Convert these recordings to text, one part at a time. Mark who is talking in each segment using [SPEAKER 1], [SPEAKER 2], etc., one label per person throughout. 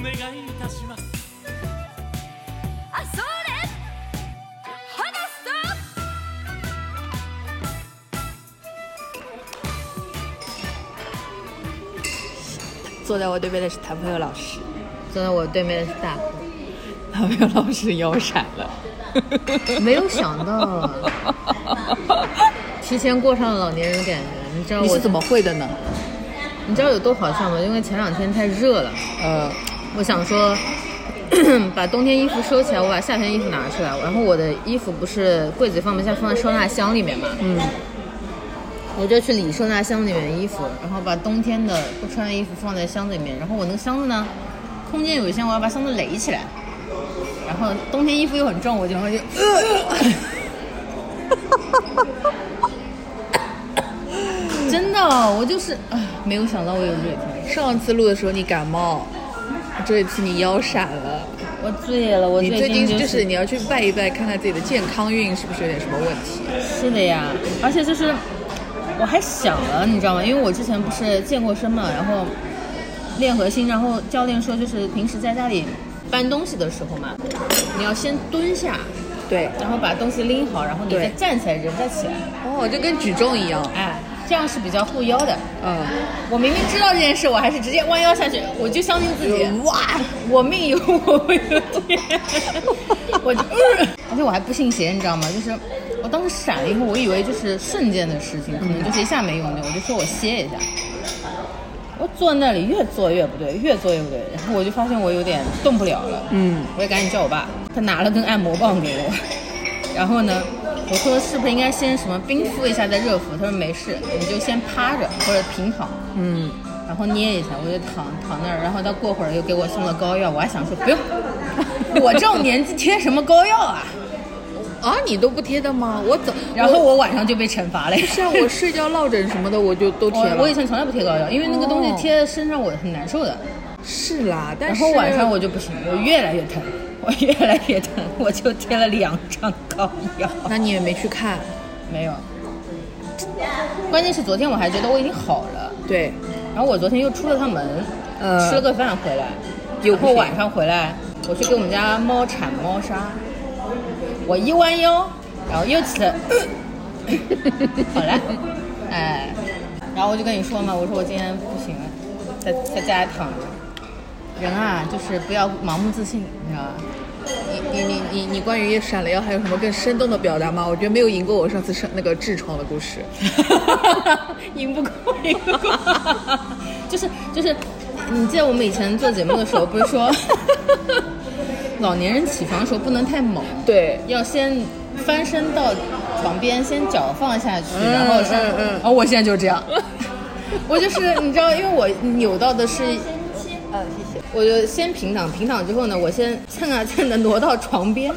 [SPEAKER 1] 願いいたします
[SPEAKER 2] あそれ話すと
[SPEAKER 3] 坐在我对面的是谭朋友老师，
[SPEAKER 4] 坐在我对面的是大鹏，
[SPEAKER 3] 谭朋友老师腰闪了。
[SPEAKER 4] 没有想到，提前过上了老年人的感觉。你知道
[SPEAKER 3] 你
[SPEAKER 4] 我
[SPEAKER 3] 是怎么会的呢？
[SPEAKER 4] 你知道有多好笑吗？因为前两天太热了，
[SPEAKER 3] 呃，
[SPEAKER 4] 我想说 把冬天衣服收起来，我把夏天衣服拿出来。然后我的衣服不是柜子放不下，放在收纳箱里面嘛。嗯。我就去理收纳箱里面的衣服，然后把冬天的不穿的衣服放在箱子里面。然后我那个箱子呢，空间有限，我要把箱子垒起来。然后冬天衣服又很重，我就会就。真的，我就是啊，没有想到我有这一天。
[SPEAKER 3] 上次录的时候你感冒，这一次你腰闪了。
[SPEAKER 4] 我醉了，我
[SPEAKER 3] 你最近
[SPEAKER 4] 就
[SPEAKER 3] 就是你要去拜一拜，看看自己的健康运是不是有点什么问题。
[SPEAKER 4] 是的呀，而且就是我还想了，你知道吗？因为我之前不是健过身嘛，然后练核心，然后教练说就是平时在家里搬东西的时候嘛，你要先蹲下，
[SPEAKER 3] 对，
[SPEAKER 4] 然后把东西拎好，然后你再
[SPEAKER 3] 对
[SPEAKER 4] 站起来，人再起来，
[SPEAKER 3] 哦，就跟举重一样。
[SPEAKER 4] 哎，这样是比较护腰的。
[SPEAKER 3] 嗯，
[SPEAKER 4] 我明明知道这件事，我还是直接弯腰下去，我就相信自己。
[SPEAKER 3] 哇，
[SPEAKER 4] 我命由我不由天， 我就，呃而且我还不信邪，你知道吗？就是我当时闪了以后，我以为就是瞬间的事情，可
[SPEAKER 3] 嗯
[SPEAKER 4] 能就是一下没用力，我就说我歇一下。我坐那里越坐越不对，越坐越不对，然后我就发现我有点动不了了。
[SPEAKER 3] 嗯，
[SPEAKER 4] 我也赶紧叫我爸，他拿了根按摩棒给我，然后呢，我说是不是应该先什么冰敷一下再热敷？他说没事，你就先趴着或者平躺。
[SPEAKER 3] 嗯，
[SPEAKER 4] 然后捏一下，我就躺躺那儿，然后他过会儿又给我送了膏药，我还想说不用，我这种年纪贴什么膏药 啊？
[SPEAKER 3] 啊，你都不贴的吗？我怎？
[SPEAKER 4] 然后我晚上就被惩罚了。
[SPEAKER 3] 是啊，我睡觉落枕什么的我就都贴
[SPEAKER 4] 我
[SPEAKER 3] 了。
[SPEAKER 4] 我以前从来不贴膏药，因为那个东西
[SPEAKER 3] 哦
[SPEAKER 4] 贴在身上我很难受的。
[SPEAKER 3] 是啦，但
[SPEAKER 4] 然
[SPEAKER 3] 是
[SPEAKER 4] 后晚上我就不行，我越来越疼，我越来越疼，我就贴了两张膏药。
[SPEAKER 3] 那你也没去看，
[SPEAKER 4] 没有，关键是昨天我还觉得我已经好了，
[SPEAKER 3] 对，
[SPEAKER 4] 然后我昨天又出了趟门，
[SPEAKER 3] 呃
[SPEAKER 4] 吃了个饭回来，
[SPEAKER 3] 又
[SPEAKER 4] 然
[SPEAKER 3] 不
[SPEAKER 4] 后
[SPEAKER 3] 行
[SPEAKER 4] 晚上回来，我去给我们家猫铲猫砂，我一弯腰，然后又起来， 好了，哎，然后我就跟你说嘛，我说我今天不行了，在在家里躺着。人啊，就是不要盲目自信，你知道吧？
[SPEAKER 3] 你你你你关于闪雷啊还有什么更生动的表达吗？我觉得没有赢过我上次上那个痔疮的故 事。
[SPEAKER 4] 赢不过，赢不过， 就是就是，你记得我们以前做节目的时候，不是说 老年人起床的时候不能太猛，
[SPEAKER 3] 对，
[SPEAKER 4] 要先翻身到床边，先脚放下去，
[SPEAKER 3] 嗯
[SPEAKER 4] 然后是，
[SPEAKER 3] 嗯嗯
[SPEAKER 4] 哦，我现在就是这样， 我就是你知道，因为我扭到的是。呃
[SPEAKER 3] 嗯，谢谢。
[SPEAKER 4] 我就先平躺，平躺之后呢，我先蹭啊蹭的挪到床边，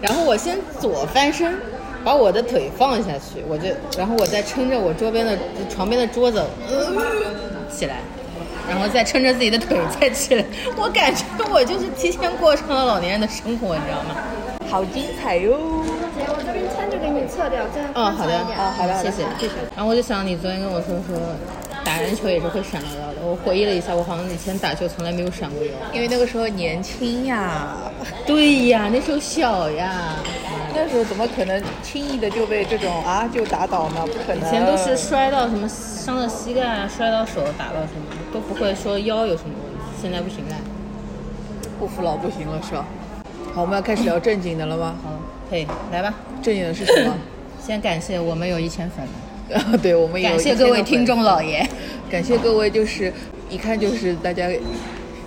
[SPEAKER 4] 然后我先左翻身，把我的腿放下去，我就，然后我再撑着我桌边的床边的桌子、呃起来，然后再撑着自己的腿再起来。我感觉我就是提前过上了老年人的生活，你知道吗？
[SPEAKER 3] 好精彩哟！
[SPEAKER 2] 姐，我这边餐就给你撤掉，这样
[SPEAKER 4] 哦，好的，
[SPEAKER 3] 哦好的好的
[SPEAKER 4] 谢谢
[SPEAKER 3] 谢谢。
[SPEAKER 4] 然后我就想，你昨天跟我说说，打篮球也是会闪到腰的。我回忆了一下，我好像以前打球从来没有闪过腰。
[SPEAKER 3] 因为那个时候年轻呀，
[SPEAKER 4] 对呀，那时候小呀。
[SPEAKER 3] 那时候怎么可能轻易的就被这种啊就打倒呢？不可能。
[SPEAKER 4] 以前都是摔到什么伤到膝盖啊，摔到手打到什么，都不会说腰有什么问题。现在不行了，
[SPEAKER 3] 不服老不行了是吧？好，我们要开始聊正经的了吗？
[SPEAKER 4] 好，可以来吧。
[SPEAKER 3] 正经的是什么？
[SPEAKER 4] 先感谢我们有一千粉，
[SPEAKER 3] 啊，对，我们有
[SPEAKER 4] 感谢
[SPEAKER 3] 一千
[SPEAKER 4] 各
[SPEAKER 3] 多
[SPEAKER 4] 位
[SPEAKER 3] 粉
[SPEAKER 4] 听众老爷。
[SPEAKER 3] 感谢各位，就是一看就是大家，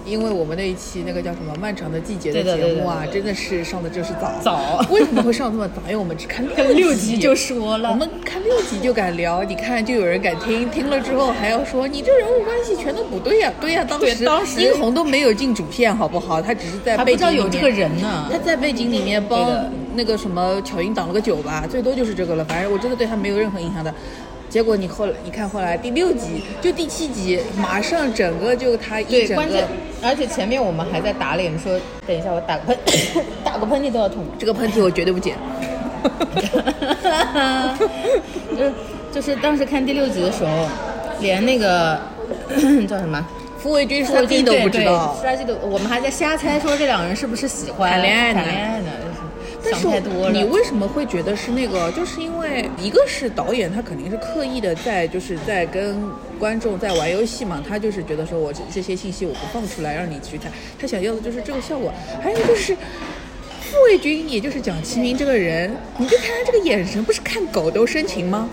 [SPEAKER 3] 因为我们那一期那个叫什么《漫长的季节》的
[SPEAKER 4] 对的
[SPEAKER 3] 节目啊，
[SPEAKER 4] 对的对的
[SPEAKER 3] 真的是上的就是早
[SPEAKER 4] 早
[SPEAKER 3] 为什么会上这么早？因为我们只看
[SPEAKER 4] 六
[SPEAKER 3] 集
[SPEAKER 4] 集就说了
[SPEAKER 3] 我们看六集就敢聊，你看就有人敢听，听了之后还要说你这人物关系全都不对呀、啊对呀、当时
[SPEAKER 4] 对当时
[SPEAKER 3] 殷红都没有进主片，好不好？他只是在
[SPEAKER 4] 还不
[SPEAKER 3] 背
[SPEAKER 4] 知
[SPEAKER 3] 景
[SPEAKER 4] 道
[SPEAKER 3] 里
[SPEAKER 4] 有
[SPEAKER 3] 面
[SPEAKER 4] 这个人呢
[SPEAKER 3] 他。在背景里面帮
[SPEAKER 4] 对的
[SPEAKER 3] 那个什么巧云挡了个酒吧，最多就是这个了。反正我真的对他没有任何印象的。结果你后来，你看后来第六集就第七集，马上整个就他一
[SPEAKER 4] 对，
[SPEAKER 3] 整
[SPEAKER 4] 关键
[SPEAKER 3] 个
[SPEAKER 4] 而且前面我们还在打脸说，等一下我打个喷， 打个喷嚏都要痛。
[SPEAKER 3] 这个喷嚏我绝对不剪。
[SPEAKER 4] 就是就是当时看第六集的时候，连那个 叫什么
[SPEAKER 3] 傅卫军是他自己都不知道
[SPEAKER 4] 对对，是他自己都，我们还在瞎猜说这两个人是不是喜欢
[SPEAKER 3] 谈恋爱呢
[SPEAKER 4] 谈恋爱呢，就是
[SPEAKER 3] 但
[SPEAKER 4] 想
[SPEAKER 3] 是
[SPEAKER 4] 太多了。
[SPEAKER 3] 你为什么会觉得是那个？就是因为一个是导演他肯定是刻意的在就是在跟观众在玩游戏嘛，他就是觉得说我这这些信息我不放出来让你去看，他想要的就是这个效果。还有就是。傅卫军，也就是蒋奇明这个人，你就看他这个眼神，不是看狗都深情吗？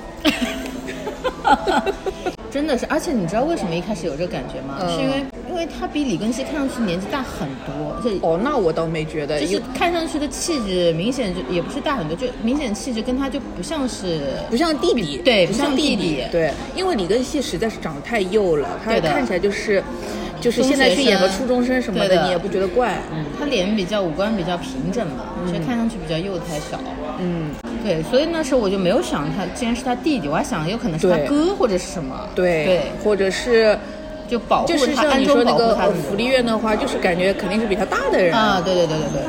[SPEAKER 4] 真的是，而且你知道为什么一开始有这个感觉吗？
[SPEAKER 3] 嗯
[SPEAKER 4] 是因为因为他比李庚希看上去年纪大很多，而且
[SPEAKER 3] 哦，那我倒没觉得，
[SPEAKER 4] 就是
[SPEAKER 3] 因为
[SPEAKER 4] 看上去的气质明显就也不是大很多，就明显气质跟他就不像是
[SPEAKER 3] 不像弟弟，
[SPEAKER 4] 对
[SPEAKER 3] 不
[SPEAKER 4] 不像
[SPEAKER 3] 像弟
[SPEAKER 4] 弟弟
[SPEAKER 3] 对，因为李根希实在是长得太幼了，他
[SPEAKER 4] 对的
[SPEAKER 3] 看起来就是，就是
[SPEAKER 4] 中学
[SPEAKER 3] 现在去演个
[SPEAKER 4] 生
[SPEAKER 3] 初中生什么
[SPEAKER 4] 对
[SPEAKER 3] 的，
[SPEAKER 4] 的
[SPEAKER 3] 你也不觉得怪。
[SPEAKER 4] 嗯，他脸比较五官比较平整嘛，所以看上去比较幼态小。
[SPEAKER 3] 嗯，
[SPEAKER 4] 对，所以那时候我就没有想他，既然是他弟弟，我还想有可能是他
[SPEAKER 3] 对
[SPEAKER 4] 哥或者是什么。
[SPEAKER 3] 对，
[SPEAKER 4] 对，
[SPEAKER 3] 或者是
[SPEAKER 4] 就保护
[SPEAKER 3] 就是
[SPEAKER 4] 他，
[SPEAKER 3] 像
[SPEAKER 4] 暗
[SPEAKER 3] 你
[SPEAKER 4] 中
[SPEAKER 3] 说那
[SPEAKER 4] 保护
[SPEAKER 3] 个
[SPEAKER 4] 他
[SPEAKER 3] 呃
[SPEAKER 4] 的
[SPEAKER 3] 福利院的话，就是感觉肯定是比他大的人。
[SPEAKER 4] 啊，对对对对对，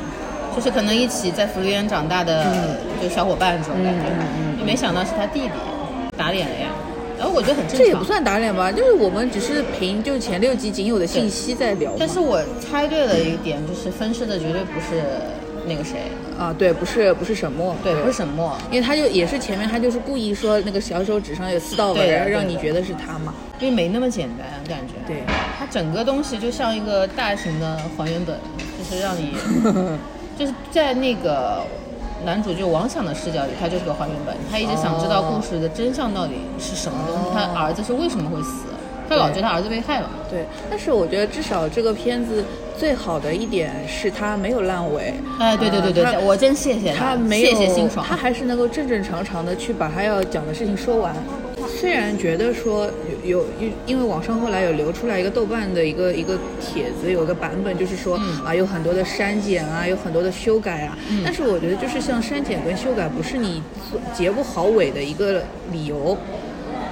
[SPEAKER 4] 就是可能一起在福利院长大
[SPEAKER 3] 嗯
[SPEAKER 4] 的、就小伙伴这种感觉，就没想到是他弟弟打脸了呀。然后我觉得很正常，
[SPEAKER 3] 这也不算打脸吧，就是我们只是凭就前六集仅有的信息在聊嘛。
[SPEAKER 4] 但是我猜对了一点，就是分尸的绝对不是那个谁，
[SPEAKER 3] 啊，对，不是不是沈墨，
[SPEAKER 4] 对，不是沈墨，
[SPEAKER 3] 因为他就也是前面他就是故意说那个小手指上有四道
[SPEAKER 4] 对的
[SPEAKER 3] 纹，
[SPEAKER 4] 对
[SPEAKER 3] 让你
[SPEAKER 4] 的
[SPEAKER 3] 觉得是他嘛。
[SPEAKER 4] 因为没那么简单感觉。
[SPEAKER 3] 对，
[SPEAKER 4] 它整个东西就像一个大型的还原本，就是让 你就是在那个男主就王想的视角里，他就是个还原本，他一直想知道故事的真相到底是什么东西，他儿子是为什么会死，他老觉得他儿子被害了。
[SPEAKER 3] 对，但是我觉得至少这个片子最好的一点是它没有烂尾。
[SPEAKER 4] 哎，对对对对，
[SPEAKER 3] 呃
[SPEAKER 4] 对我真谢谢
[SPEAKER 3] 它它没有，
[SPEAKER 4] 谢谢辛爽，
[SPEAKER 3] 它还是能够正正常常的去把它要讲的事情说完。虽然觉得说有有，因因为网上后来有流出来一个豆瓣的一个一个帖子，有个版本就是说、
[SPEAKER 4] 嗯
[SPEAKER 3] 啊有很多的删减啊，有很多的修改啊，但是我觉得就是像删减跟修改不是你做结不好尾的一个理由。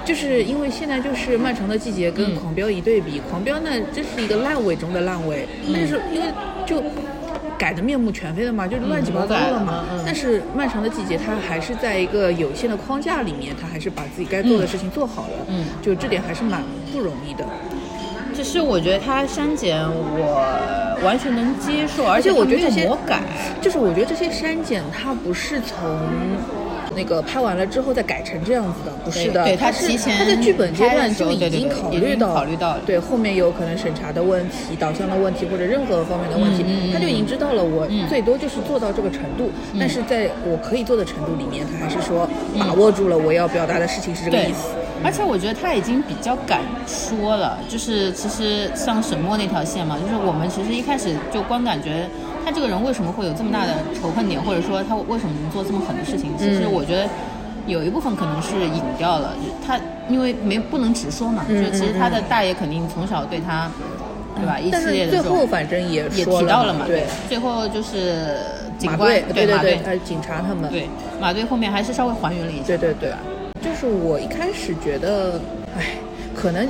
[SPEAKER 3] 就是因为现在就是《漫长的季节》
[SPEAKER 4] 嗯
[SPEAKER 3] 跟《狂飙》一对比，狂飙》呢真是一个烂尾中的烂尾，
[SPEAKER 4] 嗯
[SPEAKER 3] 但是因为就改的面目全非了嘛，就乱七八糟了嘛。
[SPEAKER 4] 嗯嗯嗯
[SPEAKER 3] 但是《漫长的季节》它还是在一个有限的框架里面，它还是把自己该做的事情做好了，
[SPEAKER 4] 嗯
[SPEAKER 3] 就这点还是蛮不容易的。
[SPEAKER 4] 只是我觉得他删减我呃完全能接受，而
[SPEAKER 3] 且
[SPEAKER 4] 且
[SPEAKER 3] 我觉得
[SPEAKER 4] 他没
[SPEAKER 3] 这些
[SPEAKER 4] 有魔改，
[SPEAKER 3] 就是我觉得这些删减它不是从。那个拍完了之后再改成这样子的，不是的，
[SPEAKER 4] 对对它
[SPEAKER 3] 是
[SPEAKER 4] 提前
[SPEAKER 3] 它在剧本阶段就
[SPEAKER 4] 拍的时候
[SPEAKER 3] 已
[SPEAKER 4] 对对
[SPEAKER 3] 经
[SPEAKER 4] 对
[SPEAKER 3] 考
[SPEAKER 4] 已经
[SPEAKER 3] 虑到
[SPEAKER 4] 考虑到了
[SPEAKER 3] 对后面有可能审查的问题、导向的问题或者任何方面的问题
[SPEAKER 4] 嗯嗯，嗯
[SPEAKER 3] 他就已经知道了我
[SPEAKER 4] 嗯
[SPEAKER 3] 最多就是做到这个程度，但是在我可以做的程度里面，他还是说把握住了我要表达的事情是这个
[SPEAKER 4] 嗯对
[SPEAKER 3] 意思。，
[SPEAKER 4] 而且我觉得他已经比较敢说了，就是其实像沈墨那条线嘛，就是我们其实一开始就光感觉他这个人为什么会有这么大的仇恨点，或者说他为什么能做这么狠的事
[SPEAKER 3] 嗯
[SPEAKER 4] 情，其实我觉得。有一部分可能是隐掉了，就他因为没不能直说嘛，
[SPEAKER 3] 嗯
[SPEAKER 4] 就其实他的大爷肯定从小对他，对吧？一
[SPEAKER 3] 但
[SPEAKER 4] 系列
[SPEAKER 3] 是
[SPEAKER 4] 的
[SPEAKER 3] 最
[SPEAKER 4] 这
[SPEAKER 3] 后
[SPEAKER 4] 种
[SPEAKER 3] 反正也
[SPEAKER 4] 也
[SPEAKER 3] 说
[SPEAKER 4] 提到了嘛，
[SPEAKER 3] 对，，
[SPEAKER 4] 最后就是警
[SPEAKER 3] 马
[SPEAKER 4] 官
[SPEAKER 3] 队，对
[SPEAKER 4] 马
[SPEAKER 3] 对，哎
[SPEAKER 4] 队
[SPEAKER 3] 还有警察他们，
[SPEAKER 4] 对马队后面还是稍微还原了一下，
[SPEAKER 3] 对对对，就是我一开始觉得，哎，可能。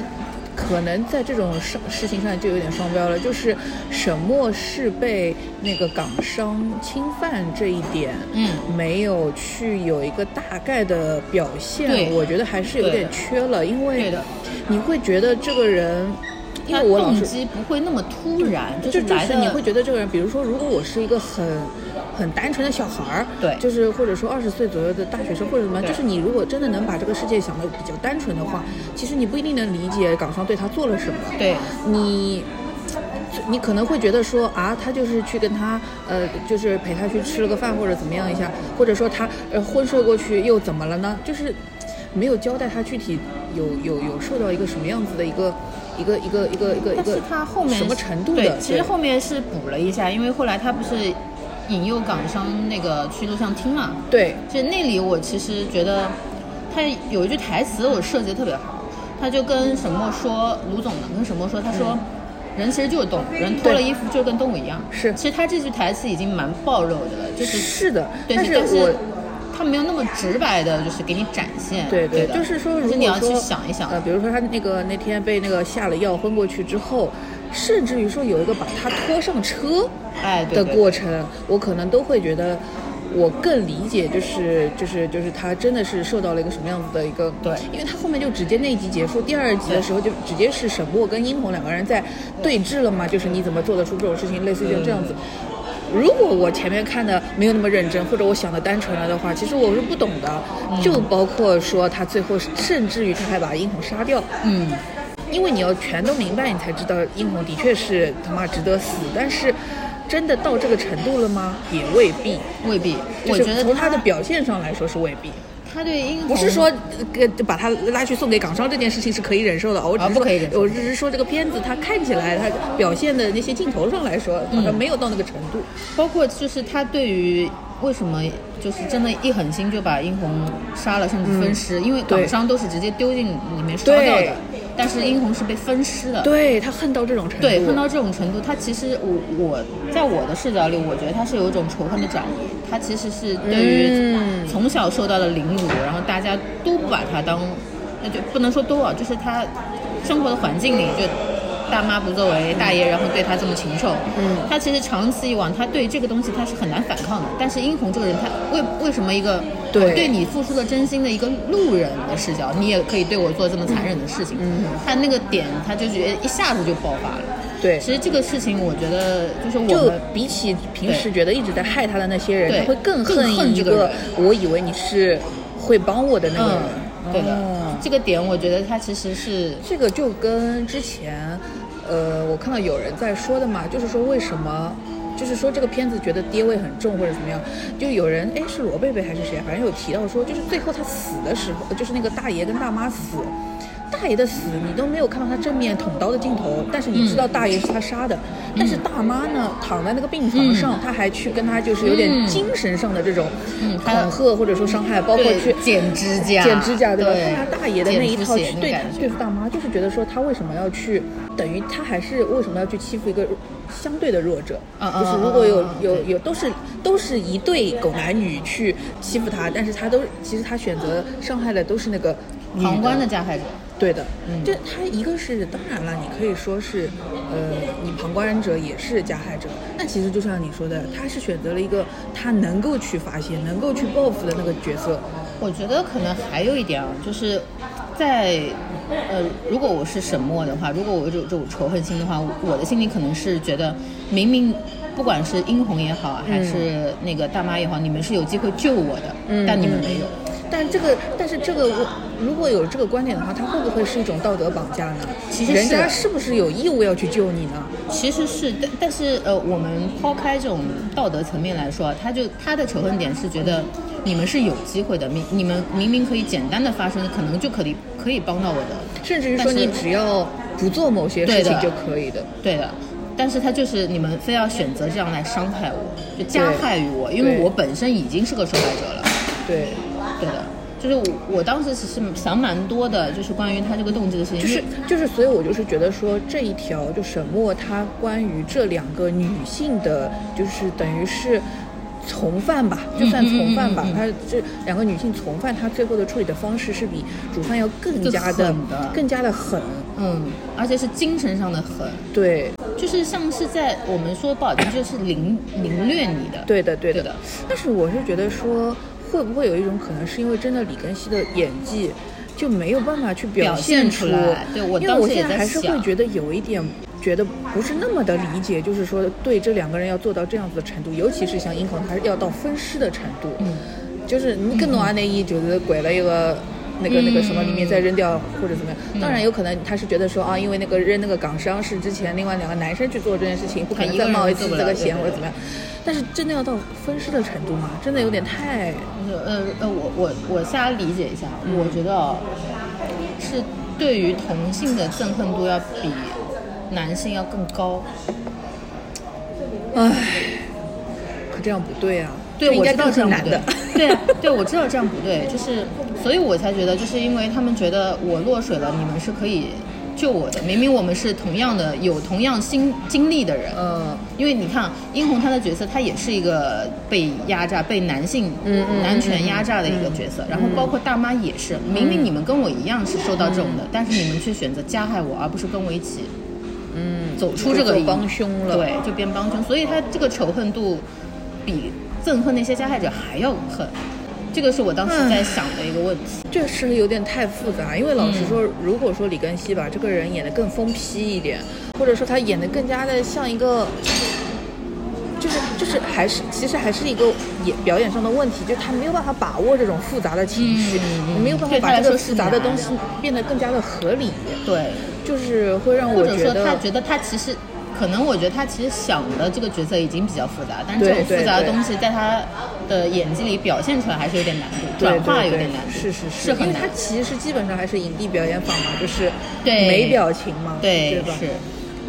[SPEAKER 3] 可能在这种事事情上就有点双标了，就是沈墨是被那个港商侵犯这一点，
[SPEAKER 4] 嗯，
[SPEAKER 3] 没有去有一个大概的表现，
[SPEAKER 4] 对
[SPEAKER 3] 我觉得还是有点
[SPEAKER 4] 对的
[SPEAKER 3] 缺了，因
[SPEAKER 4] 对
[SPEAKER 3] 为
[SPEAKER 4] 的
[SPEAKER 3] 你会觉得这个人，因
[SPEAKER 4] 他
[SPEAKER 3] 为我老
[SPEAKER 4] 动
[SPEAKER 3] 是
[SPEAKER 4] 机不会那么突然，
[SPEAKER 3] 就是就
[SPEAKER 4] 来
[SPEAKER 3] 是
[SPEAKER 4] 的
[SPEAKER 3] 你会觉得这个人，比如说，如果我是一个很很单纯的小孩儿，
[SPEAKER 4] 对
[SPEAKER 3] 就是或者说二十岁左右的大学生或者什么，
[SPEAKER 4] 对
[SPEAKER 3] 就是你如果真的能把这个世界想的比较单纯的话，其实你不一定能理解港商对他做了什么。
[SPEAKER 4] 对
[SPEAKER 3] 你。你可能会觉得说啊，他就是去跟他呃，就是陪他去吃了个饭或者怎么样一下，或者说他呃昏睡过去又怎么了呢？就是没有交代他具体有有有受到一个什么样子的一个一个一个一个一个一
[SPEAKER 4] 但
[SPEAKER 3] 个
[SPEAKER 4] 是他后面
[SPEAKER 3] 什么程度的？
[SPEAKER 4] 对，其实
[SPEAKER 3] 对
[SPEAKER 4] 后面是补了一下，因为后来他不是引诱港商那个去录像厅嘛，
[SPEAKER 3] 对，
[SPEAKER 4] 就那里我其实觉得他有一句台词我设计的特别好，他就跟沈墨说，卢总呢跟沈墨说，他说。人其实就是动物，人脱
[SPEAKER 3] 嗯
[SPEAKER 4] 了
[SPEAKER 3] 对
[SPEAKER 4] 衣服就跟动物一样。
[SPEAKER 3] 是
[SPEAKER 4] 其实他这句台词已经蛮暴露的了，就是
[SPEAKER 3] 是的，
[SPEAKER 4] 对，
[SPEAKER 3] 但
[SPEAKER 4] 但
[SPEAKER 3] 是我。
[SPEAKER 4] 他没有那么直白的，就是给你展现。
[SPEAKER 3] 对对，
[SPEAKER 4] 对的，
[SPEAKER 3] 就是说，如
[SPEAKER 4] 但
[SPEAKER 3] 果
[SPEAKER 4] 是你要
[SPEAKER 3] 说
[SPEAKER 4] 去想一想，
[SPEAKER 3] 呃，比如说他那个那天被那个下了药昏过去之后，甚至于说有一个把他拖上车
[SPEAKER 4] 哎，对
[SPEAKER 3] 的
[SPEAKER 4] 对
[SPEAKER 3] 过程，我可能都会觉得，我更理解就是就是就是他真的是受到了一个什么样子的一个
[SPEAKER 4] 对
[SPEAKER 3] 因为他后面就直接那一集结束，第二集的时候就直接是沈墨跟殷红两个人在对峙了嘛，
[SPEAKER 4] 嗯
[SPEAKER 3] 就是你怎么做得出这种事情，类似于就这样子。如果我前面看的没有那么认真，或者我想的单纯了的话，其实我是不懂的。
[SPEAKER 4] 嗯
[SPEAKER 3] 就包括说他最后甚至于他还把殷红杀掉，
[SPEAKER 4] 嗯，
[SPEAKER 3] 因为你要全都明白，你才知道殷红的确是他妈值得死，但是真的到这个程度了吗？也未必。
[SPEAKER 4] 未必。
[SPEAKER 3] 就
[SPEAKER 4] 我
[SPEAKER 3] 是
[SPEAKER 4] 觉得
[SPEAKER 3] 从他的表现上来说是未必，
[SPEAKER 4] 他对英
[SPEAKER 3] 不是说呃跟把他拉去送给港商这件事情是可以忍受的，我只是
[SPEAKER 4] 啊
[SPEAKER 3] 说
[SPEAKER 4] 不可以忍受
[SPEAKER 3] 我只是说这个片子它看起来它表现的那些镜头上来说，好像没有到那个程度。
[SPEAKER 4] 包括就是他对于为什么就是真的，一狠心就把殷红杀了，甚至分尸，因为
[SPEAKER 3] 嗯对
[SPEAKER 4] 港商都是直接丢进里面烧掉
[SPEAKER 3] 对
[SPEAKER 4] 的，但是殷红是被分尸的。
[SPEAKER 3] 对他恨到这种程度，
[SPEAKER 4] 对，恨到这种程度，他其实我我在我的视角里，我觉得他是有一种仇恨的转移，他其实是对于
[SPEAKER 3] 嗯
[SPEAKER 4] 从小受到的凌辱，然后大家都不把他当，那就不能说都啊，就是他生活的环境里就。大妈不作为，大爷然后对他这么禽兽，
[SPEAKER 3] 嗯
[SPEAKER 4] 他其实长此以往，他对这个东西他是很难反抗的。但是殷红这个人，他为为什么一个
[SPEAKER 3] 对
[SPEAKER 4] 我对你付出了真心的一个路人的视角，你也可以对我做这么残忍的事情？
[SPEAKER 3] 嗯
[SPEAKER 4] 他那个点，他就觉得一下子就爆发了。
[SPEAKER 3] 对
[SPEAKER 4] 其实这个事情，我觉得就是我
[SPEAKER 3] 就
[SPEAKER 4] 们
[SPEAKER 3] 比起平时觉得一直在害他的那些人，
[SPEAKER 4] 对
[SPEAKER 3] 他会更
[SPEAKER 4] 更
[SPEAKER 3] 恨
[SPEAKER 4] 恨
[SPEAKER 3] 一
[SPEAKER 4] 这个
[SPEAKER 3] 个
[SPEAKER 4] 人
[SPEAKER 3] 我以为你是会帮我的那个人。
[SPEAKER 4] 嗯，对的，
[SPEAKER 3] 哦
[SPEAKER 4] 这个点我觉得他其实是
[SPEAKER 3] 这个就跟之前，呃，我看到有人在说的嘛，就是说为什么，就是说这个片子觉得爹味很重或者怎么样，就有人哎是罗贝贝还是谁啊，反正有提到说，就是最后他死的时候，就是那个大爷跟大妈死。大爷的死，你都没有看到他正面捅刀的镜头，但是你知道
[SPEAKER 4] 嗯
[SPEAKER 3] 大爷是他杀的。但是大妈呢，躺在那个病床上，他还去跟他就是有点
[SPEAKER 4] 嗯
[SPEAKER 3] 精神上的这种
[SPEAKER 4] 嗯他
[SPEAKER 3] 恐吓或者说伤害，包括
[SPEAKER 4] 对
[SPEAKER 3] 去
[SPEAKER 4] 剪指甲
[SPEAKER 3] 剪指甲对吧？
[SPEAKER 4] 对
[SPEAKER 3] 看他大爷的那一套去
[SPEAKER 4] 剪指甲
[SPEAKER 3] 对
[SPEAKER 4] 那感觉
[SPEAKER 3] 对付大妈，就是觉得说他为什么要去，等于他还是为什么要去欺负一个相对的弱者？
[SPEAKER 4] 嗯
[SPEAKER 3] 就是
[SPEAKER 4] 嗯
[SPEAKER 3] 如果有
[SPEAKER 4] 嗯嗯
[SPEAKER 3] 有
[SPEAKER 4] 对
[SPEAKER 3] 有都是都是一对狗男女去欺负他，但是他都其实他选择伤害的都是那个女
[SPEAKER 4] 旁观的加害者。
[SPEAKER 3] 对的，
[SPEAKER 4] 嗯
[SPEAKER 3] 就他一个是当然了，你可以说是，呃，你旁观者也是加害者。那其实就像你说的，他是选择了一个他能够去发泄、能够去报复的那个角色。
[SPEAKER 4] 我觉得可能还有一点啊，就是在呃，如果我是沈墨的话，如果我有这种这种仇恨心的话，我我的心里可能是觉得，明明不管是殷红也好，啊还是那个大妈也好，你们是有机会救我的，
[SPEAKER 3] 嗯
[SPEAKER 4] 但你们没有。
[SPEAKER 3] 但这个，但是这个，我如果有这个观点的话，他会不会是一种道德绑架呢？
[SPEAKER 4] 其实是啊
[SPEAKER 3] 人家是不是有义务要去救你呢？
[SPEAKER 4] 其实是，但但是呃，我们抛开这种道德层面来说，他就他的仇恨点是觉得你们是有机会的，明你们明明可以简单的发生，可能就可以可以帮到我的，
[SPEAKER 3] 甚至于说
[SPEAKER 4] 但是
[SPEAKER 3] 你只要不做某些事
[SPEAKER 4] 对
[SPEAKER 3] 情
[SPEAKER 4] 的
[SPEAKER 3] 就可以的。
[SPEAKER 4] 对的。但是他就是你们非要选择这样来伤害我，就加
[SPEAKER 3] 对
[SPEAKER 4] 害于我，因为
[SPEAKER 3] 对
[SPEAKER 4] 我本身已经是个受害者了。
[SPEAKER 3] 对，
[SPEAKER 4] 对的，就是我我当时其实想蛮多的，就是关于他这个动机的事情。
[SPEAKER 3] 就
[SPEAKER 4] 因
[SPEAKER 3] 是
[SPEAKER 4] 为
[SPEAKER 3] 就是，所以我就是觉得说这一条就沈墨她关于这两个女性的，就是等于是。从犯吧，就算从犯吧
[SPEAKER 4] 嗯嗯嗯嗯，嗯
[SPEAKER 3] 她这两个女性从犯，她最后的处理的方式是比主犯要更加的
[SPEAKER 4] 更狠的
[SPEAKER 3] 更加的狠。
[SPEAKER 4] 嗯，而且是精神上的狠，
[SPEAKER 3] 对，
[SPEAKER 4] 就是像是在我们说不好听，就是凌凌虐你的。
[SPEAKER 3] 对的，对
[SPEAKER 4] 对的
[SPEAKER 3] 但是我是觉得说，会不会有一种可能，是因为真的李根希的演技就没有办法去
[SPEAKER 4] 表
[SPEAKER 3] 现
[SPEAKER 4] 现出来对我
[SPEAKER 3] 因为
[SPEAKER 4] 当
[SPEAKER 3] 我
[SPEAKER 4] 时也
[SPEAKER 3] 现在
[SPEAKER 4] 在
[SPEAKER 3] 还是会
[SPEAKER 4] 想
[SPEAKER 3] 觉得有一点。觉得不是那么的理解，就是说对这两个人要做到这样子的程度，尤其是像殷红，他是要到分尸的程度，
[SPEAKER 4] 嗯
[SPEAKER 3] 就是你更多安内伊就是拐了一个。那个那个什
[SPEAKER 4] 嗯
[SPEAKER 3] 么里面再扔掉或者怎么样，当然有可能他是觉得说啊，因为那个扔那个港商是之前另外两个男生去做这件事情，不可能再冒一次这个险或者怎么样，但是真的要到分尸的程度吗？真的有点太
[SPEAKER 4] 就是呃呃，我我我瞎理解一下，我觉得啊是对于同性的憎恨度要比男性要更高。
[SPEAKER 3] 可这样不对啊。
[SPEAKER 4] 对，
[SPEAKER 3] 应
[SPEAKER 4] 我
[SPEAKER 3] 该
[SPEAKER 4] 知道
[SPEAKER 3] 更
[SPEAKER 4] 这
[SPEAKER 3] 是
[SPEAKER 4] 样
[SPEAKER 3] 男
[SPEAKER 4] 不对
[SPEAKER 3] 的。。
[SPEAKER 4] 对啊，对，我知道这样不对，就是，所以我才觉得，就是因为他们觉得我落水了，你们是可以救我的。明明我们是同样的有同样心经历的人，
[SPEAKER 3] 嗯，
[SPEAKER 4] 因为你看殷红她的角色，她也是一个被压榨、被男性
[SPEAKER 3] 嗯嗯嗯
[SPEAKER 4] 男权压榨的一个角色。然后包括大妈也是，明明你们跟我一样是受到这种的，但是你们却选择加害我，而不是跟我一起，嗯，走出这个
[SPEAKER 3] 就做帮凶了
[SPEAKER 4] 对，就变帮凶。所以他这个仇恨度比憎恨那些加害者还要恨，这个是我当时在想的一个问题。
[SPEAKER 3] 这事有点太复杂，因为老实
[SPEAKER 4] 嗯
[SPEAKER 3] 说，如果说李根熙把这个人演得更疯批一点，或者说他演得更加的像一个，就是就是还是其实还是一个演表演上的问题，就是他没有办法把握这种复杂的情
[SPEAKER 4] 嗯
[SPEAKER 3] 绪，没有办法
[SPEAKER 4] 对他来
[SPEAKER 3] 把这个
[SPEAKER 4] 说是
[SPEAKER 3] 复杂的
[SPEAKER 4] 难
[SPEAKER 3] 东西变得更加的合理，
[SPEAKER 4] 对，
[SPEAKER 3] 就是会让
[SPEAKER 4] 或
[SPEAKER 3] 我
[SPEAKER 4] 者
[SPEAKER 3] 觉
[SPEAKER 4] 说
[SPEAKER 3] 得
[SPEAKER 4] 他觉得他其实，可能我觉得他其实想的这个角色已经比较复杂，但是
[SPEAKER 3] 对
[SPEAKER 4] 这种复杂的
[SPEAKER 3] 对对
[SPEAKER 4] 东西在他的演技里表现出来还是有点难度，
[SPEAKER 3] 对
[SPEAKER 4] 转化
[SPEAKER 3] 对
[SPEAKER 4] 有
[SPEAKER 3] 对
[SPEAKER 4] 点难度，
[SPEAKER 3] 是是是，
[SPEAKER 4] 是
[SPEAKER 3] 因
[SPEAKER 4] 很
[SPEAKER 3] 为
[SPEAKER 4] 难
[SPEAKER 3] 他。其实基本上还是影帝表演法嘛，就是
[SPEAKER 4] 对
[SPEAKER 3] 没表情嘛，
[SPEAKER 4] 对，
[SPEAKER 3] 吧？
[SPEAKER 4] 是，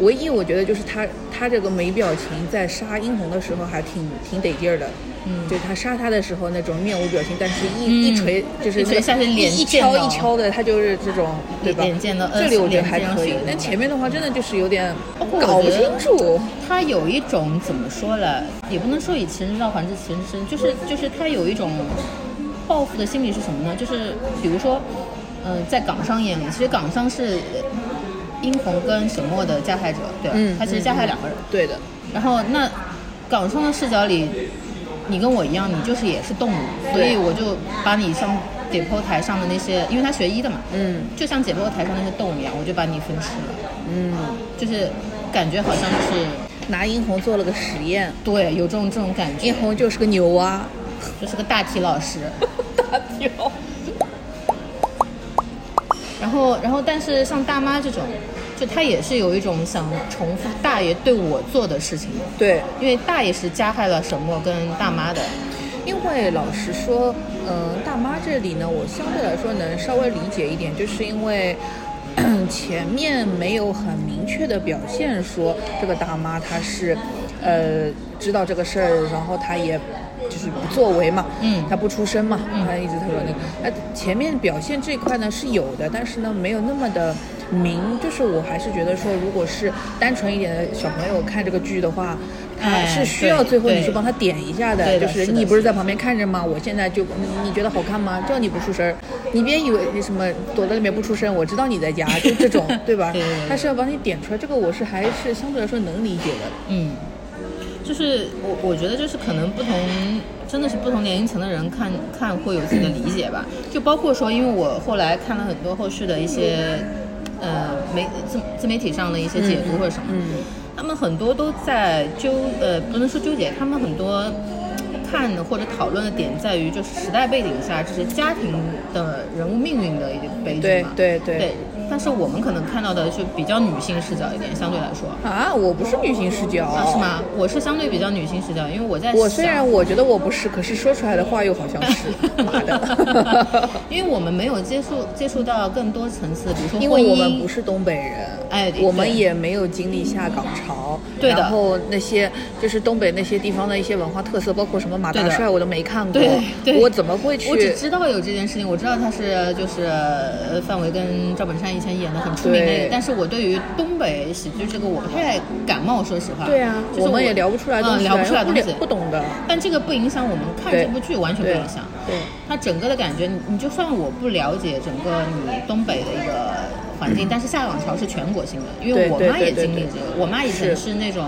[SPEAKER 3] 唯一我觉得就是他他这个没表情，在杀殷红的时候还挺挺得劲儿的。
[SPEAKER 4] 嗯
[SPEAKER 3] 就他杀他的时候那种面无表情，但是一、
[SPEAKER 4] 嗯
[SPEAKER 3] 一锤就是
[SPEAKER 4] 一锤
[SPEAKER 3] 那个
[SPEAKER 4] 下去脸
[SPEAKER 3] 一
[SPEAKER 4] 溅
[SPEAKER 3] 敲
[SPEAKER 4] 到
[SPEAKER 3] 一敲的，他就是这种对吧？
[SPEAKER 4] 脸溅到呃
[SPEAKER 3] 这里我觉得还
[SPEAKER 4] 脸溅
[SPEAKER 3] 可以
[SPEAKER 4] 血的，哦
[SPEAKER 3] 但前面的话真的就是有点
[SPEAKER 4] 我
[SPEAKER 3] 搞不
[SPEAKER 4] 觉
[SPEAKER 3] 清
[SPEAKER 4] 得
[SPEAKER 3] 楚。
[SPEAKER 4] 他有一种怎么说呢？也不能说以其人之道还治其人之身，就是就是他有一种报复的心理是什么呢？就是比如说，嗯、在港商眼里，其实港商是殷红跟沈墨的加害者，对吧？
[SPEAKER 3] 嗯
[SPEAKER 4] 他其实加害两个人。
[SPEAKER 3] 对的，
[SPEAKER 4] 然后那港商的视角里，你跟我一样，你就是也是动物，所以
[SPEAKER 3] 对
[SPEAKER 4] 我就把你上解剖台上的那些，因为他学医的嘛，
[SPEAKER 3] 嗯
[SPEAKER 4] 就像解剖台上那些动物一样，我就把你分尸了，
[SPEAKER 3] 嗯，
[SPEAKER 4] 就是感觉好像就是
[SPEAKER 3] 拿殷红做了个实验，
[SPEAKER 4] 对有这种这种感觉
[SPEAKER 3] 殷，红就是个牛啊 蛙，
[SPEAKER 4] 就是个大体老师。
[SPEAKER 3] 大 屌。
[SPEAKER 4] 然后，然后，但是像大妈这种，就她也是有一种想重复大爷对我做的事情，
[SPEAKER 3] 对，
[SPEAKER 4] 因为大爷是加害了沈墨跟大妈的，
[SPEAKER 3] 因为老实说，嗯、大妈这里呢，我相对来说能稍微理解一点，就是因为。 前面没有很明确的表现说这个大妈她是，呃，知道这个事儿，然后她也就是不作为嘛，
[SPEAKER 4] 嗯
[SPEAKER 3] 她不出声嘛，她一直她说那个，那前面表现这一块呢是有的，但是呢没有那么的明，就是我还是觉得说，如果是单纯一点的小朋友看这个剧的话，他
[SPEAKER 4] 哎
[SPEAKER 3] 是需要最后你
[SPEAKER 4] 对
[SPEAKER 3] 去帮他点一下的。
[SPEAKER 4] 对
[SPEAKER 3] 就
[SPEAKER 4] 的
[SPEAKER 3] 是
[SPEAKER 4] 是的
[SPEAKER 3] 你不是在旁边看着吗？我现在就你你觉得好看吗？叫你不出声儿，你别以为你什么躲在里面不出声，我知道你在家，就这 种对吧
[SPEAKER 4] 对对对？
[SPEAKER 3] 他是要把你点出来，这个我是还是相对来说能理解的。
[SPEAKER 4] 嗯，就是我我觉得就是可能不同，真的是不同年龄层的人看看会有自己的理解吧。就包括说，因为我后来看了很多后续的一些，呃，媒自自媒体上的一些解读或者什么，
[SPEAKER 3] 嗯
[SPEAKER 4] 他们很多都在纠呃，不能说纠结，他们很多。看的或者讨论的点在于，就是时代背景下，这是家庭的人物命运的一个悲剧
[SPEAKER 3] 对
[SPEAKER 4] 嘛。
[SPEAKER 3] 对对
[SPEAKER 4] 对。但是我们可能看到的就比较女性视角一点，相对来说。
[SPEAKER 3] 啊，我不是女性视角，
[SPEAKER 4] 啊，是？吗？啊我是相对比较女性视角，因为我在
[SPEAKER 3] 我虽
[SPEAKER 4] 想
[SPEAKER 3] 然 我觉得我不是，可是说出来的话又好像 是，妈的，
[SPEAKER 4] 因为我们没有接触接触到更多层次，比如说
[SPEAKER 3] 因
[SPEAKER 4] 婚
[SPEAKER 3] 为
[SPEAKER 4] 姻
[SPEAKER 3] 我们不是东北人，
[SPEAKER 4] 哎对
[SPEAKER 3] 我们也没有经历下港潮，
[SPEAKER 4] 对的
[SPEAKER 3] 然后那些就是东北那些地方的一些文化特色，包括什么马大
[SPEAKER 4] 对的
[SPEAKER 3] 帅，我都没看过
[SPEAKER 4] 对，对
[SPEAKER 3] 我怎么会去？
[SPEAKER 4] 我只知道有这件事情，我知道他是就是呃范伟跟赵本山以前演的很出名
[SPEAKER 3] 对
[SPEAKER 4] 的，但是我对于东北喜剧这个我不太感冒，说实话。
[SPEAKER 3] 对啊，
[SPEAKER 4] 就是
[SPEAKER 3] 们也聊不出来东
[SPEAKER 4] 嗯
[SPEAKER 3] 西啊来，
[SPEAKER 4] 聊不出来
[SPEAKER 3] 不
[SPEAKER 4] 东
[SPEAKER 3] 了
[SPEAKER 4] 西
[SPEAKER 3] 不。懂的，
[SPEAKER 4] 但这个不影响我们看
[SPEAKER 3] 对
[SPEAKER 4] 这部剧，完全不
[SPEAKER 3] 对
[SPEAKER 4] 影响。
[SPEAKER 3] 对，
[SPEAKER 4] 它整个的感觉，你你就算我不了解整个你东北的一个环境，但是下岗潮是全国性的，因为
[SPEAKER 3] 对
[SPEAKER 4] 我
[SPEAKER 3] 嗯对
[SPEAKER 4] 妈
[SPEAKER 3] 对
[SPEAKER 4] 也
[SPEAKER 3] 对
[SPEAKER 4] 经历
[SPEAKER 3] 对
[SPEAKER 4] 这个，我妈以
[SPEAKER 3] 是
[SPEAKER 4] 前是那种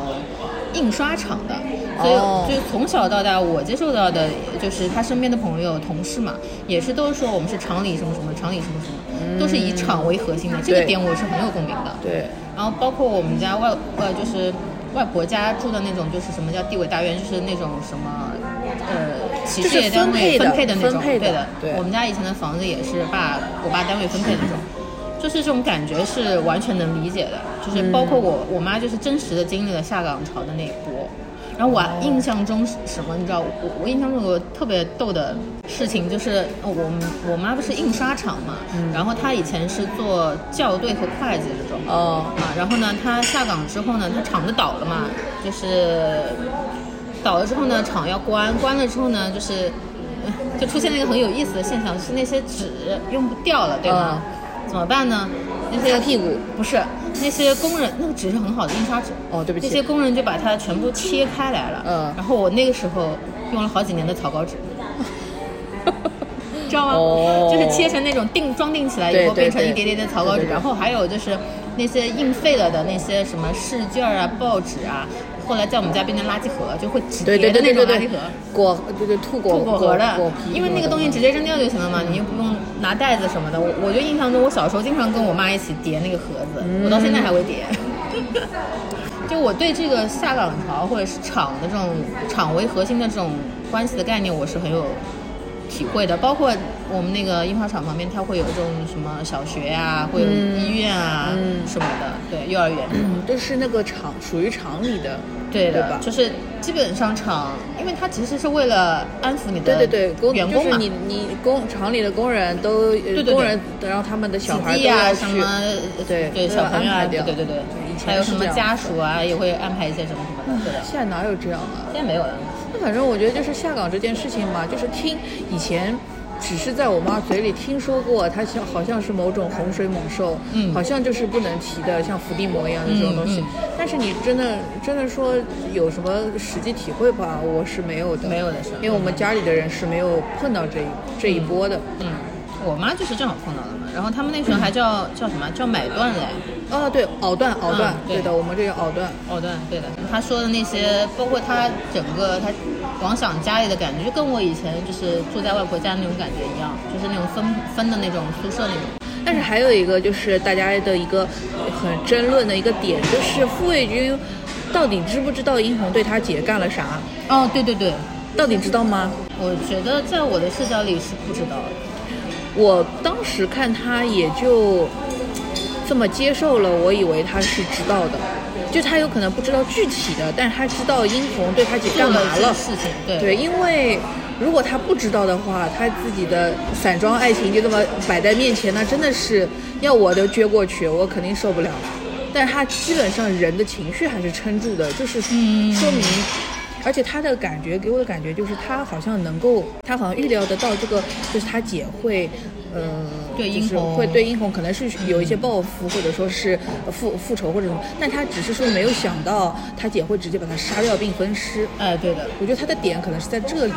[SPEAKER 4] 印刷厂的，
[SPEAKER 3] 哦
[SPEAKER 4] 所以就从小到大我接受到的就是她身边的朋友、同事嘛，也是都说我们是厂里什么什么，厂里什么什么，都是以厂为核心的，这个
[SPEAKER 3] 对
[SPEAKER 4] 点我是很有共鸣的。
[SPEAKER 3] 对，
[SPEAKER 4] 然后包括我们家外外就是外婆家住的那种，就是什么叫地委大院，就是那种什么呃企事业单位
[SPEAKER 3] 就是
[SPEAKER 4] 分
[SPEAKER 3] 分配的
[SPEAKER 4] 的那种，
[SPEAKER 3] 分配的
[SPEAKER 4] 对的。
[SPEAKER 3] 对
[SPEAKER 4] 我们家以前的房子也是爸我爸单位分配的那种。就是这种感觉是完全能理解的，就是包括我、我妈就是真实的经历了下岗潮的那一波，然后我印象中是什么你知道，我我印象中有个特别逗的事情，就是呃我们我妈不是印刷厂嘛，
[SPEAKER 3] 嗯
[SPEAKER 4] 然后她以前是做校对和会计这种，
[SPEAKER 3] 哦，
[SPEAKER 4] 啊，然后呢，他下岗之后呢，他厂子倒了嘛，就是倒了之后呢，厂要关，关了之后呢，就是呃就出现了一个很有意思的现象，就是那些纸用不掉了，对吗？怎么办呢？那
[SPEAKER 3] 嗯
[SPEAKER 4] 些
[SPEAKER 3] 擦屁股
[SPEAKER 4] 不是那些工人，那个纸是很好的印刷纸，
[SPEAKER 3] 哦，对不
[SPEAKER 4] 那些
[SPEAKER 3] 起，
[SPEAKER 4] 工人就把它全部切开来了。
[SPEAKER 3] 嗯
[SPEAKER 4] 然后我那个时候用了好几年的草 稿纸，知道吗？
[SPEAKER 3] 哦
[SPEAKER 4] 就是切成那种定装订起来以
[SPEAKER 3] 对
[SPEAKER 4] 后
[SPEAKER 3] 对
[SPEAKER 4] 变成
[SPEAKER 3] 对
[SPEAKER 4] 一叠叠的草稿纸，
[SPEAKER 3] 对对对
[SPEAKER 4] 然后还有就是那些印废了的那些什么试卷啊、报纸啊，后来在我们家变成垃圾盒，就会直
[SPEAKER 3] 对对对
[SPEAKER 4] 叠的
[SPEAKER 3] 对
[SPEAKER 4] 那种
[SPEAKER 3] 对
[SPEAKER 4] 垃
[SPEAKER 3] 对
[SPEAKER 4] 圾盒。，
[SPEAKER 3] 果对对吐果
[SPEAKER 4] 吐果盒的
[SPEAKER 3] 果皮，
[SPEAKER 4] 因为那个东西直接扔掉就行了嘛，你又不用拿袋子什么的。我我就印象中，我小时候经常跟我妈一起叠那个盒子，
[SPEAKER 3] 嗯
[SPEAKER 4] 我到现在还会叠。 就我对这个下岗潮或者是厂的这种厂为核心的这种关系的概念，我是很有体会的。包括我们那个印花厂旁边，它会有这种什么小学呀、会有
[SPEAKER 3] 嗯
[SPEAKER 4] 医院啊、什么的，对，幼儿园。
[SPEAKER 3] 就是那个厂属于厂里的，
[SPEAKER 4] 对的，
[SPEAKER 3] 吧？
[SPEAKER 4] 就是基本上厂，因为它其实是为了安抚你的
[SPEAKER 3] 对对对，工
[SPEAKER 4] 员工
[SPEAKER 3] 就
[SPEAKER 4] 嘛，
[SPEAKER 3] 是你你工厂里的工人都呃
[SPEAKER 4] 对对
[SPEAKER 3] 工人，然后他们的
[SPEAKER 4] 子
[SPEAKER 3] 小孩都
[SPEAKER 4] 弟啊，
[SPEAKER 3] 要去
[SPEAKER 4] 什么
[SPEAKER 3] 对
[SPEAKER 4] 对
[SPEAKER 3] 都
[SPEAKER 4] 小
[SPEAKER 3] 要
[SPEAKER 4] 朋友
[SPEAKER 3] 安
[SPEAKER 4] 啊，
[SPEAKER 3] 排
[SPEAKER 4] 对
[SPEAKER 3] 掉
[SPEAKER 4] 对对对
[SPEAKER 3] 以，前
[SPEAKER 4] 还有
[SPEAKER 3] 是
[SPEAKER 4] 什么
[SPEAKER 3] 这样嗯
[SPEAKER 4] 家
[SPEAKER 3] 子
[SPEAKER 4] 属啊，也会安排一些什么什么的，对的。
[SPEAKER 3] 现在哪有这样的？
[SPEAKER 4] 现在没有了，
[SPEAKER 3] 那反正我觉得就是下岗这件事情嘛，就是听以前。只是在我妈嘴里听说过，它像好像是某种洪水猛兽，
[SPEAKER 4] 嗯
[SPEAKER 3] 好像就是不能提的，像伏地魔一样的这种东西。
[SPEAKER 4] 嗯
[SPEAKER 3] 但是你真的真的说有什么实际体会吧，我是没有的，
[SPEAKER 4] 没有的是吧
[SPEAKER 3] 因为我们家里的人是没有碰到这一这一波的。
[SPEAKER 4] 嗯，我妈就是正好碰到了嘛，然后他们那时候还叫叫什么叫买断嘞，
[SPEAKER 3] 啊，对，藕断，藕断，
[SPEAKER 4] 嗯对
[SPEAKER 3] 的，我们这个藕断，
[SPEAKER 4] 哦，对对的，他说的那些，包括他整个他光想家里的感觉，就跟我以前就是住在外婆家那种感觉一样，就是那种分分的那种宿舍那种，
[SPEAKER 3] 但是还有一个就是大家的一个很争论的一个点，就是傅卫军到底知不知道殷红对他姐干了啥？
[SPEAKER 4] 哦，对对对，
[SPEAKER 3] 到底知道吗？
[SPEAKER 4] 我觉得在我的视角里是不知道的。
[SPEAKER 3] 我当时看他也就这么接受了，我以为他是知道的，就他有可能不知道具体的，但是他知道殷红对他姐
[SPEAKER 4] 做
[SPEAKER 3] 干嘛
[SPEAKER 4] 了这
[SPEAKER 3] 了
[SPEAKER 4] 个。事情，对
[SPEAKER 3] 对，因为如果他不知道的话，他自己的散装爱情就这么摆在面前，那真的是要我都撅过去，我肯定受不了。但是他基本上人的情绪还是撑住的，就是
[SPEAKER 4] 嗯
[SPEAKER 3] 说明，而且他的感觉给我的感觉就是他好像能够，他好像预料得到这个，就是他姐会。嗯，
[SPEAKER 4] 对
[SPEAKER 3] 就
[SPEAKER 4] 殷
[SPEAKER 3] 是
[SPEAKER 4] 红
[SPEAKER 3] 会对殷红可能是有一些报复，或者说是复复仇或者什么，但他只是说没有想到他姐会直接把他杀掉并分尸。
[SPEAKER 4] 哎，对的。
[SPEAKER 3] 我觉得他的点可能是在这里，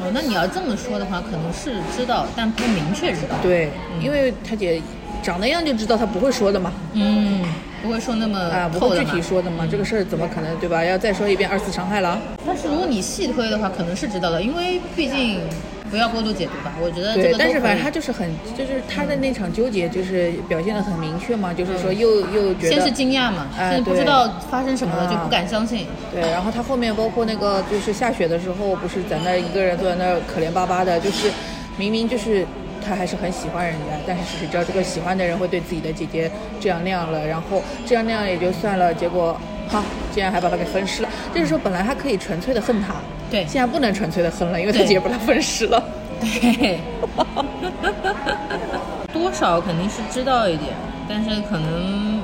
[SPEAKER 4] 哦，那你要这么说的话，可能是知道，但不明确知道。，
[SPEAKER 3] 对，因为他姐长那样就知道他不会说的嘛，
[SPEAKER 4] 嗯，不会说那么
[SPEAKER 3] 啊，不
[SPEAKER 4] 嗯透
[SPEAKER 3] 会
[SPEAKER 4] 的
[SPEAKER 3] 具
[SPEAKER 4] 嘛
[SPEAKER 3] 体。说的嘛，这个事儿怎么可能对
[SPEAKER 4] 嗯
[SPEAKER 3] 吧？要再说一遍二次伤害了，
[SPEAKER 4] 但是如果你细推的话，可能是知道的，因为毕竟不要过度解读吧。我觉得这
[SPEAKER 3] 对
[SPEAKER 4] 个，
[SPEAKER 3] 但
[SPEAKER 4] 都
[SPEAKER 3] 是
[SPEAKER 4] 可
[SPEAKER 3] 反正
[SPEAKER 4] 以
[SPEAKER 3] 他就是很，就是他的那场纠结就是表现的很明确嘛，就是说又又觉
[SPEAKER 4] 嗯先是
[SPEAKER 3] 得。
[SPEAKER 4] 惊讶嘛，
[SPEAKER 3] 哎
[SPEAKER 4] 是不知
[SPEAKER 3] 对
[SPEAKER 4] 道发生什么了就
[SPEAKER 3] 啊
[SPEAKER 4] 不敢 相信。
[SPEAKER 3] 对，然后他后面包括那个就是下雪的时候，不是在那儿一个人坐在那儿可怜巴巴的，就是明明就是他还是很喜欢人家，但是只知道这个喜欢的人会对自己的姐姐这样那样了，然后这样那样也就算了，结果哈竟然还把他给分尸了。就是说本来他可以纯粹的恨他，
[SPEAKER 4] 对
[SPEAKER 3] 现在不能纯粹的恨了，因为他
[SPEAKER 4] 对
[SPEAKER 3] 姐把他分尸了。
[SPEAKER 4] 对，多少肯定是知道一点，但是可能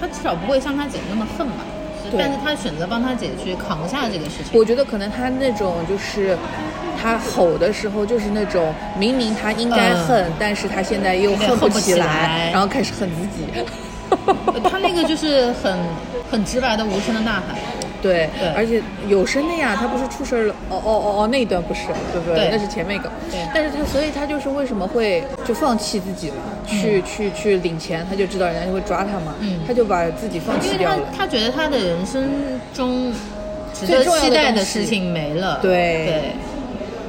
[SPEAKER 4] 他至少不会像他姐那么恨吧。
[SPEAKER 3] 对
[SPEAKER 4] 但是他选择帮他姐去扛下这个事情。
[SPEAKER 3] 我觉得可能他那种就是。他吼的时候就是那种明明他应该
[SPEAKER 4] 嗯
[SPEAKER 3] 恨，但是他现在又
[SPEAKER 4] 对
[SPEAKER 3] 恨
[SPEAKER 4] 恨不
[SPEAKER 3] 起
[SPEAKER 4] 起
[SPEAKER 3] 来，
[SPEAKER 4] 来
[SPEAKER 3] 然后开始恨自己。
[SPEAKER 4] 他那个就是很很直白的无声的呐喊，
[SPEAKER 3] 对，
[SPEAKER 4] 对
[SPEAKER 3] 而且有声的呀，他不是出声了，哦哦哦哦，那一段不是，对不
[SPEAKER 4] 对
[SPEAKER 3] 那是前面一个。
[SPEAKER 4] 对
[SPEAKER 3] 但是他所以他就是为什么会就放弃自己了，去去去领钱，他就知道人家就会抓他嘛，
[SPEAKER 4] 嗯
[SPEAKER 3] 他就把自己放
[SPEAKER 4] 因
[SPEAKER 3] 弃
[SPEAKER 4] 为
[SPEAKER 3] 掉
[SPEAKER 4] 他
[SPEAKER 3] 了。
[SPEAKER 4] 他觉得他的人生中值得
[SPEAKER 3] 最重要的
[SPEAKER 4] 期待的
[SPEAKER 3] 东西
[SPEAKER 4] 事情没了。
[SPEAKER 3] 对
[SPEAKER 4] 对。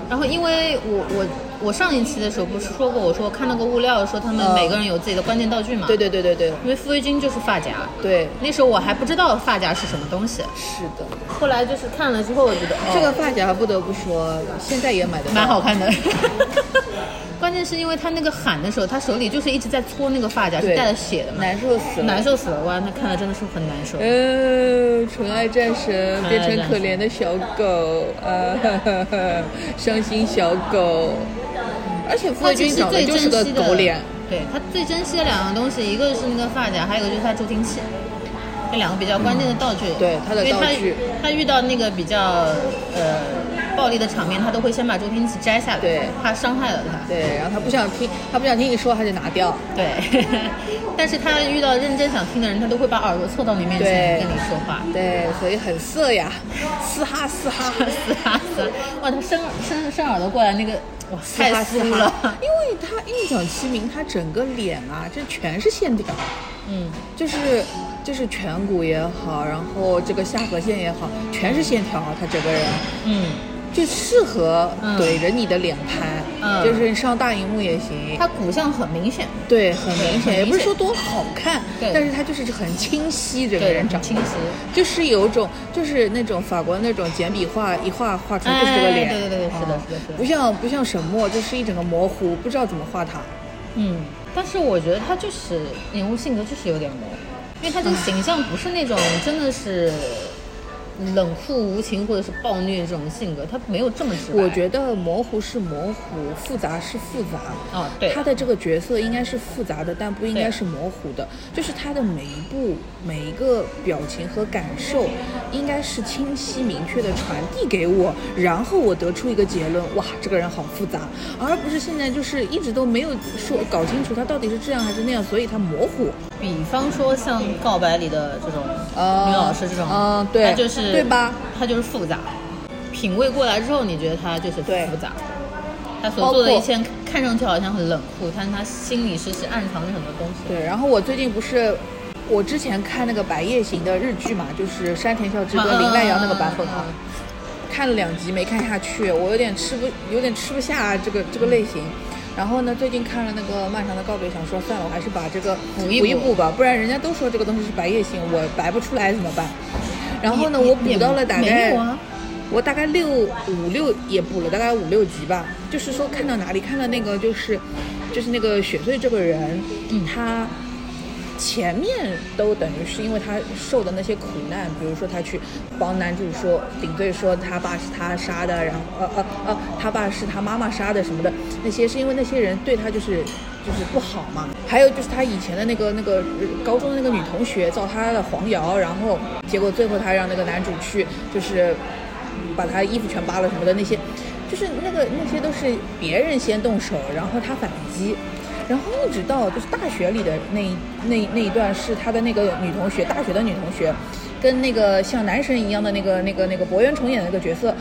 [SPEAKER 4] 然后因为我我我上一期的时候不是说过，我说我看到过物料说他们
[SPEAKER 3] 嗯
[SPEAKER 4] 每个人有自己的关键道具嘛。
[SPEAKER 3] 对。对对对对
[SPEAKER 4] 因为傅卫军就是发夹，
[SPEAKER 3] 对，
[SPEAKER 4] 那时候我还不知道发夹是什么东西，
[SPEAKER 3] 是的，
[SPEAKER 4] 后来就是看了之后，我觉得、哦、
[SPEAKER 3] 这个发夹不得不说，现在也买的
[SPEAKER 4] 蛮好 看的。关键是因为他那个喊的时候，他手里就是一直在搓那个发夹，是
[SPEAKER 3] 对
[SPEAKER 4] 带着血的嘛，
[SPEAKER 3] 难受死了。
[SPEAKER 4] 难受死了！哇，那看了真的是很难受。
[SPEAKER 3] 呃，纯爱战神
[SPEAKER 4] 纯爱
[SPEAKER 3] 变成
[SPEAKER 4] 战
[SPEAKER 3] 可
[SPEAKER 4] 神
[SPEAKER 3] 怜的小狗啊，哈哈哈 伤心小狗。而且傅
[SPEAKER 4] 他
[SPEAKER 3] 卫
[SPEAKER 4] 其
[SPEAKER 3] 军
[SPEAKER 4] 实
[SPEAKER 3] 长得
[SPEAKER 4] 最
[SPEAKER 3] 就
[SPEAKER 4] 珍
[SPEAKER 3] 是个
[SPEAKER 4] 惜的
[SPEAKER 3] 狗脸，
[SPEAKER 4] 对他最珍惜的两个东西，一个是那个发夹，还有一个就是他助听器，这两个比较关键的道具。
[SPEAKER 3] 嗯对他的
[SPEAKER 4] 因为
[SPEAKER 3] 道具
[SPEAKER 4] 他遇到那个比较呃暴力的场面，他都会先把助听器摘下来，
[SPEAKER 3] 对
[SPEAKER 4] 怕伤害了他。
[SPEAKER 3] 对，然后他不想听，他不想听你说，他就拿掉。
[SPEAKER 4] 对， 但是他遇到认真想听的人，他都会把耳朵凑到你面前
[SPEAKER 3] 对
[SPEAKER 4] 跟你说话。
[SPEAKER 3] 对，所以很色呀，嘶哈嘶哈，
[SPEAKER 4] 嘶哈嘶哈，啊哇，他伸伸伸耳朵过来，那个哇
[SPEAKER 3] 嘶哈
[SPEAKER 4] 太
[SPEAKER 3] 嘶
[SPEAKER 4] 酥
[SPEAKER 3] 哈
[SPEAKER 4] 了。
[SPEAKER 3] 因为他一讲齐明，他整个脸啊，这全是线条，
[SPEAKER 4] 嗯，
[SPEAKER 3] 就是就是颧骨也好，然后这个下颌线也好，全是线条，啊他整个人
[SPEAKER 4] 嗯，
[SPEAKER 3] 就适合
[SPEAKER 4] 嗯
[SPEAKER 3] 怼着你的脸拍，
[SPEAKER 4] 嗯
[SPEAKER 3] 就是上大荧幕也行。
[SPEAKER 4] 他骨相很明显，
[SPEAKER 3] 对，很明
[SPEAKER 4] 很
[SPEAKER 3] 显，也不
[SPEAKER 4] 明
[SPEAKER 3] 是
[SPEAKER 4] 显
[SPEAKER 3] 说多好看，
[SPEAKER 4] 对
[SPEAKER 3] 但是他就是很清晰，整个
[SPEAKER 4] 对，
[SPEAKER 3] 人
[SPEAKER 4] 很
[SPEAKER 3] 长得
[SPEAKER 4] 清晰，
[SPEAKER 3] 就是有种，就是那种法国那种简笔画，一画画出来就是这个脸。
[SPEAKER 4] 哎对对对对是的
[SPEAKER 3] 嗯
[SPEAKER 4] 是的是的
[SPEAKER 3] 不像不像沈墨，就是一整个模糊，不知道怎么画它。
[SPEAKER 4] 嗯，但是我觉得他就是人物性格就是有点萌，因为他这个形象不是那种真的是冷酷无情或者是暴虐这种性格，他没有这么直白。
[SPEAKER 3] 我觉得模糊是模糊，复杂是复杂。
[SPEAKER 4] 啊，对，
[SPEAKER 3] 他的这个角色应该是复杂的，但不应该
[SPEAKER 4] 对
[SPEAKER 3] 是模糊的。就是他的每一步、每一个表情和感受，应该是清晰明确的传递给我，然后我得出一个结论：哇，这个人好复杂，而不是现在就是一直都没有说搞清楚他到底是这样还是那样，所以他模糊。
[SPEAKER 4] 比方说像《告白》里的这种
[SPEAKER 3] 哦
[SPEAKER 4] 女老师这种，
[SPEAKER 3] 嗯对
[SPEAKER 4] 她就是
[SPEAKER 3] 对吧？
[SPEAKER 4] 她就是复杂。品味过来之后，你觉得她就是
[SPEAKER 3] 对
[SPEAKER 4] 复杂。她
[SPEAKER 3] 包
[SPEAKER 4] 所做的
[SPEAKER 3] 括
[SPEAKER 4] 一切看上去好像很冷酷，但是她心里是是暗藏着很多东西的。
[SPEAKER 3] 对，然后我最近不是，我之前看那个《白夜行》的日剧嘛，就是山田孝
[SPEAKER 4] 嗯
[SPEAKER 3] 之跟林濑遥那个版本啊
[SPEAKER 4] 嗯嗯嗯，
[SPEAKER 3] 看了两集没看下去，我有点吃不有点吃不下这个这个类型。然后呢，最近看了那个《漫长的告别》，想说算了，我还是把这个
[SPEAKER 4] 补一
[SPEAKER 3] 一
[SPEAKER 4] 补
[SPEAKER 3] 补吧，不然人家都说这个东西是白夜行，我白不出来怎么办？然后呢，
[SPEAKER 4] 也
[SPEAKER 3] 我补到了大
[SPEAKER 4] 也没
[SPEAKER 3] 概
[SPEAKER 4] 有啊
[SPEAKER 3] 我大概六五六也补了大概五六集吧，就是说看到哪里看到那个就是，就是那个雪穗这个人，
[SPEAKER 4] 嗯
[SPEAKER 3] 他前面都等于是因为他受的那些苦难，比如说他去帮男主说顶罪说他爸是他杀的，然后呃呃呃他爸是他妈妈杀的什么的，那些是因为那些人对他就是就是不好嘛。 还有就是他以前的那个那个呃高中的那个女同学造他的黄谣，然后结果最后他让那个男主去就是把他衣服全扒了什么的那些，就是那个那些都是别人先动手，然后他反击。然后一直到就是大学里的那一那一那一段是他的那个女同学，大学的女同学，跟那个像男神一样的那个那个那个柏原崇演的那个角色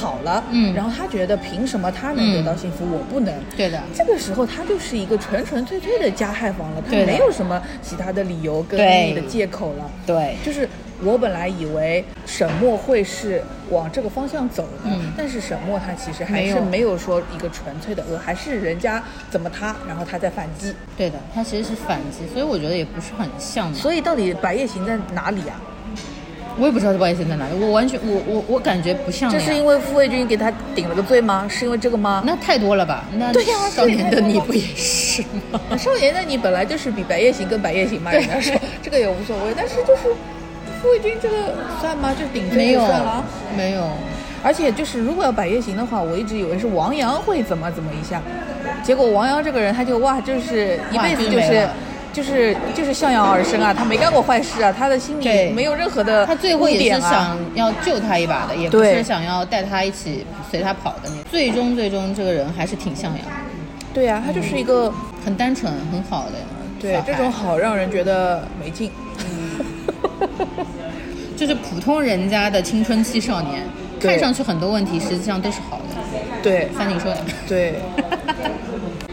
[SPEAKER 3] 好了，
[SPEAKER 4] 嗯
[SPEAKER 3] 然后他觉得凭什么他能得到幸福，我不能？
[SPEAKER 4] 对的
[SPEAKER 3] 这个时候他就是一个纯纯粹粹的加害方了，他
[SPEAKER 4] 对的
[SPEAKER 3] 没有什么其他的理由跟
[SPEAKER 4] 对
[SPEAKER 3] 你的借口了。
[SPEAKER 4] 对
[SPEAKER 3] 就是我本来以为沈墨会是往这个方向走的，
[SPEAKER 4] 嗯
[SPEAKER 3] 但是沈墨他其实还
[SPEAKER 4] 没
[SPEAKER 3] 是
[SPEAKER 4] 有
[SPEAKER 3] 没有说一个纯粹的恶，还是人家怎么他，然后他在反击。
[SPEAKER 4] 对的，她其实是反击，所以我觉得也不是很像嘛。
[SPEAKER 3] 所以到底白夜行在哪里啊？
[SPEAKER 4] 我也不知道这不好意思在哪里，我完全我我我感觉不像呀。
[SPEAKER 3] 这是因为傅卫军给他顶了个罪吗？是因为这个吗？
[SPEAKER 4] 啊那太多了吧？那
[SPEAKER 3] 对呀
[SPEAKER 4] 少年的你
[SPEAKER 3] 这也太多了
[SPEAKER 4] 不也是 吗？
[SPEAKER 3] 那少爷，那你本来就是比白夜行跟白夜行嘛，人家说这个也无所谓，但是就是傅卫军这个算吗？就顶罪
[SPEAKER 4] 没
[SPEAKER 3] 就
[SPEAKER 4] 有
[SPEAKER 3] 算了啊。，
[SPEAKER 4] 没有，
[SPEAKER 3] 而且就是如果要百月行的话，我一直以为是王阳会怎么怎么一下，结果王阳这个人他就哇，就是一辈子就
[SPEAKER 4] 哇就是没
[SPEAKER 3] 是
[SPEAKER 4] 了。
[SPEAKER 3] 就是就是向阳而生啊，他没干过坏事啊，他的心里
[SPEAKER 4] 对
[SPEAKER 3] 没有任何的
[SPEAKER 4] 他最后
[SPEAKER 3] 污
[SPEAKER 4] 也
[SPEAKER 3] 点
[SPEAKER 4] 是
[SPEAKER 3] 啊
[SPEAKER 4] 想要救他一把的，也不
[SPEAKER 3] 对
[SPEAKER 4] 是想要带他一起随他跑的那种。最终，最终这个人还是挺像阳，
[SPEAKER 3] 对啊，他就是一个、
[SPEAKER 4] 很单纯，很好的。
[SPEAKER 3] 对
[SPEAKER 4] 嗯小孩
[SPEAKER 3] 这种好让人觉得没劲，
[SPEAKER 4] 就是普通人家的青春期少年，
[SPEAKER 3] 对
[SPEAKER 4] 看上去很多问题实际上都是好的。
[SPEAKER 3] 对
[SPEAKER 4] 三井说的，
[SPEAKER 3] 对，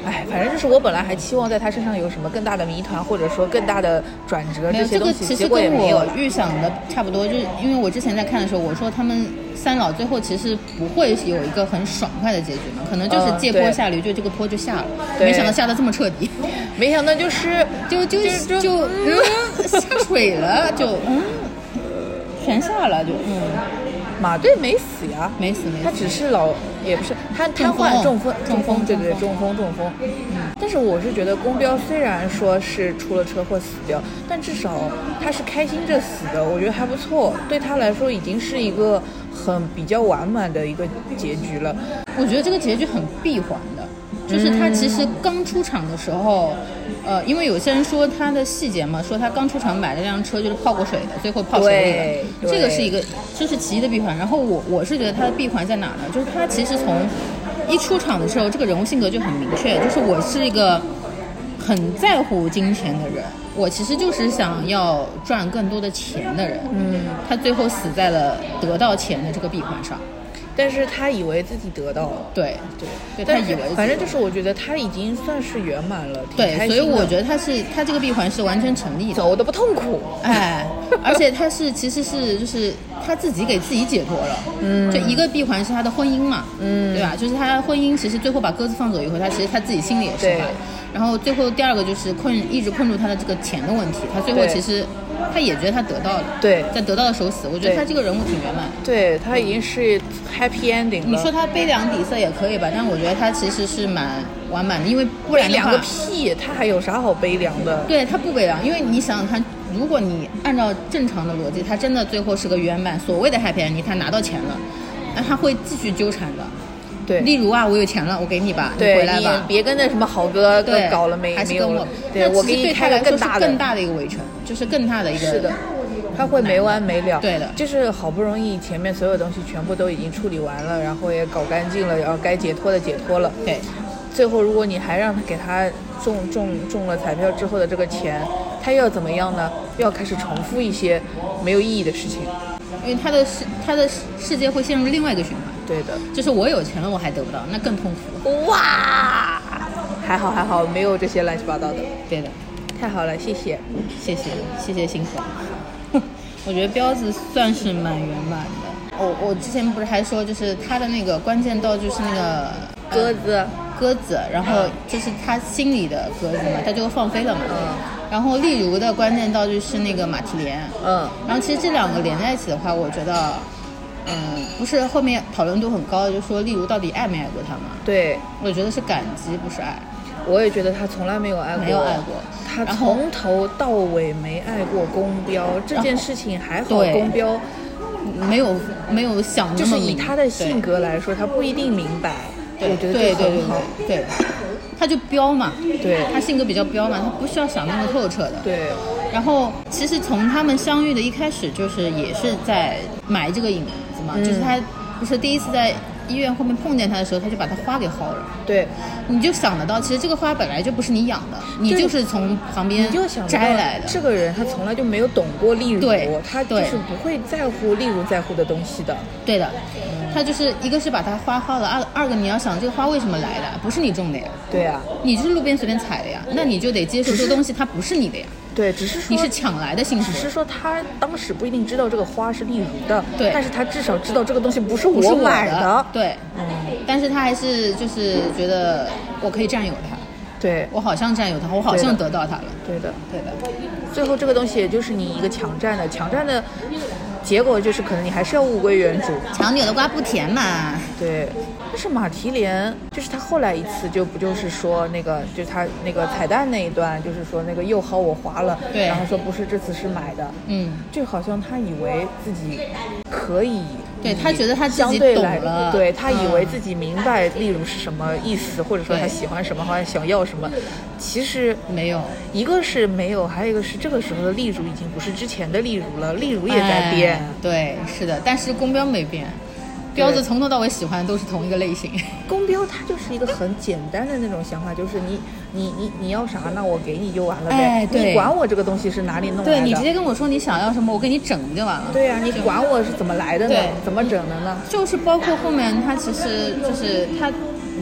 [SPEAKER 3] 哎，反正就是我本来还期望在他身上有什么更大的谜团，或者说更大的转折
[SPEAKER 4] 没有
[SPEAKER 3] 些
[SPEAKER 4] 这
[SPEAKER 3] 东
[SPEAKER 4] 个
[SPEAKER 3] 西，
[SPEAKER 4] 其
[SPEAKER 3] 结
[SPEAKER 4] 实
[SPEAKER 3] 果也
[SPEAKER 4] 跟
[SPEAKER 3] 没有
[SPEAKER 4] 我。预想的差不多，就是因为我之前在看的时候，我说他们三老最后其实不会有一个很爽快的结局嘛，可能就是
[SPEAKER 3] 嗯
[SPEAKER 4] 借
[SPEAKER 3] 对
[SPEAKER 4] 坡下驴，就这个坡就下了，
[SPEAKER 3] 对
[SPEAKER 4] 没想到下的这么彻底。
[SPEAKER 3] 没想到就是
[SPEAKER 4] 就就
[SPEAKER 3] 就
[SPEAKER 4] 就就嗯 下水了，就嗯，全下了，就嗯，
[SPEAKER 3] 马队没死啊呀，
[SPEAKER 4] 没死没
[SPEAKER 3] 他
[SPEAKER 4] 死，
[SPEAKER 3] 只是老，也不是他瘫痪中
[SPEAKER 4] 中
[SPEAKER 3] 风
[SPEAKER 4] 风，
[SPEAKER 3] 中
[SPEAKER 4] 中
[SPEAKER 3] 风，
[SPEAKER 4] 风
[SPEAKER 3] 对对对，中
[SPEAKER 4] 中
[SPEAKER 3] 风中风。但是我是觉得宫彪虽然说是出了车祸死掉，但至少他是开心着死的，我觉得还不错，对他来说已经是一个很比较完满的一个结局了。
[SPEAKER 4] 我觉得这个结局很闭环的，就是他其实刚出场的时候，呃，因为有些人说他的细节嘛，说他刚出场买了辆车就是泡过水的，最后泡水里
[SPEAKER 3] 对
[SPEAKER 4] 的，这个
[SPEAKER 3] 对
[SPEAKER 4] 是一个就是其一的闭环。然后我我是觉得他的闭环在哪呢？就是他其实从一出场的时候，这个人物性格就很明确，就是我是一个。很在乎金钱的人，我其实就是想要赚更多的钱的人。嗯，他最后死在了得到钱的这个闭环上。
[SPEAKER 3] 但是他以为自己得到了。
[SPEAKER 4] 对
[SPEAKER 3] 对，
[SPEAKER 4] 对
[SPEAKER 3] 但
[SPEAKER 4] 他以为
[SPEAKER 3] 反正就是我觉得他已经算是圆满了，挺
[SPEAKER 4] 对，
[SPEAKER 3] 开
[SPEAKER 4] 所
[SPEAKER 3] 心
[SPEAKER 4] 以我
[SPEAKER 3] 的
[SPEAKER 4] 觉得他是他这个闭环是完全成立的。
[SPEAKER 3] 走的不痛苦。
[SPEAKER 4] 哎，而且他是其实是就是他自己给自己解脱了，嗯，就一个闭环是他的婚姻嘛，嗯，对吧？就是他婚姻其实最后把鸽子放走以后，他其实他自己心里也释
[SPEAKER 3] 对
[SPEAKER 4] 怀。然后最后第二个就是困一直困住他的这个钱的问题，他最后
[SPEAKER 3] 对
[SPEAKER 4] 其实他也觉得他得到了，
[SPEAKER 3] 对
[SPEAKER 4] 在得到的时候死，我觉得
[SPEAKER 3] 对
[SPEAKER 4] 他这个人物挺圆满的。
[SPEAKER 3] 对他已经是 happy ending 了。
[SPEAKER 4] 你说他悲凉底色也可以吧，但我觉得他其实是蛮完满的，因为不
[SPEAKER 3] 悲
[SPEAKER 4] 然的
[SPEAKER 3] 凉
[SPEAKER 4] 话
[SPEAKER 3] 个屁，他还有啥好悲凉的？
[SPEAKER 4] 对他不悲凉，因为你想想看，如果你按照正常的逻辑，他真的最后是个圆满，所谓的 happy ending，他拿到钱了，那他会继续纠缠的。
[SPEAKER 3] 对
[SPEAKER 4] 例如啊，我有钱了，我给你吧，你
[SPEAKER 3] 对，E
[SPEAKER 4] 回来吧
[SPEAKER 3] 你。别跟那什么豪哥
[SPEAKER 4] 对，
[SPEAKER 3] 搞了没
[SPEAKER 4] 还是
[SPEAKER 3] 没
[SPEAKER 4] 跟
[SPEAKER 3] 有
[SPEAKER 4] 我
[SPEAKER 3] 了，对我
[SPEAKER 4] 那
[SPEAKER 3] 给
[SPEAKER 4] 其实
[SPEAKER 3] 你
[SPEAKER 4] 对他
[SPEAKER 3] 开
[SPEAKER 4] 来
[SPEAKER 3] 个
[SPEAKER 4] 说
[SPEAKER 3] 更
[SPEAKER 4] 是
[SPEAKER 3] 大
[SPEAKER 4] 更大的一个围城，就是更大的一个。
[SPEAKER 3] 是的，他会没完没了。
[SPEAKER 4] 对的
[SPEAKER 3] 就是好不容易前面所有东西全部都已经处理完了，然后也搞干净了，然后该解脱的解脱了。
[SPEAKER 4] 对，
[SPEAKER 3] 最后如果你还让他给他中中中了彩票之后的这个钱，他又要怎么样呢？又要开始重复一些没有意义的事情。
[SPEAKER 4] 因为他的世他的世世界会陷入另外一个循环，
[SPEAKER 3] 对的。
[SPEAKER 4] 就是我有钱了我还得不到，那更痛苦了。
[SPEAKER 3] 哦哇，还好还好，没有这些乱七八糟的。
[SPEAKER 4] 对的。
[SPEAKER 3] 太好了，谢谢。
[SPEAKER 4] 谢谢谢谢辛苦。 我觉得彪子算是蛮圆满的。我我之前不是还说，就是他的那个关键道具是那个
[SPEAKER 3] 鸽子，嗯
[SPEAKER 4] 鸽子，然后就是他心里的鸽子嘛，他就放飞了嘛。然后例如的关键道具是那个马蹄莲，
[SPEAKER 3] 嗯，
[SPEAKER 4] 然后其实这两个连在一起的话，我觉得，嗯，不是后面讨论度很高，就说例如到底爱没爱过他嘛？
[SPEAKER 3] 对，
[SPEAKER 4] 我觉得是感激，不是爱。
[SPEAKER 3] 我也觉得他从来没有爱过，
[SPEAKER 4] 没有爱过
[SPEAKER 3] 他
[SPEAKER 4] 然后
[SPEAKER 3] 从头到尾没爱过公标这件事情，还好
[SPEAKER 4] 对
[SPEAKER 3] 公标
[SPEAKER 4] 没有没有想
[SPEAKER 3] 就是
[SPEAKER 4] 那么
[SPEAKER 3] 以
[SPEAKER 4] 明，
[SPEAKER 3] 他的
[SPEAKER 4] 对
[SPEAKER 3] 性格来说，他不一定明白，
[SPEAKER 4] 对
[SPEAKER 3] 我觉得
[SPEAKER 4] 对
[SPEAKER 3] 这
[SPEAKER 4] 对
[SPEAKER 3] 很好。
[SPEAKER 4] 对对，他就彪嘛，
[SPEAKER 3] 对
[SPEAKER 4] 他性格比较彪嘛，他不需要想那么透彻的。，
[SPEAKER 3] 对
[SPEAKER 4] 然后其实从他们相遇的一开始，就是也是在埋这个影子嘛，
[SPEAKER 3] 嗯
[SPEAKER 4] 就是他不是第一次在医院后面碰见他的时候，他就把他花给薅了。
[SPEAKER 3] 对，
[SPEAKER 4] 你就想得到，其实这个花本来就不是你养的，你
[SPEAKER 3] 对
[SPEAKER 4] 就是从旁
[SPEAKER 3] 你
[SPEAKER 4] 边
[SPEAKER 3] 就想不到
[SPEAKER 4] 摘来的。
[SPEAKER 3] 这个人，他从来就没有懂过例如
[SPEAKER 4] 对，
[SPEAKER 3] 他就
[SPEAKER 4] 对
[SPEAKER 3] 是不会在乎例如在乎的东西的。
[SPEAKER 4] 对的，他就是一个是把它花花了，二二个你要想这个花为什么来的，不是你种的呀，
[SPEAKER 3] 对啊，
[SPEAKER 4] 你就是路边随便采的呀，那你就得接受这个东西它不是你的呀。
[SPEAKER 3] 对，只是说
[SPEAKER 4] 你是抢来的幸福，
[SPEAKER 3] 只是说他当时不一定知道这个花是例如的，
[SPEAKER 4] 对
[SPEAKER 3] 但是他至少知道这个东西不是
[SPEAKER 4] 不是
[SPEAKER 3] 我
[SPEAKER 4] 我
[SPEAKER 3] 买嗯
[SPEAKER 4] 的，对，但是他还是就是觉得我可以占有它，
[SPEAKER 3] 对
[SPEAKER 4] 我好像占有它，我好像得到它了，
[SPEAKER 3] 对的。
[SPEAKER 4] 对的，
[SPEAKER 3] 最后这个东西也就是你一个强占的，强占的结果就是可能你还是要物归原主。
[SPEAKER 4] 强扭的瓜不甜嘛，
[SPEAKER 3] 对，但是马蹄莲就是他后来一次就不就是说那个就是他那个彩蛋那一段，就是说那个又薅我花了，
[SPEAKER 4] 对
[SPEAKER 3] 然后说不是这次是买的，
[SPEAKER 4] 嗯，
[SPEAKER 3] 就好像他以为自己可以，
[SPEAKER 4] 对他觉得他自
[SPEAKER 3] 相
[SPEAKER 4] 己
[SPEAKER 3] 对
[SPEAKER 4] 懂
[SPEAKER 3] 来，
[SPEAKER 4] 了，
[SPEAKER 3] 对他以为自
[SPEAKER 4] 己
[SPEAKER 3] 己明白例如是什么意思，或者说他
[SPEAKER 4] 对
[SPEAKER 3] 喜欢什么，好像想要什么，其实
[SPEAKER 4] 没有，
[SPEAKER 3] 一个是没有，还有一个是这个时候的例如已经不是之前的例如了，例如也在变。
[SPEAKER 4] 哎对，是的，但是公标没变，彪子从头到尾喜欢的都是同一个类 型，
[SPEAKER 3] 公标它就是一个很简单的那种想法，就是你你你你要啥，那我给你就完了呗，
[SPEAKER 4] 哎对
[SPEAKER 3] 你管我这个东西是哪里弄来的？
[SPEAKER 4] 对你直接跟我说你想要什么，我给你整就完了，
[SPEAKER 3] 对呀、你管我是怎么来的呢
[SPEAKER 4] 对？
[SPEAKER 3] 怎么整的呢？
[SPEAKER 4] 就是包括后面他其实就是他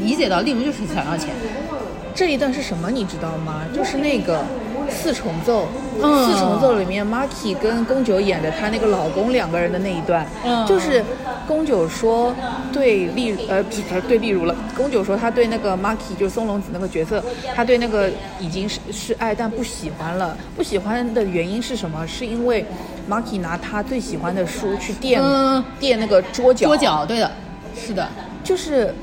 [SPEAKER 4] 理解到，例如就是想要钱，
[SPEAKER 3] 这一段是什么，你知道吗？就是那个四重奏，
[SPEAKER 4] 嗯
[SPEAKER 3] 四重奏里面 Marky 跟宫九演的她那个老公两个人的那一段，
[SPEAKER 4] 嗯
[SPEAKER 3] 就是宫九说对例呃不是不是对例如了，宫九说他对那个 Marky 就是松隆子那个角色，他对那个已经是是爱但不喜欢了，不喜欢的原因是什么？是因为 Marky 拿他最喜欢的书去垫、
[SPEAKER 4] 嗯
[SPEAKER 3] 垫那个桌角，
[SPEAKER 4] 桌角，对的，是的，
[SPEAKER 3] 就是。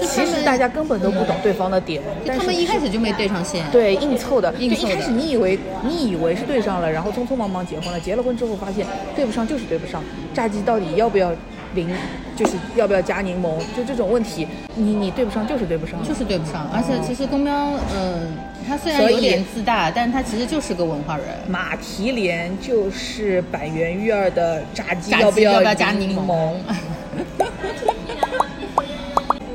[SPEAKER 4] 就他
[SPEAKER 3] 其
[SPEAKER 4] 们
[SPEAKER 3] 实大家根本都不懂对方的点，
[SPEAKER 4] 就
[SPEAKER 3] 但
[SPEAKER 4] 他
[SPEAKER 3] 是
[SPEAKER 4] 们一开始就没对上线。，
[SPEAKER 3] 对，硬凑的。
[SPEAKER 4] 硬
[SPEAKER 3] 就
[SPEAKER 4] 凑
[SPEAKER 3] 一
[SPEAKER 4] 的
[SPEAKER 3] 开始你以为你以为是对上了，然后匆匆忙忙结婚了，结了婚之后发现对不上就是对不上，炸鸡到底要不要淋，就是要不要加柠檬，就这种问题，你你对不上就是对不上。
[SPEAKER 4] 就是对不上。而且其实公标，嗯、他虽然
[SPEAKER 3] 所以
[SPEAKER 4] 有点自大，但他其实就是个文化人。
[SPEAKER 3] 马蹄莲就是百元育儿的炸鸡，
[SPEAKER 4] 炸鸡
[SPEAKER 3] 要不
[SPEAKER 4] 要不要
[SPEAKER 3] 加
[SPEAKER 4] 加柠檬
[SPEAKER 3] 檬？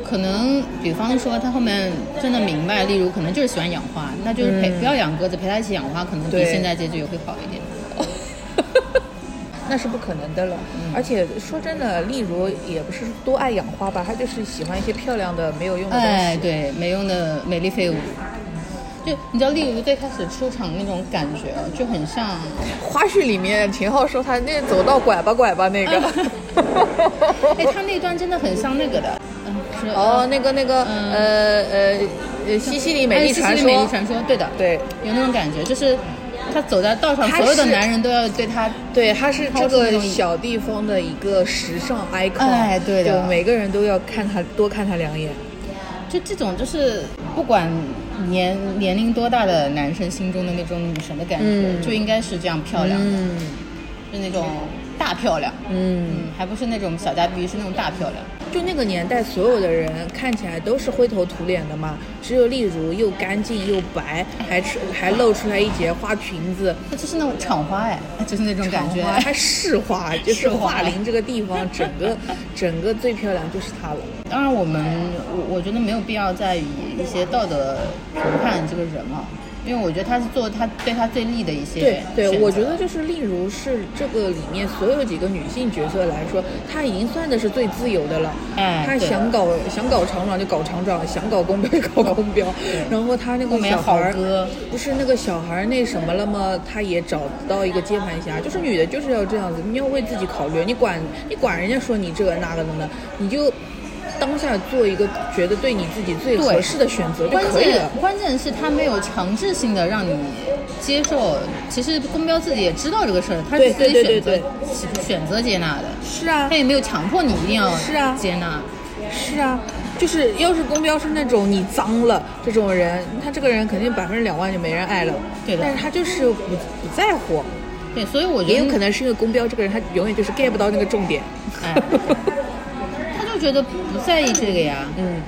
[SPEAKER 4] 可能比方说他后面真的明白，例如可能就是喜欢养花，那
[SPEAKER 3] 嗯
[SPEAKER 4] 就是陪、不要养鸽子，陪他一起养花，可能比
[SPEAKER 3] 对
[SPEAKER 4] 现在结局也会好一点。
[SPEAKER 3] 那是不可能的了。
[SPEAKER 4] 嗯
[SPEAKER 3] 而且说真的，丽茹也不是多爱养花吧，她就是喜欢一些漂亮的没有用的东西。
[SPEAKER 4] 哎，对，没用的美丽废物。就你知道，例如最开始出场那种感觉啊，就 很像，
[SPEAKER 3] 花絮里面，秦昊说他那走道拐吧拐吧那个。
[SPEAKER 4] 哎，他嗯那段真的很像那个的，嗯，是
[SPEAKER 3] 哦，，那个那个
[SPEAKER 4] 嗯
[SPEAKER 3] 呃呃呃，西西里美丽传
[SPEAKER 4] 哎西西里美
[SPEAKER 3] 说
[SPEAKER 4] 丽，传说，对的，
[SPEAKER 3] 对
[SPEAKER 4] 有那种感觉，就是他走在道上，
[SPEAKER 3] 他
[SPEAKER 4] 所有的
[SPEAKER 3] 是
[SPEAKER 4] 男人都要对他，
[SPEAKER 3] 对，它是这
[SPEAKER 4] 超市那
[SPEAKER 3] 个
[SPEAKER 4] 种
[SPEAKER 3] 小地方的一个时尚 icon，
[SPEAKER 4] 哎对的
[SPEAKER 3] 就每个人都要看他多看他两眼。
[SPEAKER 4] 就这种就是不管年年龄多大的男生心中的那种女神的感觉，
[SPEAKER 3] 嗯
[SPEAKER 4] 就应该是这样漂亮的，就那种大漂亮，
[SPEAKER 3] 嗯，
[SPEAKER 4] 嗯，还不是那种小家碧玉，是那种大漂亮。
[SPEAKER 3] 就那个年代，所有的人看起来都是灰头土脸的嘛，只有丽茹又干净又白，还出还露出来一截花裙子，
[SPEAKER 4] 它就是那种厂花哎， 就是那种感 觉。
[SPEAKER 3] 她是花，就是
[SPEAKER 4] 是
[SPEAKER 3] 桦
[SPEAKER 4] 花
[SPEAKER 3] 林这个地方，整个整个最漂亮就是她了。
[SPEAKER 4] 当然，我们我我觉得没有必要再以一些道德评判这个人啊，因为我觉得他是做他对他最利的一些
[SPEAKER 3] 对对，
[SPEAKER 4] 选
[SPEAKER 3] 我觉
[SPEAKER 4] 择
[SPEAKER 3] 得就是例如是这个里面所有几个女性角色来说，她已经算的是最自由的了。
[SPEAKER 4] 哎
[SPEAKER 3] 她
[SPEAKER 4] 对
[SPEAKER 3] 想搞想搞厂长就搞厂长，想搞公标就搞公标。然后她那
[SPEAKER 4] 后
[SPEAKER 3] 个
[SPEAKER 4] 面
[SPEAKER 3] 小孩
[SPEAKER 4] 好
[SPEAKER 3] 儿
[SPEAKER 4] 歌
[SPEAKER 3] 不是那个小孩儿那什么了吗？她也找到一个接盘侠，就是女的就是要这样子，你要为自己考虑，你管你管人家说你这个那个的呢，你就当下做一个觉得对你自己最合
[SPEAKER 4] 对
[SPEAKER 3] 适的选择就
[SPEAKER 4] 关
[SPEAKER 3] 可以
[SPEAKER 4] 键
[SPEAKER 3] 了。
[SPEAKER 4] 关键是他没有强制性的让你接受。其实公标自己也知道这个事儿，他
[SPEAKER 3] 对
[SPEAKER 4] 是自
[SPEAKER 3] 对
[SPEAKER 4] 己选择
[SPEAKER 3] 对对
[SPEAKER 4] 选择接纳的，
[SPEAKER 3] 是啊
[SPEAKER 4] 他也没有强迫你一定要
[SPEAKER 3] 是啊
[SPEAKER 4] 接纳。
[SPEAKER 3] 是啊，就是要是公标是那种你脏了这种人，他这个人肯定百分之两万就没人爱了。
[SPEAKER 4] 对的
[SPEAKER 3] 但是他就是不不在乎，
[SPEAKER 4] 对，所以我觉
[SPEAKER 3] 也
[SPEAKER 4] 得
[SPEAKER 3] 有可能是因为公标这个人他永远就是 get 不到那个重点。
[SPEAKER 4] 哎他就觉得不在意这个呀。
[SPEAKER 3] 嗯，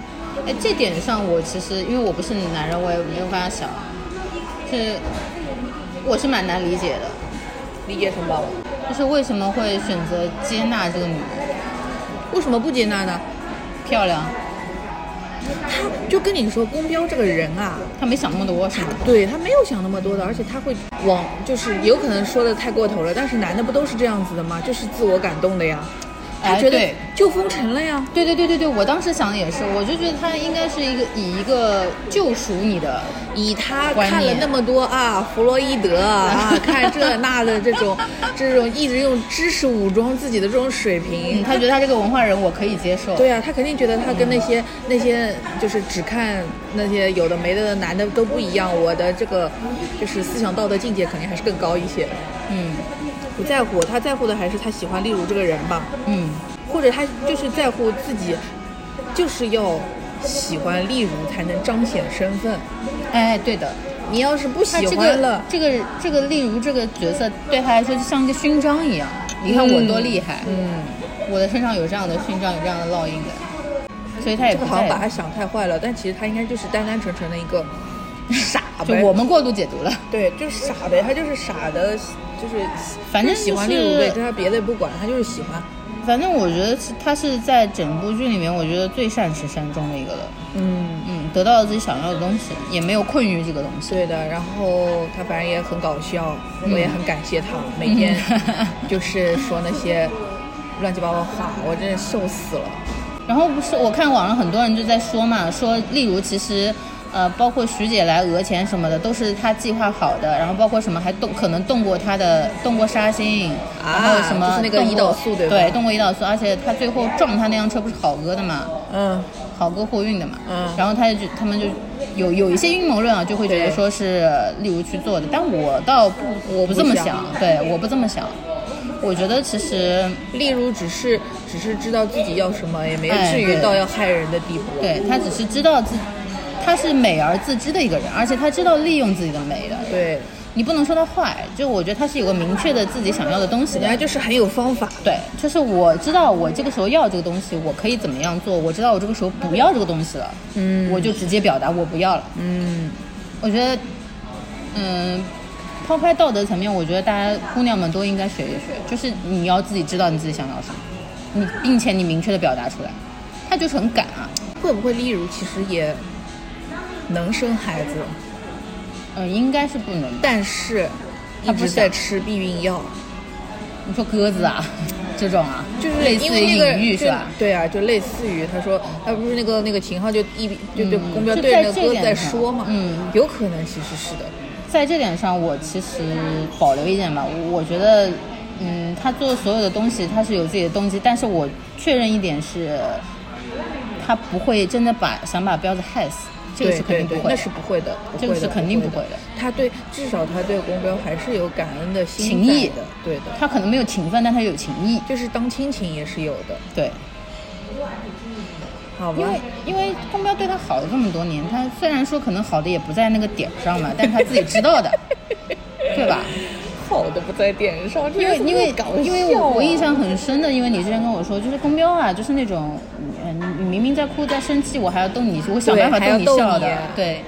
[SPEAKER 4] 哎，这点上我其实因为我不是男人，我也没有办法想，是我是蛮难理解的，
[SPEAKER 3] 理解什么？
[SPEAKER 4] 就是为什么会选择接纳这个女人
[SPEAKER 3] 为什么不接纳呢？
[SPEAKER 4] 漂亮，
[SPEAKER 3] 他就跟你说，公标这个人啊，
[SPEAKER 4] 她没想那么多是吗？
[SPEAKER 3] 对他没有想那么多的，而且他会往就是有可能说的太过头了，但是男的不都是这样子的吗？就是自我感动的呀，他
[SPEAKER 4] 哎
[SPEAKER 3] 觉得
[SPEAKER 4] 对
[SPEAKER 3] 就封尘了呀。
[SPEAKER 4] 对对对对对，我当时想的也是，我就觉得她应该是一个以一个救赎你的，
[SPEAKER 3] 以他
[SPEAKER 4] 观
[SPEAKER 3] 看了
[SPEAKER 4] 念
[SPEAKER 3] 那么多啊，弗洛伊德啊， 啊看这那的这种， 这种一直用知识武装自己的这种水
[SPEAKER 4] 嗯，
[SPEAKER 3] 平，
[SPEAKER 4] 她觉得她这个文化人我可以接受，
[SPEAKER 3] 对啊，他肯定觉得他跟那些那些就是只看那些有的没的男的都不一样，我的这个就是思想道德境界肯定还是更高一些。
[SPEAKER 4] 嗯
[SPEAKER 3] 不在乎，他在乎的还是他喜欢例如这个人吧，
[SPEAKER 4] 嗯，
[SPEAKER 3] 或者他就是在乎自己，就是要喜欢例如才能彰显身份。
[SPEAKER 4] 哎，对的，
[SPEAKER 3] 你要是不
[SPEAKER 4] 她
[SPEAKER 3] 喜
[SPEAKER 4] 这
[SPEAKER 3] 欢
[SPEAKER 4] 个
[SPEAKER 3] 了，
[SPEAKER 4] 这个这个例如这个角色对她来说就像一个勋章一样，你看我多厉害，
[SPEAKER 3] 嗯。
[SPEAKER 4] 我的身上有这样的勋章，有这样的烙印的，所以他也
[SPEAKER 3] 这个
[SPEAKER 4] 不
[SPEAKER 3] 好像
[SPEAKER 4] 在
[SPEAKER 3] 把他想太坏了，但其实他应该就是单单纯纯的一个傻
[SPEAKER 4] 就
[SPEAKER 3] 呗。
[SPEAKER 4] 我们过度解读了。
[SPEAKER 3] 对，就是傻呗，他就是傻的，就是
[SPEAKER 4] 反正
[SPEAKER 3] 就是喜欢
[SPEAKER 4] 就
[SPEAKER 3] 丽
[SPEAKER 4] 是
[SPEAKER 3] 茹呗，对他别的也不管，他就是喜欢。
[SPEAKER 4] 反正我觉得是他是在整部剧里面，我觉得最善始善终的一个了。
[SPEAKER 3] 嗯，
[SPEAKER 4] 嗯，得到了自己想要的东西，也没有困于这个东西。
[SPEAKER 3] 对的。然后他反正也很搞笑，我
[SPEAKER 4] 嗯
[SPEAKER 3] 也很感谢他，每 天就是说那些乱七八糟话，我真的受死了。
[SPEAKER 4] 然后不是我看网上很多人就在说嘛，说例如其实。呃，包括徐姐来讹钱什么的，都是他计划好的，然后包括什么还动可能动过他的动过杀心，
[SPEAKER 3] 啊
[SPEAKER 4] 然后什么
[SPEAKER 3] 就是那个
[SPEAKER 4] 动过
[SPEAKER 3] 胰岛素对
[SPEAKER 4] 对
[SPEAKER 3] 吧
[SPEAKER 4] 动过胰岛素，而且他最后撞他那辆车不是好哥的嘛，
[SPEAKER 3] 嗯，
[SPEAKER 4] 豪哥货运的嘛，
[SPEAKER 3] 嗯
[SPEAKER 4] 然后他就他们就有有一些阴谋论啊，就会觉得
[SPEAKER 3] 对
[SPEAKER 4] 说是呃例如去做的，但我倒不
[SPEAKER 3] 我不
[SPEAKER 4] 不这么
[SPEAKER 3] 想
[SPEAKER 4] 想，对，我不这么想，我觉得其实
[SPEAKER 3] 例如只是只是知道自己要什么，也没
[SPEAKER 4] 哎
[SPEAKER 3] 至于
[SPEAKER 4] 对
[SPEAKER 3] 到要害人的地步。
[SPEAKER 4] 对他只是知道自他是美而自知的一个人，而且他知道利用自己的美的，
[SPEAKER 3] 对，
[SPEAKER 4] 你不能说他坏，就我觉得他是有个明确的自己想要的东西
[SPEAKER 3] 人
[SPEAKER 4] 的
[SPEAKER 3] 家。就是很有方法。
[SPEAKER 4] 对，就是我知道我这个时候要这个东西，我可以怎么样做？我知道我这个时候不要这个东西了，
[SPEAKER 3] 嗯
[SPEAKER 4] 我就直接表达我不要了。
[SPEAKER 3] 嗯。
[SPEAKER 4] 我觉得，嗯，抛开道德层面，我觉得大家姑娘们都应该学一学，就是你要自己知道你自己想要什么，你并且你明确的表达出来，他就是很敢啊，
[SPEAKER 3] 会不会例如其实也能生孩子，
[SPEAKER 4] 呃嗯、应该是不能的，
[SPEAKER 3] 但是一
[SPEAKER 4] 她不
[SPEAKER 3] 直
[SPEAKER 4] 想
[SPEAKER 3] 在吃避孕药，
[SPEAKER 4] 你说鸽子啊， 这种啊，
[SPEAKER 3] 就是
[SPEAKER 4] 类似
[SPEAKER 3] 因为那个
[SPEAKER 4] 隐喻是吧？
[SPEAKER 3] 就对啊，就类似于他说，他不是那个那个秦昊就一笔就对公标
[SPEAKER 4] 就
[SPEAKER 3] 对
[SPEAKER 4] 在
[SPEAKER 3] 着那
[SPEAKER 4] 这
[SPEAKER 3] 个鸽子
[SPEAKER 4] 点
[SPEAKER 3] 在
[SPEAKER 4] 上
[SPEAKER 3] 说嘛，
[SPEAKER 4] 嗯，
[SPEAKER 3] 有可能其实是的，
[SPEAKER 4] 在这点上，我其实保留意见吧。我我觉得，嗯，他做所有的东西，他是有自己的动机，但是我确认一点是，他不会真的把想把彪子害死，这个
[SPEAKER 3] 对
[SPEAKER 4] 是肯定不
[SPEAKER 3] 对对
[SPEAKER 4] 会
[SPEAKER 3] 那
[SPEAKER 4] 的。
[SPEAKER 3] 是不会的，不
[SPEAKER 4] 这个
[SPEAKER 3] 会
[SPEAKER 4] 是
[SPEAKER 3] 的
[SPEAKER 4] 肯定不
[SPEAKER 3] 不
[SPEAKER 4] 会的。
[SPEAKER 3] 他对，至少他对公标还是有感恩的心
[SPEAKER 4] 情谊
[SPEAKER 3] 在的，对的，
[SPEAKER 4] 他可能没有情分，但他有情义。
[SPEAKER 3] 就是当亲情也是有的，
[SPEAKER 4] 对，
[SPEAKER 3] 好吧？
[SPEAKER 4] 因为因为公标对他好了这么多年，他虽然说可能好的也不在那个点儿上嘛，但他自己知 道的，对吧？
[SPEAKER 3] 好的不在点上，
[SPEAKER 4] 因为因为因为我我印
[SPEAKER 3] 象。
[SPEAKER 4] 象很深的，因为你之前跟我说，就是公标啊，就是那种，嗯，你你明明在哭在生气，我还要逗你，我想办法
[SPEAKER 3] 对还要
[SPEAKER 4] 逗你
[SPEAKER 3] 逗
[SPEAKER 4] 笑的
[SPEAKER 3] 你，啊
[SPEAKER 4] 对。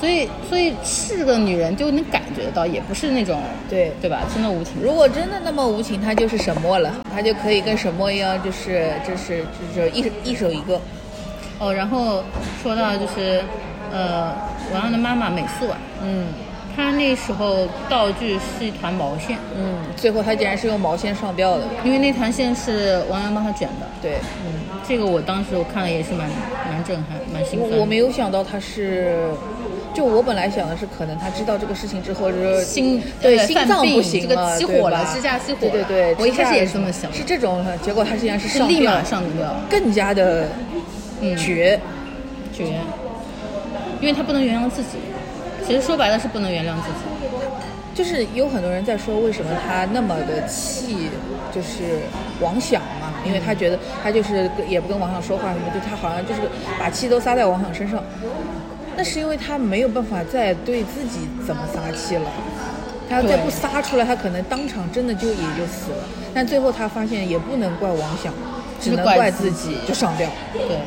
[SPEAKER 4] 所以所以是个女人就能感觉到，也不是那种
[SPEAKER 3] 对
[SPEAKER 4] 对吧？真的无情。
[SPEAKER 3] 如果真的那么无情，他就是沈墨了，他就可以跟沈墨一样，就是就是就是一一手一个。
[SPEAKER 4] 哦，然后说到就是，呃，文案的妈妈美素啊，
[SPEAKER 3] 嗯
[SPEAKER 4] 她那时候道具是一团毛线，
[SPEAKER 3] 嗯，最后他竟然是用毛线上吊的。
[SPEAKER 4] 因为那团线是王阳帮她卷的。
[SPEAKER 3] 对，
[SPEAKER 4] 嗯，这个我当时我看了也是蛮蛮震撼，蛮兴奋的。
[SPEAKER 3] 我我没有想到他是，就我本来想的是，可能他知道这个事情之后，就是
[SPEAKER 4] 心
[SPEAKER 3] 对
[SPEAKER 4] 呃
[SPEAKER 3] 心
[SPEAKER 4] 犯
[SPEAKER 3] 脏
[SPEAKER 4] 病
[SPEAKER 3] 不行
[SPEAKER 4] 这个
[SPEAKER 3] 了，
[SPEAKER 4] 起火
[SPEAKER 3] 对吧
[SPEAKER 4] 了支架起火
[SPEAKER 3] 对对对，
[SPEAKER 4] 了我一开
[SPEAKER 3] 支
[SPEAKER 4] 始
[SPEAKER 3] 架
[SPEAKER 4] 也是这么想的
[SPEAKER 3] 是这种的，结果他竟然是
[SPEAKER 4] 是
[SPEAKER 3] 上
[SPEAKER 4] 立马
[SPEAKER 3] 吊
[SPEAKER 4] 上吊
[SPEAKER 3] 更加的
[SPEAKER 4] 嗯
[SPEAKER 3] 绝。
[SPEAKER 4] 绝，因为他不能原谅自己。其实说白了是不能原谅自己，
[SPEAKER 3] 就是有很多人在说，为什么他那么的气，就是王响嘛？因为他觉得他就是也不跟王响说话什么，就他好像就是把气都撒在王响身上。那是因为他没有办法再对自己怎么撒气了，他要再
[SPEAKER 4] 对
[SPEAKER 3] 不撒出来，他可能当场真的就也就死了。但最后他发现也不能怪王响，只
[SPEAKER 4] 就
[SPEAKER 3] 能
[SPEAKER 4] 怪
[SPEAKER 3] 怪
[SPEAKER 4] 自
[SPEAKER 3] 己
[SPEAKER 4] 己，
[SPEAKER 3] 就上吊。
[SPEAKER 4] 对。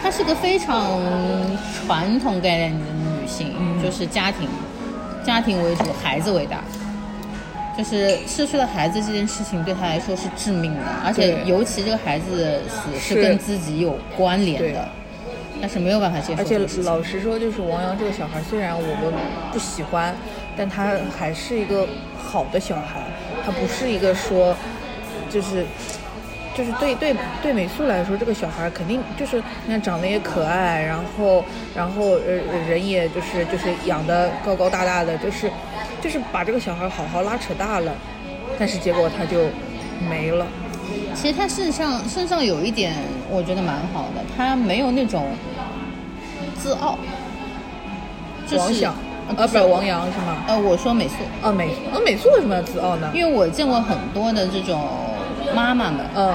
[SPEAKER 4] 她是个非常传统概念里的女性，
[SPEAKER 3] 嗯
[SPEAKER 4] 就是家庭，家庭为主，孩子为大。就是失去了孩子这件事情对她来说是致命的，而且
[SPEAKER 3] 对
[SPEAKER 4] 尤其这个孩子死是
[SPEAKER 3] 是
[SPEAKER 4] 跟自己有关联
[SPEAKER 3] 对
[SPEAKER 4] 的，但是没有办法接受
[SPEAKER 3] 而
[SPEAKER 4] 这
[SPEAKER 3] 且
[SPEAKER 4] 个事情。
[SPEAKER 3] 老实说，就是王阳这个小孩，虽然我们不喜欢，但他还是一个好的小孩，他不是一个说，就是。就是对对对美素来说，这个小孩肯定就是你看长得也可爱，然后然后呃人也就是就是养的高高大大的，就是就是把这个小孩好好拉扯大了，但是结果他就没了。
[SPEAKER 4] 其实他身上身上有一点，我觉得蛮好的，他没有那种自傲。就是、
[SPEAKER 3] 王想
[SPEAKER 4] 呃
[SPEAKER 3] 啊
[SPEAKER 4] 不
[SPEAKER 3] 不
[SPEAKER 4] 是
[SPEAKER 3] 是王阳是吗？
[SPEAKER 4] 呃，我说美素，
[SPEAKER 3] 啊美啊美素为什么要自傲呢？
[SPEAKER 4] 因为我见过很多的这种妈妈们，呃
[SPEAKER 3] 嗯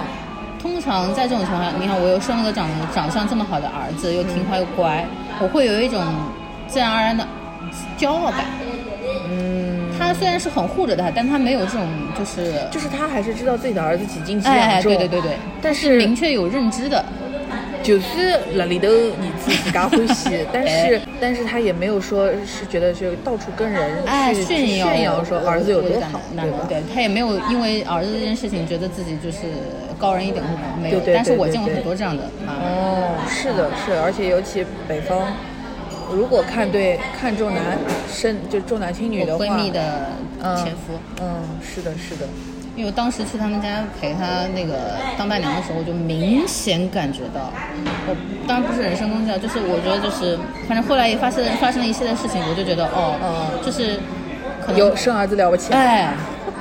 [SPEAKER 4] 通常在这种情况下，你看我又生了个长长相这么好的儿子，又听话又乖，我会有一种自然而然的骄傲感。嗯，他虽然是很护着他，但他没有这种就是
[SPEAKER 3] 就是他还是知道自己的儿子几斤几
[SPEAKER 4] 哎，
[SPEAKER 3] 两重，啊
[SPEAKER 4] 对对对对，
[SPEAKER 3] 但
[SPEAKER 4] 是
[SPEAKER 3] 是
[SPEAKER 4] 明确有认知的。
[SPEAKER 3] 就是那里头你自己家欢 喜，但是但是他也没有说是觉得是到处跟人
[SPEAKER 4] 哎，
[SPEAKER 3] 去
[SPEAKER 4] 炫耀
[SPEAKER 3] 炫耀说儿子有多好，
[SPEAKER 4] 那
[SPEAKER 3] 对吧？
[SPEAKER 4] 对他也没有因为儿子这件事情觉得自己就是高人一等或者没有
[SPEAKER 3] 对，对
[SPEAKER 4] 但是
[SPEAKER 3] 对
[SPEAKER 4] 我
[SPEAKER 3] 对
[SPEAKER 4] 见过
[SPEAKER 3] 对
[SPEAKER 4] 很多这样的妈妈，
[SPEAKER 3] 哦，是的，是的，而且尤其北方，如果看对看重男生就重男轻女的
[SPEAKER 4] 我
[SPEAKER 3] 话，
[SPEAKER 4] 闺蜜的
[SPEAKER 3] 嗯
[SPEAKER 4] 前夫，
[SPEAKER 3] 嗯，是的，是的，
[SPEAKER 4] 因为我当时去他们家陪他那个当伴娘的时候，我就明显感觉到，我当然不是人身攻击啊，就是我觉得就是，反正后来也发生发生了一系列事情，我就觉得哦，
[SPEAKER 3] 嗯
[SPEAKER 4] 就是可能
[SPEAKER 3] 有生儿子了不起，
[SPEAKER 4] 哎，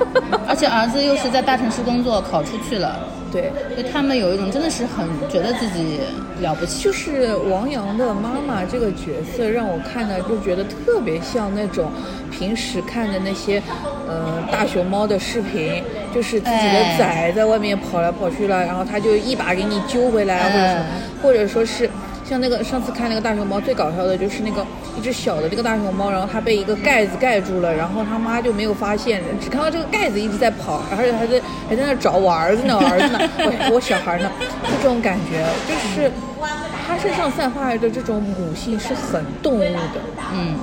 [SPEAKER 4] 而且儿子又是在大城市工作，考出去了。
[SPEAKER 3] 对，
[SPEAKER 4] 所以他们有一种真的是很觉得自己了不起，
[SPEAKER 3] 就是王阳的妈妈这个角色，让我看的就觉得特别像那种平时看的那些，嗯、大熊猫的视频，就是自己
[SPEAKER 4] 哎
[SPEAKER 3] 的崽在外面跑来跑去了，然后他就一把给你揪回来，或者什么
[SPEAKER 4] 嗯，
[SPEAKER 3] 或者说是像那个上次看那个大熊猫，最搞笑的就是那个一只小的这个大熊猫，然后它被一个盖子盖住了，然后他妈就没有发现，只看到这个盖子一直在跑，而且还在还在那找我儿子呢，我儿子呢，我我小孩呢，就这种感觉，就是它身上散发着这种母性是很动物的，
[SPEAKER 4] 嗯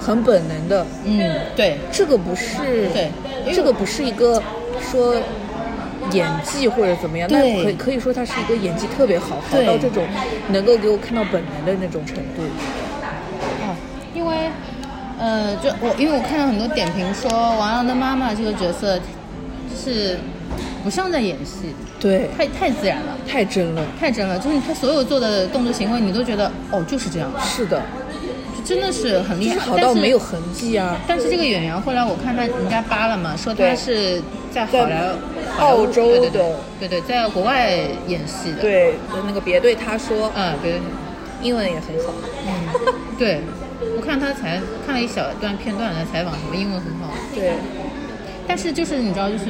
[SPEAKER 3] 很本能的，
[SPEAKER 4] 嗯，对，
[SPEAKER 3] 这个不是
[SPEAKER 4] 对
[SPEAKER 3] 这个不是一个说演技或者怎么样，那
[SPEAKER 4] 对
[SPEAKER 3] 可以可以说他是一个演技特别好，好
[SPEAKER 4] 对
[SPEAKER 3] 到这种能够给我看到本能的那种程度。
[SPEAKER 4] 哦，因为呃，就我因为我看到很多点评说王阳的妈妈这个角色是不像在演戏，
[SPEAKER 3] 对，
[SPEAKER 4] 太太自然了，
[SPEAKER 3] 太真了。
[SPEAKER 4] 太真了，就是他所有做的动作行为，你都觉得哦就是这样，
[SPEAKER 3] 是的，
[SPEAKER 4] 就真的是很厉
[SPEAKER 3] 就
[SPEAKER 4] 害。
[SPEAKER 3] 是好
[SPEAKER 4] 但
[SPEAKER 3] 到没有痕迹啊。
[SPEAKER 4] 但是这个演员后来我看他人家扒了嘛，说他
[SPEAKER 3] 对
[SPEAKER 4] 是在好
[SPEAKER 3] 在
[SPEAKER 4] 莱好莱坞
[SPEAKER 3] 澳洲
[SPEAKER 4] 对对对
[SPEAKER 3] 的
[SPEAKER 4] 对对，在国外演戏的，，
[SPEAKER 3] 对，那个别对他说，
[SPEAKER 4] 嗯对
[SPEAKER 3] 英文也很好。
[SPEAKER 4] 对，我看他才看了一小段片段的采访，什么英文很好，
[SPEAKER 3] 对，
[SPEAKER 4] 但是就是你知道，就是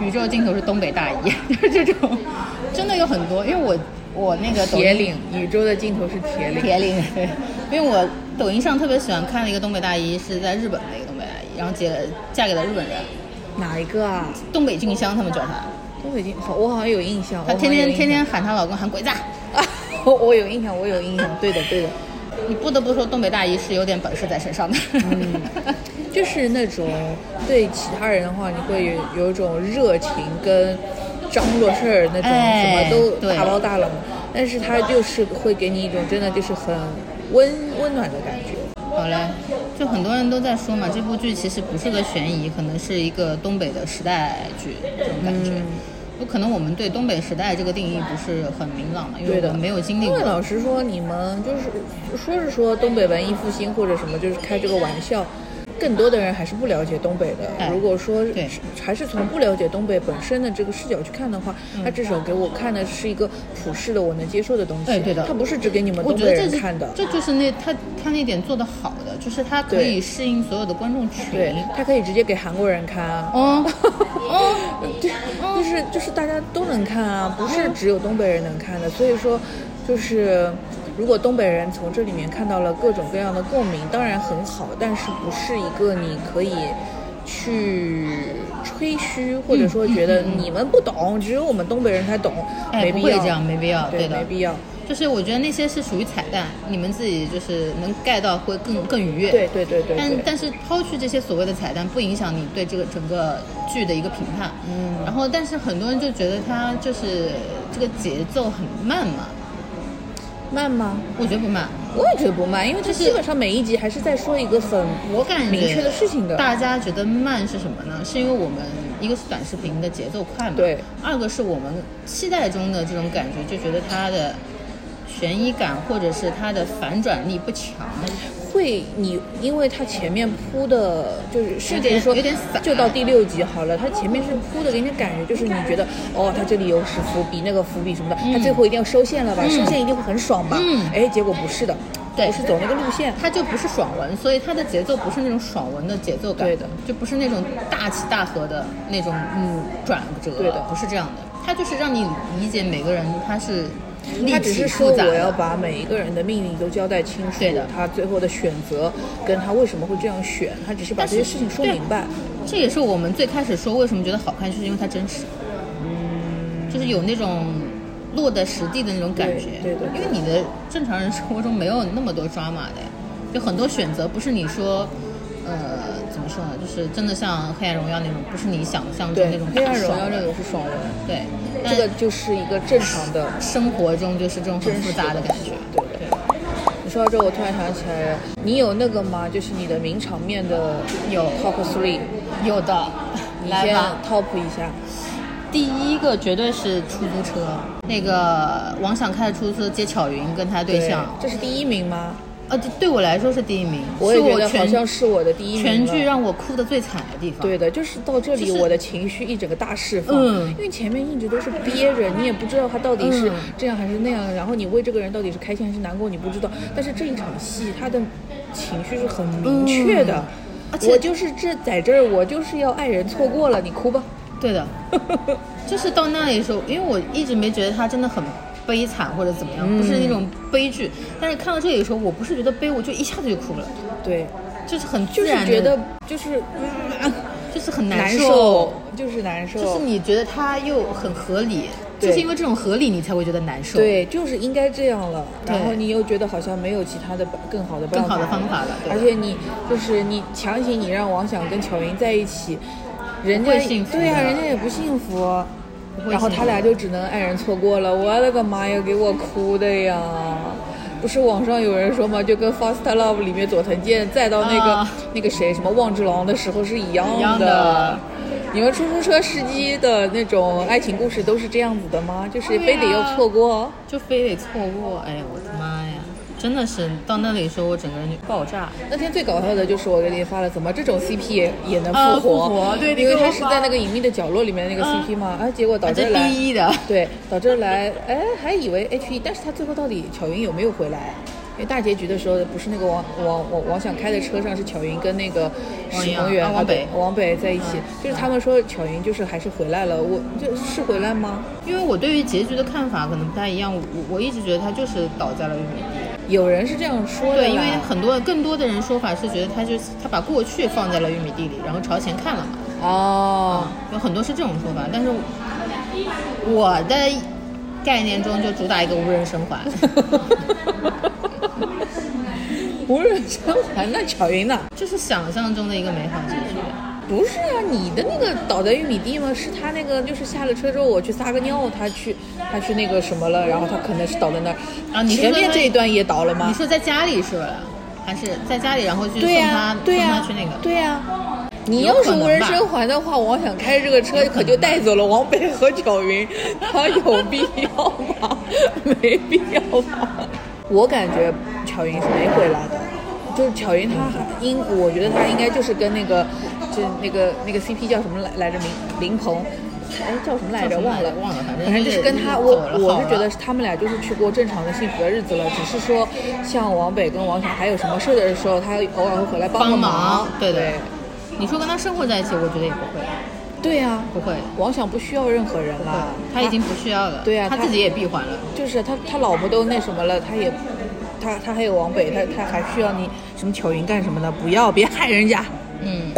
[SPEAKER 4] 宇宙尽头是东北大姨，就是这种，真的有很多，因为我 我那个抖音
[SPEAKER 3] 铁岭，宇宙的尽头是铁岭。
[SPEAKER 4] 铁岭，对，因为我抖音上特别喜欢看的一个东北大姨是在日本的一个东北大姨，然后结嫁给了日本人，
[SPEAKER 3] 哪一个啊？
[SPEAKER 4] 东北俊香他们叫她，
[SPEAKER 3] 东北经好，我好像有印象。我
[SPEAKER 4] 她
[SPEAKER 3] 好
[SPEAKER 4] 啊天
[SPEAKER 3] 像有
[SPEAKER 4] 天
[SPEAKER 3] 印
[SPEAKER 4] 天天
[SPEAKER 3] 象，
[SPEAKER 4] 喊她老公喊鬼子。
[SPEAKER 3] 我我有印象，我有印象。对的，对的，
[SPEAKER 4] 你不得不说，东北大姨是有点本事在身上的。
[SPEAKER 3] 嗯就是那种对其他人的话，你会有有一种热情跟张罗事儿那种，
[SPEAKER 4] 哎
[SPEAKER 3] 什么都
[SPEAKER 4] 对
[SPEAKER 3] 大包大揽。但是他就是会给你一种真的就是很温温暖的感觉。
[SPEAKER 4] 好嘞，就很多人都在说嘛，这部剧其实不是个悬疑，可能是一个东北的时代剧这种感
[SPEAKER 3] 嗯
[SPEAKER 4] 觉。有可能我们对东北时代这个定义不是很明朗嘛，因为
[SPEAKER 3] 对
[SPEAKER 4] 我
[SPEAKER 3] 的，
[SPEAKER 4] 们没有经历
[SPEAKER 3] 因为
[SPEAKER 4] 过。
[SPEAKER 3] 老实说，你们就是说是说东北文艺复兴或者什么，就是开这个玩笑。更多的人还是不了解东北的。
[SPEAKER 4] 哎
[SPEAKER 3] 如果说
[SPEAKER 4] 对
[SPEAKER 3] 是还是从不了解东北本身的这个视角去看的话，
[SPEAKER 4] 嗯
[SPEAKER 3] 它至少给我看的是一个普世的、我能接受的东西。
[SPEAKER 4] 哎对的
[SPEAKER 3] 它不是只给你们
[SPEAKER 4] 我
[SPEAKER 3] 东
[SPEAKER 4] 觉
[SPEAKER 3] 北
[SPEAKER 4] 得这
[SPEAKER 3] 人
[SPEAKER 4] 是
[SPEAKER 3] 看的。
[SPEAKER 4] 这就是那他他那点做的好的，就是他可
[SPEAKER 3] 对
[SPEAKER 4] 以适应所有的观众群。
[SPEAKER 3] 对，它可以直接给韩国人看啊。
[SPEAKER 4] 哦哦，
[SPEAKER 3] 对，就是就是大家都能看啊，不是只有东北人能看的。所以说，就是如果东北人从这里面看到了各种各样的共鸣，当然很好，但是不是一个你可以去吹嘘，或者说觉得你们不懂，只有我们东北人才懂，
[SPEAKER 4] 哎，
[SPEAKER 3] 没
[SPEAKER 4] 不
[SPEAKER 3] 必
[SPEAKER 4] 会
[SPEAKER 3] 要
[SPEAKER 4] 这样，没必要，
[SPEAKER 3] 对，
[SPEAKER 4] 的
[SPEAKER 3] 没。必要。
[SPEAKER 4] 就是我觉得那些是属于彩蛋，你们自己就是能 get 到会更更愉悦。
[SPEAKER 3] 对对对对
[SPEAKER 4] 但
[SPEAKER 3] 对。
[SPEAKER 4] 但是抛去这些所谓的彩蛋，不影响你对这个整个剧的一个评判。嗯。然后，但是很多人就觉得它就是这个节奏很慢嘛，
[SPEAKER 3] 慢吗？
[SPEAKER 4] 我觉得不慢。
[SPEAKER 3] 我也觉得不慢，因为它
[SPEAKER 4] 就是
[SPEAKER 3] 基本上每一集还是在说一个很
[SPEAKER 4] 我感觉
[SPEAKER 3] 明确的事情的。
[SPEAKER 4] 大家觉得慢是什么呢？是因为我们一个是短视频的节奏快嘛，
[SPEAKER 3] 对；
[SPEAKER 4] 二个是我们期待中的这种感觉，就觉得它的悬疑感或者是它的反转力不强。
[SPEAKER 3] 会你，因为它前面铺的，就是甚至
[SPEAKER 4] 点
[SPEAKER 3] 于说
[SPEAKER 4] 有点散
[SPEAKER 3] 就到第六集好了，它前面是铺的，给你感觉就是你觉得哦，它这里有是伏笔，那个伏笔什么的，它最后一定要收线了吧，收线一定会很爽吧？
[SPEAKER 4] 嗯
[SPEAKER 3] 哎，结果不是的，
[SPEAKER 4] 对
[SPEAKER 3] 不是走那个路线，
[SPEAKER 4] 它就不是爽文，所以它的节奏不是那种爽文的节奏感，
[SPEAKER 3] 对的，
[SPEAKER 4] 就不是那种大起大合的那种嗯转折，
[SPEAKER 3] 对的
[SPEAKER 4] 不是这样的，它就是让你理解每个人他是立
[SPEAKER 3] 他只
[SPEAKER 4] 体
[SPEAKER 3] 是
[SPEAKER 4] 复
[SPEAKER 3] 说
[SPEAKER 4] 杂的
[SPEAKER 3] 我要把每一个人的命令都交代清楚
[SPEAKER 4] 对的，
[SPEAKER 3] 他最后的选择跟他为什么会这样选，他只是把
[SPEAKER 4] 但
[SPEAKER 3] 这
[SPEAKER 4] 是
[SPEAKER 3] 些事情说
[SPEAKER 4] 对
[SPEAKER 3] 明白。
[SPEAKER 4] 这也是我们最开始说为什么觉得好看，就是因为它真实，嗯，就是有那种落得实地的那种感觉，
[SPEAKER 3] 对对的
[SPEAKER 4] 因为你的正常人生活中没有那么多抓马的，有很多选择不是你说，呃，怎么说呢，就是真的像《黑暗荣耀》那种，不是你想象中
[SPEAKER 3] 对，
[SPEAKER 4] 那种
[SPEAKER 3] 黑
[SPEAKER 4] 大
[SPEAKER 3] 暗荣
[SPEAKER 4] 爽
[SPEAKER 3] 耀
[SPEAKER 4] 文
[SPEAKER 3] 这个是爽文，
[SPEAKER 4] 对，
[SPEAKER 3] 这个
[SPEAKER 4] 但
[SPEAKER 3] 就是一个正常的。
[SPEAKER 4] 生活中就是这种很复杂的感觉，
[SPEAKER 3] 对的你说到这，我突然想起来，你有那个吗？就是你的名场面的
[SPEAKER 4] 有
[SPEAKER 3] top three，
[SPEAKER 4] 有的，
[SPEAKER 3] 你
[SPEAKER 4] 来
[SPEAKER 3] 先
[SPEAKER 4] 吧。
[SPEAKER 3] top 一下。
[SPEAKER 4] 第一个绝对是出租车，那个王想开的出租车接巧云跟他对象，
[SPEAKER 3] 这是第一名吗？
[SPEAKER 4] 呃，这对我来说是第一名，
[SPEAKER 3] 我
[SPEAKER 4] 是
[SPEAKER 3] 也
[SPEAKER 4] 我
[SPEAKER 3] 觉得好
[SPEAKER 4] 全
[SPEAKER 3] 像是我的第一名
[SPEAKER 4] 全
[SPEAKER 3] 了
[SPEAKER 4] 剧让我哭的最惨的地方。
[SPEAKER 3] 对的，就是到这里，
[SPEAKER 4] 就是
[SPEAKER 3] 我的情绪一整个大释放。
[SPEAKER 4] 嗯
[SPEAKER 3] 因为前面一直都是憋着，你也不知道他到底是
[SPEAKER 4] 嗯
[SPEAKER 3] 这样还是那样，然后你为这个人到底是开心还是难过，你不知道。但是这一场戏，他的情绪是很明确的。
[SPEAKER 4] 嗯而且
[SPEAKER 3] 我就是这在这儿，我就是要爱人错过了，你哭吧。
[SPEAKER 4] 对的， 就是到那里的时候，因为我一直没觉得他真的很悲惨或者怎么样，不是那种
[SPEAKER 3] 嗯
[SPEAKER 4] 悲剧。但是看到这里的时候，我不是觉得悲，我就一下子就哭了，
[SPEAKER 3] 对，
[SPEAKER 4] 就是很
[SPEAKER 3] 就
[SPEAKER 4] 自
[SPEAKER 3] 是
[SPEAKER 4] 然地
[SPEAKER 3] 觉得就是、嗯
[SPEAKER 4] 就是很
[SPEAKER 3] 难
[SPEAKER 4] 受
[SPEAKER 3] 受，就是难受，
[SPEAKER 4] 就是你觉得它又很合理，
[SPEAKER 3] 对
[SPEAKER 4] 就是因为这种合理，你才会觉得难受。，
[SPEAKER 3] 对，就是应该这样了。然后
[SPEAKER 4] 对
[SPEAKER 3] 你又觉得好像没有其他的更好的办
[SPEAKER 4] 更
[SPEAKER 3] 法，
[SPEAKER 4] 好的方法了对
[SPEAKER 3] 而且你就是你强行你让王想跟巧云在一起，人
[SPEAKER 4] 不
[SPEAKER 3] 家
[SPEAKER 4] 会幸福的
[SPEAKER 3] 对呀、啊人家也不幸福。
[SPEAKER 4] 不会
[SPEAKER 3] 然后
[SPEAKER 4] 幸
[SPEAKER 3] 他
[SPEAKER 4] 福
[SPEAKER 3] 俩就只能爱人错过了，我勒个妈呀，给我哭的呀！不是网上有人说嘛，就跟《Fast Love》里面佐藤健再到那个、
[SPEAKER 4] 啊
[SPEAKER 3] 那个谁什么望之郎的时候是一样
[SPEAKER 4] 一样的
[SPEAKER 3] 你们出租车司机的那种爱情故事都是这样子的吗？就是非得要错过？哦
[SPEAKER 4] 就非得错过，哎呀，我的妈呀！真的是到那里的时候，我整个人就爆炸。
[SPEAKER 3] 那天最搞笑的就是我给你发了，怎么这种 CP 也也能
[SPEAKER 4] 啊
[SPEAKER 3] 复活？
[SPEAKER 4] 复活对你
[SPEAKER 3] 因为
[SPEAKER 4] 给我
[SPEAKER 3] 他是
[SPEAKER 4] 发
[SPEAKER 3] 在那个隐秘的角落里面那个
[SPEAKER 4] 啊
[SPEAKER 3] CP 嘛，哎、结果导
[SPEAKER 4] 啊
[SPEAKER 3] 致
[SPEAKER 4] 这
[SPEAKER 3] 来、
[SPEAKER 4] 第一的
[SPEAKER 3] 对，导致来，哎，还以为 HE，但是他最后到底巧云有没有回来？啊因为大结局的时候，不是那个王王王王想开的车上是巧云跟那个
[SPEAKER 4] 王
[SPEAKER 3] 史
[SPEAKER 4] 阳
[SPEAKER 3] 鹏远
[SPEAKER 4] 啊王北嗯
[SPEAKER 3] 王北在一起，就是他们说巧云就是还是回来了，我就是回来吗？
[SPEAKER 4] 因为我对于结局的看法可能不太一样，我我一直觉得他就是倒在了玉米地。
[SPEAKER 3] 有人是这样说的啦，
[SPEAKER 4] 对，因为很多更多的人说法是觉得他就是他把过去放在了玉米地里，然后朝前看了嘛。
[SPEAKER 3] 哦。
[SPEAKER 4] 有很多是这种说法，但是我的概念中就主打一个无人生 还。
[SPEAKER 3] 无人生还那巧云呢？
[SPEAKER 4] 就是想象中的一个美好结局。
[SPEAKER 3] 不是啊，你的那个倒在玉米地吗？是他那个，就是下了车之后我去撒个尿，他去他去那个什么了，然后他可能是倒在那儿
[SPEAKER 4] 啊你是
[SPEAKER 3] 前
[SPEAKER 4] 说
[SPEAKER 3] 面
[SPEAKER 4] 他
[SPEAKER 3] 这一段也倒了
[SPEAKER 4] 你
[SPEAKER 3] 吗？
[SPEAKER 4] 说在家里是吧？还是在家里，然后去送
[SPEAKER 3] 对呀、
[SPEAKER 4] 他
[SPEAKER 3] 对呀、
[SPEAKER 4] 送他去那个？
[SPEAKER 3] 对呀、你
[SPEAKER 4] 有
[SPEAKER 3] 要是
[SPEAKER 4] 可能
[SPEAKER 3] 无人
[SPEAKER 4] 吧
[SPEAKER 3] 生还的话，王想开这个车可就带走了王北和巧 云，他有必要吗？没必要吧。我感觉巧云是没回来的，就是巧云她还应，我觉得她应该就是跟那个，就那个那个 CP 叫什么来来着？林林鹏，哎叫什么来着？
[SPEAKER 4] 叫什么
[SPEAKER 3] 忘
[SPEAKER 4] 来着
[SPEAKER 3] 了，
[SPEAKER 4] 忘了反正
[SPEAKER 3] 反正就
[SPEAKER 4] 就是
[SPEAKER 3] 是跟他，
[SPEAKER 4] 走
[SPEAKER 3] 我
[SPEAKER 4] 了
[SPEAKER 3] 我
[SPEAKER 4] 好
[SPEAKER 3] 是觉
[SPEAKER 4] 了
[SPEAKER 3] 得他们俩就是去过正常的幸福的日子了，只是说像王北跟王想还有什么事的时候，他偶尔会回来帮个忙
[SPEAKER 4] 帮忙，，对
[SPEAKER 3] 对
[SPEAKER 4] 的。你说跟他生活在一起，我觉得也不会，
[SPEAKER 3] 对呀、
[SPEAKER 4] 不会，
[SPEAKER 3] 王想不需要任何人
[SPEAKER 4] 不
[SPEAKER 3] 了
[SPEAKER 4] 会，，他已经不需要了，
[SPEAKER 3] 对啊
[SPEAKER 4] 啊他
[SPEAKER 3] 他
[SPEAKER 4] 自己也闭环了。
[SPEAKER 3] 就是他他老婆都那什么了，他也他他还有王北，他他还需要你什么巧云干什么的？不要，别害人家。
[SPEAKER 4] 嗯，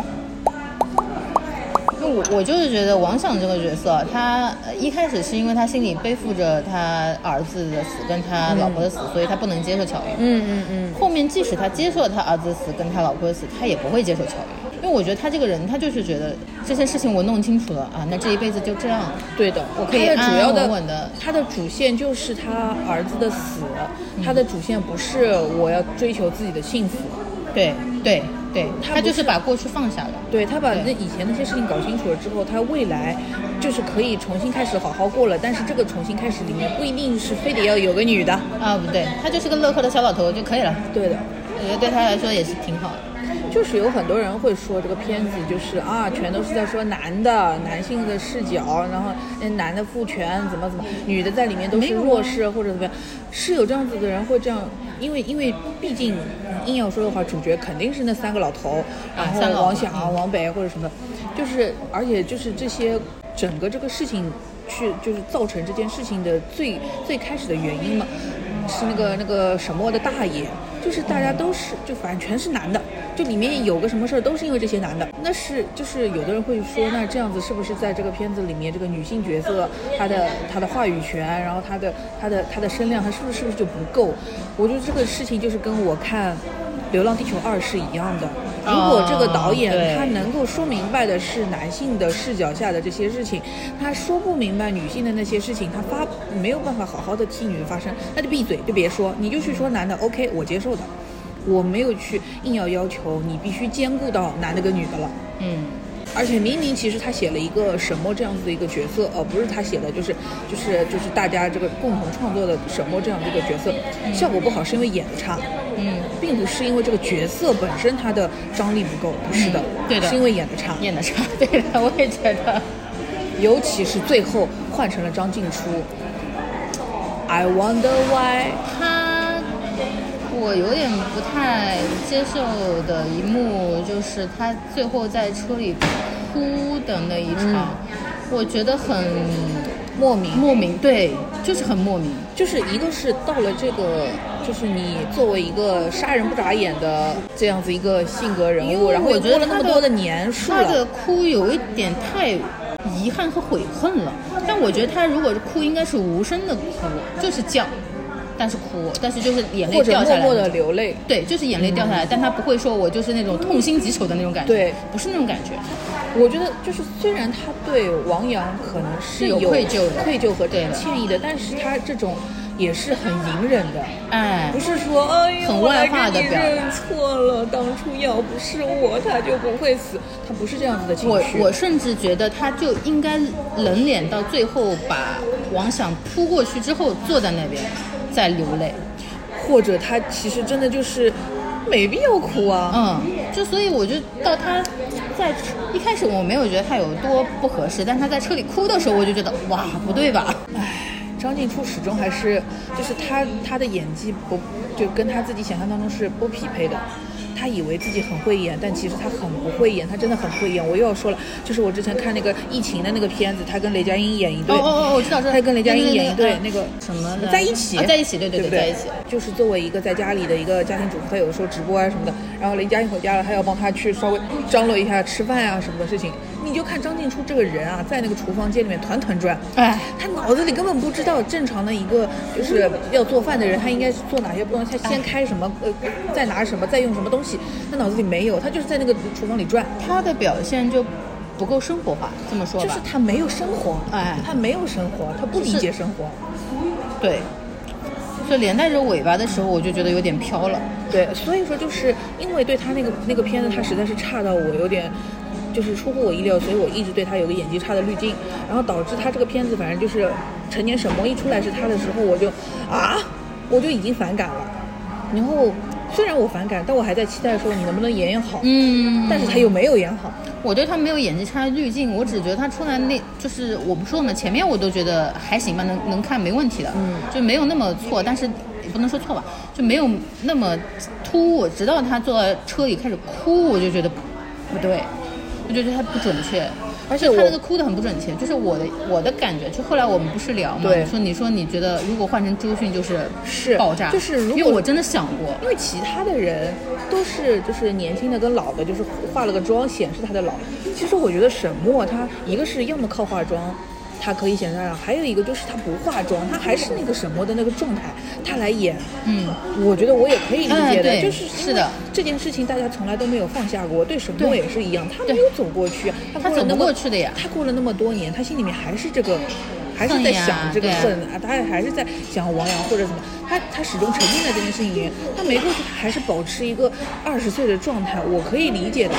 [SPEAKER 4] 就我我就是觉得王想这个角色，他呃一开始是因为他心里背负着他儿子的死跟他老婆的死，所以他不能接受巧云。
[SPEAKER 3] 嗯嗯嗯，
[SPEAKER 4] 后面即使他接受了他儿子的死跟他老婆的死，他也不会接受巧云，因为我觉得他这个人，他就是觉得这些事情我弄清楚了啊，那这一辈子就这样。
[SPEAKER 3] 对的，
[SPEAKER 4] 我可以
[SPEAKER 3] 他的主要
[SPEAKER 4] 安安
[SPEAKER 3] 的
[SPEAKER 4] 稳稳地
[SPEAKER 3] 他的主线就是他儿子的死，
[SPEAKER 4] 嗯
[SPEAKER 3] 他的主线不是我要追求自己的幸福，
[SPEAKER 4] 对对对，
[SPEAKER 3] 他
[SPEAKER 4] 他
[SPEAKER 3] 不
[SPEAKER 4] 就是
[SPEAKER 3] 是
[SPEAKER 4] 把过去放下了。
[SPEAKER 3] 对他把
[SPEAKER 4] 对
[SPEAKER 3] 那以前那些事情搞清楚了之后，他未来就是可以重新开始好好过了。但是这个重新开始里面不一定是非得要有个女的，
[SPEAKER 4] 啊，不对，他就是个乐呵的小老头就可以了。
[SPEAKER 3] 对的。
[SPEAKER 4] 我觉得对他来说也是挺好的。
[SPEAKER 3] 就是有很多人会说这个片子就是啊，全都是在说男的男性的视角，然后那男的父权怎么怎么，女的在里面都
[SPEAKER 4] 啊
[SPEAKER 3] 是弱势或者怎么样，是有这样子的人会这样，因为因为毕竟硬要说的话，主角肯定是那三个老头，然后
[SPEAKER 4] 啊三个老头
[SPEAKER 3] 王想、
[SPEAKER 4] 嗯
[SPEAKER 3] 王啊北或者什么，就是而且就是这些整个这个事情去就是造成这件事情的最最开始的原因嘛。是那个那个沈墨的大爷，就是大家都是就反正全是男的，就里面有个什么事儿都是因为这些男的。那是就是有的人会说，那这样子是不是在这个片子里面，这个女性角色她的她的话语权，然后她的她的她的声量，她是不是是不是就不够？我觉得这个事情就是跟我看《流浪地球二》是一样的。如果这个导
[SPEAKER 4] 哦对
[SPEAKER 3] 演他能够说明白的是男性的视角下的这些事情，他说不明白女性的那些事情，他发没有办法好好的替女人发声，那就闭嘴，就别说，你就去说男的，OK，我接受的，我没有去硬要要求你必须兼顾到男的跟女的了。
[SPEAKER 4] 嗯，
[SPEAKER 3] 而且明明其实他写了一个沈墨这样子的一个角色，呃，不是他写的，就是就是就是大家这个共同创作的沈墨这样的一个角色，效果不好是因为演的差，
[SPEAKER 4] 嗯，
[SPEAKER 3] 并不是因为这个角色本身他的张力不够，不是的，
[SPEAKER 4] 嗯对的
[SPEAKER 3] 是因为演的差，
[SPEAKER 4] 演的差，对的，我也觉得。
[SPEAKER 3] 尤其是最后换成了张静初，I wonder why，
[SPEAKER 4] 他，我有点不太接受的一幕就是他最后在车里哭的那一场，
[SPEAKER 3] 嗯
[SPEAKER 4] 我觉得很
[SPEAKER 3] 莫名
[SPEAKER 4] 莫名，对，就是很莫名。
[SPEAKER 3] 就是一个是到了这个，就是你作为一个杀人不眨眼的这样子一个性格人
[SPEAKER 4] 因
[SPEAKER 3] 物，
[SPEAKER 4] 为
[SPEAKER 3] 然后
[SPEAKER 4] 我
[SPEAKER 3] 又
[SPEAKER 4] 觉得
[SPEAKER 3] 过了那
[SPEAKER 4] 他
[SPEAKER 3] 么
[SPEAKER 4] 的
[SPEAKER 3] 多的年数
[SPEAKER 4] 他的
[SPEAKER 3] 了，
[SPEAKER 4] 哭有一点太遗憾和悔恨了，但我觉得他如果是哭，应该是无声的哭，就是叫，但是哭，但是就是眼泪
[SPEAKER 3] 或者
[SPEAKER 4] 掉下
[SPEAKER 3] 默
[SPEAKER 4] 来。
[SPEAKER 3] 默的流泪。
[SPEAKER 4] 对，就是眼泪掉下来，但他不会说我就是那种痛心疾首的那种感觉，
[SPEAKER 3] 对，
[SPEAKER 4] 不是那种感觉。
[SPEAKER 3] 我觉得就是，虽然他对王阳可能是
[SPEAKER 4] 是有愧疚的
[SPEAKER 3] 愧疚和
[SPEAKER 4] 对的
[SPEAKER 3] 歉意的，但是他这种也是很隐忍的，
[SPEAKER 4] 哎
[SPEAKER 3] 不，是说哎呦
[SPEAKER 4] 很外化
[SPEAKER 3] 我来
[SPEAKER 4] 的表达
[SPEAKER 3] 跟你认错了，当初要不是我，他就不会死，他不是这样子的情
[SPEAKER 4] 我
[SPEAKER 3] 绪。
[SPEAKER 4] 我甚至觉得他就应该冷脸到最后，把王想扑过去之后，坐在那边再流泪。
[SPEAKER 3] 或者他其实真的就是没必要哭啊，
[SPEAKER 4] 嗯，就所以我就到他在车一开始我没有觉得他有多不合适，但他在车里哭的时候，我就觉得哇不对吧？
[SPEAKER 3] 张静初始终还是，就是她她的演技不就跟她自己想象当中是不匹配的。她以为自己很会演，但其实她很不会演，她真的很不会演。我又要说了，就是我之前看那个疫情的那个片子，她跟雷佳音演一对，
[SPEAKER 4] 哦哦哦，我知道，知道
[SPEAKER 3] 她跟雷佳音演一对，那个
[SPEAKER 4] 嗯什么的
[SPEAKER 3] 在一起
[SPEAKER 4] 啊，在一起，对
[SPEAKER 3] 对
[SPEAKER 4] 对，
[SPEAKER 3] 不对
[SPEAKER 4] 在一起。
[SPEAKER 3] 就是作为一个在家里的一个家庭主妇，她有的时候直播啊什么的，然后雷佳音回家了，她要帮她去稍微张罗一下吃饭啊什么的事情。你就看张静初这个人啊，在那个厨房间里面团团转，
[SPEAKER 4] 哎，
[SPEAKER 3] 他脑子里根本不知道正常的一个就是要做饭的人，他应该做哪些步骤，他先开什么，呃，再拿什么，再用什么东西，他脑子里没有，他就是在那个厨房里转，
[SPEAKER 4] 他的表现就不够生活化，这么说
[SPEAKER 3] 就
[SPEAKER 4] 吧，
[SPEAKER 3] 是他没有生活，
[SPEAKER 4] 哎
[SPEAKER 3] 他没有生活，他不理解生活，
[SPEAKER 4] 对。所以连带着尾巴的时候，我就觉得有点飘了。
[SPEAKER 3] 对，所以说就是因为对他那个那个片子，他实在是差到我有点。就是出乎我意料，所以我一直对他有个演技差的滤镜，然后导致他这个片子，反正就是《陈年沈梦》一出来是他的时候，我就啊，我就已经反感了。然后虽然我反感，但我还在期待说你能不能演演好，
[SPEAKER 4] 嗯
[SPEAKER 3] 但是他又没有演好。
[SPEAKER 4] 我对他没有演技差的滤镜，我只觉得他出来那就是我不说嘛，前面我都觉得还行吧，能能看没问题的，
[SPEAKER 3] 嗯
[SPEAKER 4] 就没有那么错，但是也不能说错吧，就没有那么突兀。直到他坐在车里开始哭，我就觉得不对，我就觉得他不准确。
[SPEAKER 3] 而且
[SPEAKER 4] 就他
[SPEAKER 3] 我
[SPEAKER 4] 那个哭的很不准确，就是我的我的感觉，就后来我们不是聊嘛
[SPEAKER 3] 对，
[SPEAKER 4] 说你说你觉得如果换成周迅就是
[SPEAKER 3] 是
[SPEAKER 4] 爆炸，
[SPEAKER 3] 就是如
[SPEAKER 4] 因为
[SPEAKER 3] 果
[SPEAKER 4] 我真的想过，
[SPEAKER 3] 因为其他的人都是就是年轻的跟老的，就是化了个妆显示他的老。其实我觉得沈墨他一个是要么靠化妆，他可以显示他老，还有一个就是他不化妆，他还是那个沈墨的那个状态，他来演。
[SPEAKER 4] 嗯，
[SPEAKER 3] 我觉得我也可以理解的，
[SPEAKER 4] 哎对
[SPEAKER 3] 就是因为
[SPEAKER 4] 是的
[SPEAKER 3] 这件事情大家从来都没有放下过，对沈墨
[SPEAKER 4] 对
[SPEAKER 3] 也是一样，他
[SPEAKER 4] 对
[SPEAKER 3] 没有走过去，
[SPEAKER 4] 他
[SPEAKER 3] 过了
[SPEAKER 4] 走
[SPEAKER 3] 那
[SPEAKER 4] 不
[SPEAKER 3] 么
[SPEAKER 4] 过去的呀
[SPEAKER 3] 他过了那么多年，他心里面还是这个，还是
[SPEAKER 4] 恨
[SPEAKER 3] 在
[SPEAKER 4] 呀
[SPEAKER 3] 想这个
[SPEAKER 4] 对
[SPEAKER 3] 恨啊，他还是在想王阳或者什么，他他始终沉浸在这件事情里面，他没过去，他还是保持一个二十岁的状态，我可以理解的。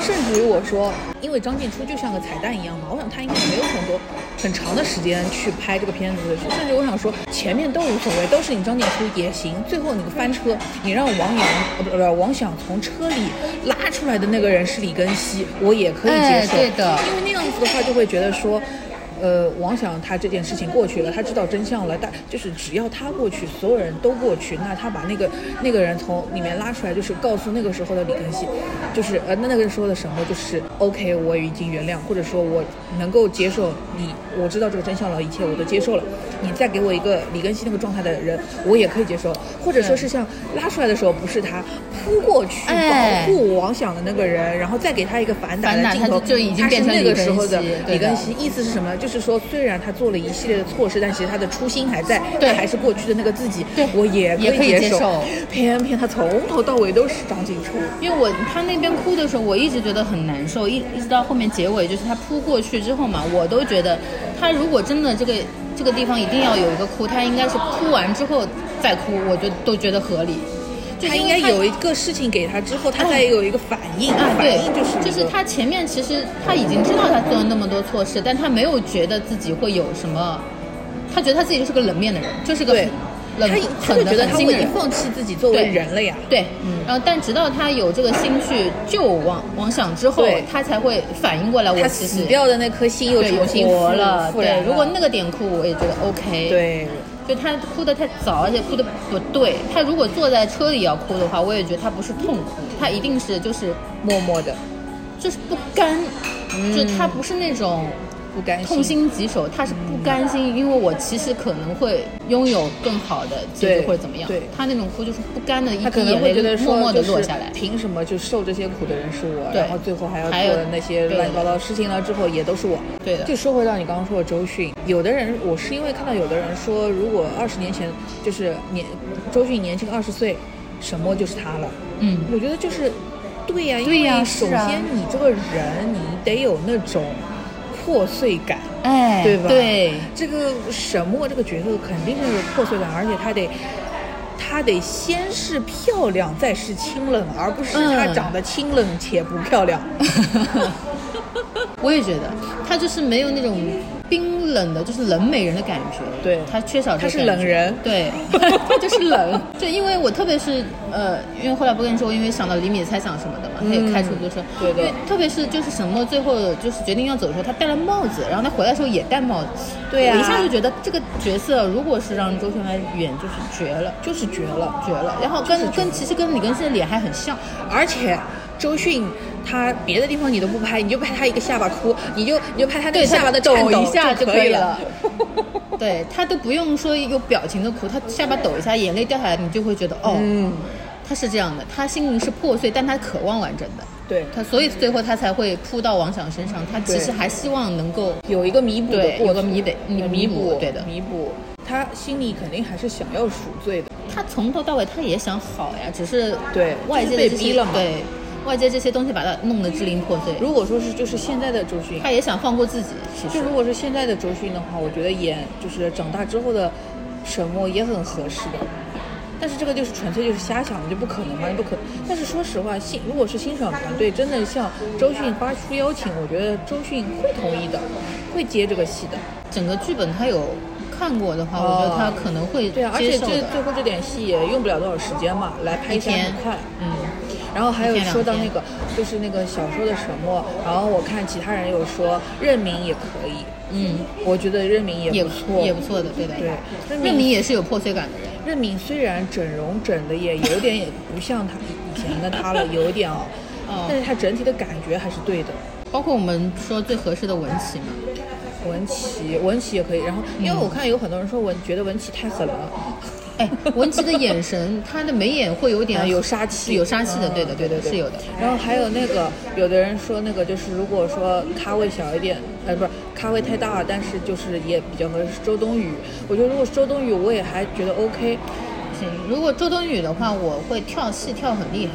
[SPEAKER 3] 甚至于我说，因为张静初就像个彩蛋一样嘛，我想他应该没有很多很长的时间去拍这个片子，甚至我想说前面都无所谓，都是你张静初也行。最后你个翻车，你让王阳呃不不不王想从车里拉出来的那个人是李根熙，我也可以接
[SPEAKER 4] 哎
[SPEAKER 3] 受。
[SPEAKER 4] 对的
[SPEAKER 3] 因为那样子的话，就会觉得说，呃，王想他这件事情过去了，他知道真相了，但就是只要他过去，所有人都过去，那他把那个那个人从里面拉出来，就是告诉那个时候的李根熙，就是呃那那个时候的沈墨，就是 OK，我已经原谅，或者说我能够接受你，我知道这个真相了，一切我都接受了，你再给我一个李根熙那个状态的人，我也可以接受，或者说是像拉出来的时候不是他扑过去保
[SPEAKER 4] 哎
[SPEAKER 3] 护王想的那个人，然后再给他一个反打
[SPEAKER 4] 反
[SPEAKER 3] 的
[SPEAKER 4] 打
[SPEAKER 3] 镜
[SPEAKER 4] 他
[SPEAKER 3] 头，
[SPEAKER 4] 就就已经
[SPEAKER 3] 他是
[SPEAKER 4] 变成
[SPEAKER 3] 那
[SPEAKER 4] 李
[SPEAKER 3] 个
[SPEAKER 4] 根
[SPEAKER 3] 时候的
[SPEAKER 4] 熙
[SPEAKER 3] 李
[SPEAKER 4] 对的
[SPEAKER 3] 根熙。意思是什么？就是说，虽然他做了一系列的措施，但其实他的初心还在，
[SPEAKER 4] 对
[SPEAKER 3] 他还是过去的那个自己。
[SPEAKER 4] 对
[SPEAKER 3] 我也
[SPEAKER 4] 也可以
[SPEAKER 3] 接
[SPEAKER 4] 接受
[SPEAKER 3] 偏偏他从头到尾都是张静初。
[SPEAKER 4] 因为我他那边哭的时候，我一直觉得很难受，一一直到后面结尾，就是他扑过去之后嘛，我都觉得他如果真的这个这个地方一定要有一个哭，他应该是哭完之后再哭，我就都觉得合理。就
[SPEAKER 3] 他应
[SPEAKER 4] 因为嗯
[SPEAKER 3] 该有一个事情给他之后，他再有一个反应，
[SPEAKER 4] 啊，
[SPEAKER 3] 反
[SPEAKER 4] 对
[SPEAKER 3] 应就是一，个
[SPEAKER 4] 就是他前面其实他已经知道他做了那么多错事，但他没有觉得自己会有什么，他觉得他自己就是个冷面的人，就是个
[SPEAKER 3] 对
[SPEAKER 4] 冷
[SPEAKER 3] 他他
[SPEAKER 4] 狠
[SPEAKER 3] 就
[SPEAKER 4] 的
[SPEAKER 3] 觉得
[SPEAKER 4] 狠
[SPEAKER 3] 他嗯
[SPEAKER 4] 心
[SPEAKER 3] 我
[SPEAKER 4] 的
[SPEAKER 3] 已
[SPEAKER 4] 人
[SPEAKER 3] 经。放弃自己作为
[SPEAKER 4] 对
[SPEAKER 3] 人了呀。
[SPEAKER 4] 对，然后但直到他有这个心去救王王想之后
[SPEAKER 3] 对，
[SPEAKER 4] 他才会反应过来，我
[SPEAKER 3] 他
[SPEAKER 4] 其
[SPEAKER 3] 死
[SPEAKER 4] 实
[SPEAKER 3] 掉的那颗心又
[SPEAKER 4] 对
[SPEAKER 3] 重新
[SPEAKER 4] 活了。
[SPEAKER 3] 复燃
[SPEAKER 4] 对，如果
[SPEAKER 3] 了
[SPEAKER 4] 那个点哭，我也觉得 OK。，
[SPEAKER 3] 对
[SPEAKER 4] 就他哭的太早，而且哭的不对。他如果坐在车里要哭的话，我也觉得他不是痛哭，他一定是就是
[SPEAKER 3] 默默的
[SPEAKER 4] 就是不甘，就他不是那种。
[SPEAKER 3] 不嗯甘心，
[SPEAKER 4] 痛心疾首，他是不甘心，因为我其实可能会拥有更好的结
[SPEAKER 3] 对
[SPEAKER 4] 局或者怎么样
[SPEAKER 3] 对。
[SPEAKER 4] 他那种哭就是不甘的一
[SPEAKER 3] 他可能
[SPEAKER 4] 滴嗯眼
[SPEAKER 3] 会觉
[SPEAKER 4] 泪
[SPEAKER 3] 得
[SPEAKER 4] 默
[SPEAKER 3] 说，
[SPEAKER 4] 默
[SPEAKER 3] 就
[SPEAKER 4] 的
[SPEAKER 3] 是
[SPEAKER 4] 落下来。
[SPEAKER 3] 凭什么就受这些苦的人是我，
[SPEAKER 4] 对
[SPEAKER 3] 然后最后还要
[SPEAKER 4] 还有
[SPEAKER 3] 做的那些
[SPEAKER 4] 对
[SPEAKER 3] 乱七八糟的事情了之后也都是我。
[SPEAKER 4] 对的
[SPEAKER 3] 就说回到你刚刚说的周迅，有的人我是因为看到有的人说，如果二十年前就是年周迅年轻二十岁，沈墨就是他了。
[SPEAKER 4] 嗯，
[SPEAKER 3] 我觉得就是对呀、因
[SPEAKER 4] 对呀
[SPEAKER 3] 为
[SPEAKER 4] 是
[SPEAKER 3] 首
[SPEAKER 4] 啊
[SPEAKER 3] 先你这个人你得有那种。破碎感。
[SPEAKER 4] 哎，
[SPEAKER 3] 对吧？
[SPEAKER 4] 对，
[SPEAKER 3] 这个沈墨这个角色肯定是有破碎感，而且他得。他得先是漂亮，再是清冷，而不是他长得清冷且不漂亮。
[SPEAKER 4] 嗯 我也觉得，他就是没有那种冰冷的，就是冷美人的感觉。
[SPEAKER 3] 对
[SPEAKER 4] 他缺少这个
[SPEAKER 3] 他是
[SPEAKER 4] 感觉
[SPEAKER 3] 冷人
[SPEAKER 4] 对， 他就是冷。就因为我特别是呃，因为后来不跟你说，因为想到李米猜想什么的嘛，他也开出租车。
[SPEAKER 3] 嗯对的
[SPEAKER 4] 因为特别是就是沈墨最后就是决定要走的时候，他戴了帽子，然后他回来的时候也戴帽子。
[SPEAKER 3] 对呀
[SPEAKER 4] 我一下就觉得这个角色如果是让周迅来演，就是绝了，
[SPEAKER 3] 就是绝了，
[SPEAKER 4] 绝了。然后跟跟其实跟李根生的脸还很像。
[SPEAKER 3] 而且周迅。他别的地方你都不拍，你就拍他一个下巴哭，你就你就拍他那个
[SPEAKER 4] 对他
[SPEAKER 3] 下巴的
[SPEAKER 4] 抖
[SPEAKER 3] 颤
[SPEAKER 4] 一下
[SPEAKER 3] 就
[SPEAKER 4] 就
[SPEAKER 3] 可
[SPEAKER 4] 可以
[SPEAKER 3] 了。
[SPEAKER 4] 对他都不用说有表情的哭，他下巴抖一下，眼泪掉下来，你就会觉得哦，
[SPEAKER 3] 嗯，
[SPEAKER 4] 他是这样的，他心灵是破碎，但他渴望完整的，
[SPEAKER 3] 对，
[SPEAKER 4] 他所以最后他才会扑到王响身上，他其实
[SPEAKER 3] 对
[SPEAKER 4] 还希望能够
[SPEAKER 3] 有一个弥补的
[SPEAKER 4] 对
[SPEAKER 3] 过程，
[SPEAKER 4] 有个弥得弥
[SPEAKER 3] 弥
[SPEAKER 4] 补对的
[SPEAKER 3] 弥补。他心里肯定还是想要赎罪的，
[SPEAKER 4] 他从头到尾他也想好呀，只是
[SPEAKER 3] 对
[SPEAKER 4] 外界
[SPEAKER 3] 就是被
[SPEAKER 4] 的这些
[SPEAKER 3] 逼了嘛
[SPEAKER 4] 对外界这些东西把他弄得支离破碎，
[SPEAKER 3] 如果说是就是现在的周迅，
[SPEAKER 4] 他也想放过自己，其
[SPEAKER 3] 就
[SPEAKER 4] 实
[SPEAKER 3] 如果是现在的周迅的话，我觉得演就是长大之后的沈墨也很合适的。但是这个就是纯粹就是瞎想，你就不可能嘛，你不可。但是说实话，新如果是新爽团队真的向周迅发出邀请，我觉得周迅会同意的，会接这个戏的。
[SPEAKER 4] 整个剧本他有看过的话，我觉
[SPEAKER 3] 哦
[SPEAKER 4] 得他可能会
[SPEAKER 3] 对啊，而
[SPEAKER 4] 接
[SPEAKER 3] 且
[SPEAKER 4] 受
[SPEAKER 3] 这
[SPEAKER 4] 的
[SPEAKER 3] 最后这点戏也用不了多少时间嘛，来拍
[SPEAKER 4] 一
[SPEAKER 3] 下
[SPEAKER 4] 天
[SPEAKER 3] 很快。
[SPEAKER 4] 嗯。
[SPEAKER 3] 然后还有
[SPEAKER 4] 一天两
[SPEAKER 3] 说到
[SPEAKER 4] 天
[SPEAKER 3] 那个，就是那个小说的沈墨，然后我看其他人有说任明也可以，
[SPEAKER 4] 嗯，
[SPEAKER 3] 我觉得任明也
[SPEAKER 4] 也
[SPEAKER 3] 不错，
[SPEAKER 4] 嗯也不错的，对的。
[SPEAKER 3] 对任
[SPEAKER 4] 任
[SPEAKER 3] 明
[SPEAKER 4] 明也是有破碎感的人，
[SPEAKER 3] 任敏虽然整容整的也有点也不像她以前的她了，有点哦，
[SPEAKER 4] 哦
[SPEAKER 3] 但是她整体的感觉还是对的。
[SPEAKER 4] 包括我们说最合适的文琪嘛，
[SPEAKER 3] 文琪，文琪也可以。然后，
[SPEAKER 4] 嗯
[SPEAKER 3] 因为我看有很多人说文觉得文琪太狠了，
[SPEAKER 4] 哎，文琪的眼神，她的眉眼会 有
[SPEAKER 3] 啊
[SPEAKER 4] 点
[SPEAKER 3] 有杀气
[SPEAKER 4] 有杀气的，
[SPEAKER 3] 嗯
[SPEAKER 4] 对的，
[SPEAKER 3] 对
[SPEAKER 4] 的，
[SPEAKER 3] 对，
[SPEAKER 4] 是有的。。
[SPEAKER 3] 然后还有那个，有的人说那个就是如果说咖位小一点，呃，不是咖位太大，但是就是也比较合适。周冬雨，我觉得如果是周冬雨，我也还觉得 OK。
[SPEAKER 4] 行，如果周冬雨的话，我会跳戏跳很厉害，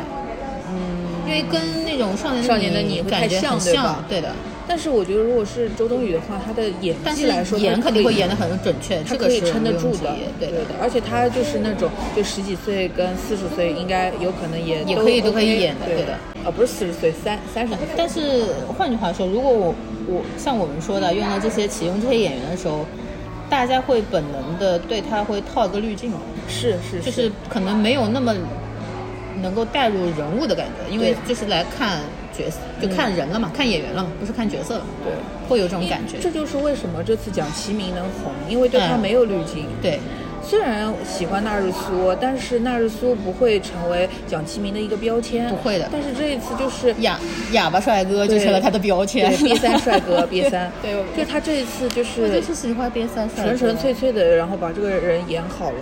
[SPEAKER 4] 嗯，因为跟那种少年
[SPEAKER 3] 少年的你
[SPEAKER 4] 你
[SPEAKER 3] 会
[SPEAKER 4] 感觉
[SPEAKER 3] 太像
[SPEAKER 4] 很
[SPEAKER 3] 对吧
[SPEAKER 4] 像，对的。
[SPEAKER 3] 但是我觉得如果是周冬雨的话，她的演
[SPEAKER 4] 但
[SPEAKER 3] 技
[SPEAKER 4] 是
[SPEAKER 3] 来说，她
[SPEAKER 4] 演肯
[SPEAKER 3] 可以
[SPEAKER 4] 定会演得很准确，
[SPEAKER 3] 他
[SPEAKER 4] 这
[SPEAKER 3] 可
[SPEAKER 4] 个
[SPEAKER 3] 以
[SPEAKER 4] 是
[SPEAKER 3] 撑得
[SPEAKER 4] 毋庸
[SPEAKER 3] 住
[SPEAKER 4] 置
[SPEAKER 3] 的
[SPEAKER 4] 疑，
[SPEAKER 3] 对
[SPEAKER 4] 对的。
[SPEAKER 3] 而且他就是那种就十几岁跟四十岁应该有可能也
[SPEAKER 4] 也
[SPEAKER 3] 都
[SPEAKER 4] 可以都
[SPEAKER 3] OK，
[SPEAKER 4] 可以演的
[SPEAKER 3] 对
[SPEAKER 4] 对的。呃
[SPEAKER 3] 啊，不是四十岁，三三十岁。
[SPEAKER 4] 但是换句话说，如果我我像我们说的用到这些启用这些演员的时候，大家会本能的对他会套一个滤镜，
[SPEAKER 3] 是是
[SPEAKER 4] 就是可能没有那么能够带入人物的感觉，因为就是来看角色，
[SPEAKER 3] 嗯
[SPEAKER 4] 就看人了嘛，看演员了嘛，不是看角色了，
[SPEAKER 3] 对，
[SPEAKER 4] 会有这种感觉。
[SPEAKER 3] 这就是为什么这次讲齐名能红，因为对他
[SPEAKER 4] 嗯
[SPEAKER 3] 没有滤镜。
[SPEAKER 4] 对，
[SPEAKER 3] 虽然喜欢纳日苏，哦但是纳日苏不会成为蒋奇明的一个标签，
[SPEAKER 4] 不会的
[SPEAKER 3] 但是这一次就是
[SPEAKER 4] 哑哑巴帅哥就成了他的标签
[SPEAKER 3] 对 B 三帅哥 B 三，
[SPEAKER 4] 对，我
[SPEAKER 3] 就他这一次就是
[SPEAKER 4] 我就是喜欢 B 三帅哥，
[SPEAKER 3] 纯纯粹粹的，然后把这个人演好了，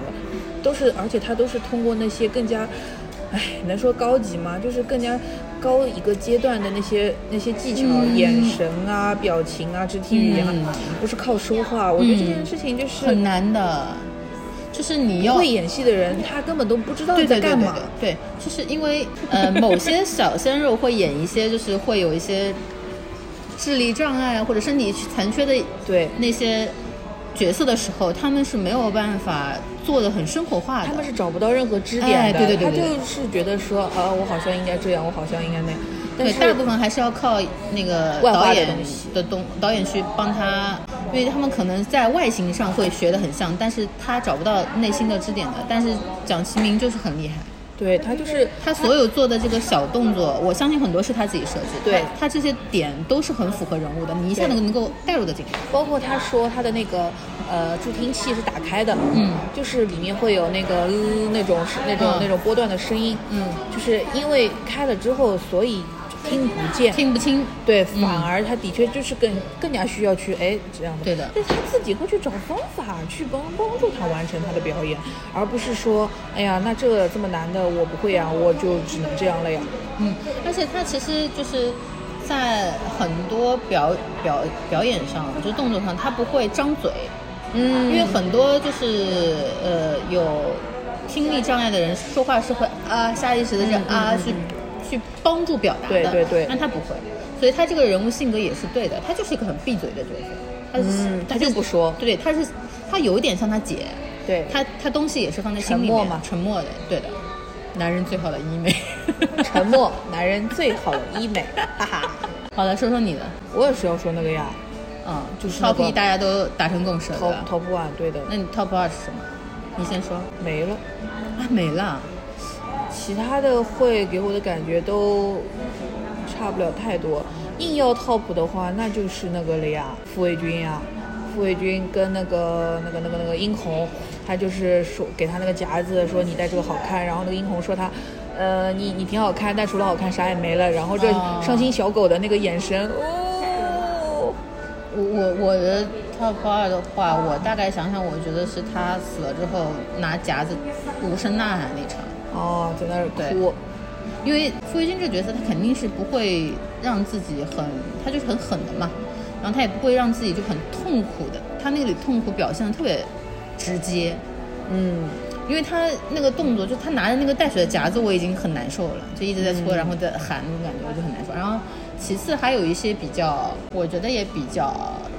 [SPEAKER 3] 都是，而且他都是通过那些更加，唉，能说高级吗？就是更加高一个阶段的那些那些技巧、眼神啊、表情啊、肢体语言啊，
[SPEAKER 4] 嗯
[SPEAKER 3] 不是靠说话。我觉得这件事情就是
[SPEAKER 4] 很难的，就是你要
[SPEAKER 3] 会演戏的人，他根本都不知道
[SPEAKER 4] 对
[SPEAKER 3] 你
[SPEAKER 4] 对
[SPEAKER 3] 在
[SPEAKER 4] 对
[SPEAKER 3] 干
[SPEAKER 4] 对
[SPEAKER 3] 嘛。
[SPEAKER 4] 对，就是因为呃， 某些小鲜肉会演一些，就是会有一些智力障碍啊，或者身体残缺的
[SPEAKER 3] 对
[SPEAKER 4] 那些角色的时候，他们是没有办法做的很生活化
[SPEAKER 3] 他
[SPEAKER 4] 的
[SPEAKER 3] 们。是找不到任何支点的，
[SPEAKER 4] 哎对对对对
[SPEAKER 3] 他就是觉得说啊，我好像应该这样，我好像应该那样，但
[SPEAKER 4] 对，
[SPEAKER 3] 是
[SPEAKER 4] 大部分还是要靠那个
[SPEAKER 3] 外化
[SPEAKER 4] 导
[SPEAKER 3] 的
[SPEAKER 4] 演
[SPEAKER 3] 东西
[SPEAKER 4] 的东导演去帮他，因为他们可能在外形上会学的很像，但是他找不到内心的支点的。但是蒋奇明就是很厉害，
[SPEAKER 3] 对他就是
[SPEAKER 4] 他所有做的这个小动作，我相信很多是他自己设计的。
[SPEAKER 3] 对
[SPEAKER 4] 他他这些点都是很符合人物的，你一下能能够带入的进去。
[SPEAKER 3] 包括他说他的那个呃助听器是打开的，
[SPEAKER 4] 嗯，
[SPEAKER 3] 就是里面会有那个、呃、那种那种、
[SPEAKER 4] 嗯
[SPEAKER 3] 那种波段的声音，
[SPEAKER 4] 嗯，
[SPEAKER 3] 就是因为开了之后，所以听不见，
[SPEAKER 4] 听不清，
[SPEAKER 3] 对，
[SPEAKER 4] 嗯
[SPEAKER 3] 反而他的确就是更更加需要去哎这样的，
[SPEAKER 4] 对的
[SPEAKER 3] 但是他自己会去找方法去帮帮助他完成他的表演，而不是说哎呀那这这么难的我不会呀、我就只能这样了呀，
[SPEAKER 4] 嗯，而且他其实就是在很多表表表演上，就是动作上，他不会张嘴，
[SPEAKER 3] 嗯
[SPEAKER 4] 因为很多就是
[SPEAKER 3] 嗯
[SPEAKER 4] 呃有听力障碍的人说话是会啊下意识的这样啊去去帮助表达的，
[SPEAKER 3] 对对对
[SPEAKER 4] 但他不会，所以他这个人物性格也是对的，他就是一个很闭嘴的角色，他是、
[SPEAKER 3] 嗯
[SPEAKER 4] 他
[SPEAKER 3] 他就不说
[SPEAKER 4] 对，他是他有一点像他姐，
[SPEAKER 3] 对
[SPEAKER 4] 他他东西也是放在心里面，
[SPEAKER 3] 沉默嘛
[SPEAKER 4] 沉默的，对的，男人最好的医 美，
[SPEAKER 3] 沉默，男人最好的医美，哈 哈。
[SPEAKER 4] 好了，说说你的，
[SPEAKER 3] 我也是要说那个呀
[SPEAKER 4] 嗯，
[SPEAKER 3] 就是那
[SPEAKER 4] top
[SPEAKER 3] 个
[SPEAKER 4] 一大家都达成共识了，对
[SPEAKER 3] ，top
[SPEAKER 4] 吧
[SPEAKER 3] top one，对的，
[SPEAKER 4] 那你 top 二是什么？你先说啊，
[SPEAKER 3] 没了。
[SPEAKER 4] 没了，
[SPEAKER 3] 其他的会给我的感觉都差不了太多。硬要 top 的话，那就是那个了呀，傅卫军呀、傅卫军跟那个那个那个那个殷红，他就是说给他那个夹子说你戴这个好看，然后那个殷红说他。呃，你你挺好看，但除了好看啥也没了。然后这
[SPEAKER 4] 哦
[SPEAKER 3] 伤心小狗的那个眼神，哦，
[SPEAKER 4] 我我我的 top 二的话，我大概想想，我觉得是他死了之后拿夹子无声呐喊那场，
[SPEAKER 3] 哦，在那儿
[SPEAKER 4] 对
[SPEAKER 3] 哭，
[SPEAKER 4] 因为傅卫军这个角色他肯定是不会让自己很，他就是很狠的嘛，然后他也不会让自己就很痛苦的，他那里痛苦表现的特别直接，
[SPEAKER 3] 嗯，
[SPEAKER 4] 因为他那个动作，就他拿着那个带水的夹子，我已经很难受了，就一直在
[SPEAKER 3] 嗯
[SPEAKER 4] 搓，然后在喊那种感觉，我就很难受。然后其次还有一些比较，我觉得也比较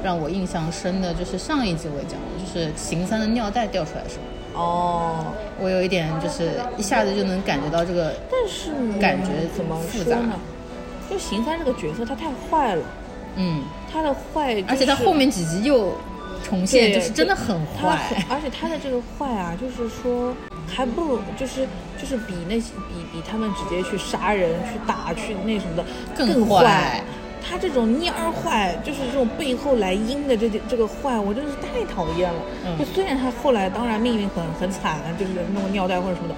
[SPEAKER 4] 让我印象深的，就是上一集我也讲过，就是邢三的尿袋掉出来的时候，
[SPEAKER 3] 哦，
[SPEAKER 4] 我有一点就是一下子就能感觉到这个
[SPEAKER 3] 但是
[SPEAKER 4] 感觉
[SPEAKER 3] 怎么
[SPEAKER 4] 复
[SPEAKER 3] 说
[SPEAKER 4] 杂
[SPEAKER 3] 呢？就邢三这个角色，他太坏了。
[SPEAKER 4] 嗯，
[SPEAKER 3] 他的坏、就是，
[SPEAKER 4] 而且他后面几集又重现，
[SPEAKER 3] 对
[SPEAKER 4] 就是真的很
[SPEAKER 3] 他
[SPEAKER 4] 坏，
[SPEAKER 3] 很而且他的这个坏啊，就是说还不如就是就是比那些比比他们直接去杀人、去打、去那什么的
[SPEAKER 4] 更
[SPEAKER 3] 更
[SPEAKER 4] 坏
[SPEAKER 3] 他这种蔫儿坏，就是这种背后来阴的这这个坏，我真的是太讨厌了。
[SPEAKER 4] 嗯
[SPEAKER 3] 就虽然他后来当然命运很很惨，啊就是弄个尿袋或者什么的，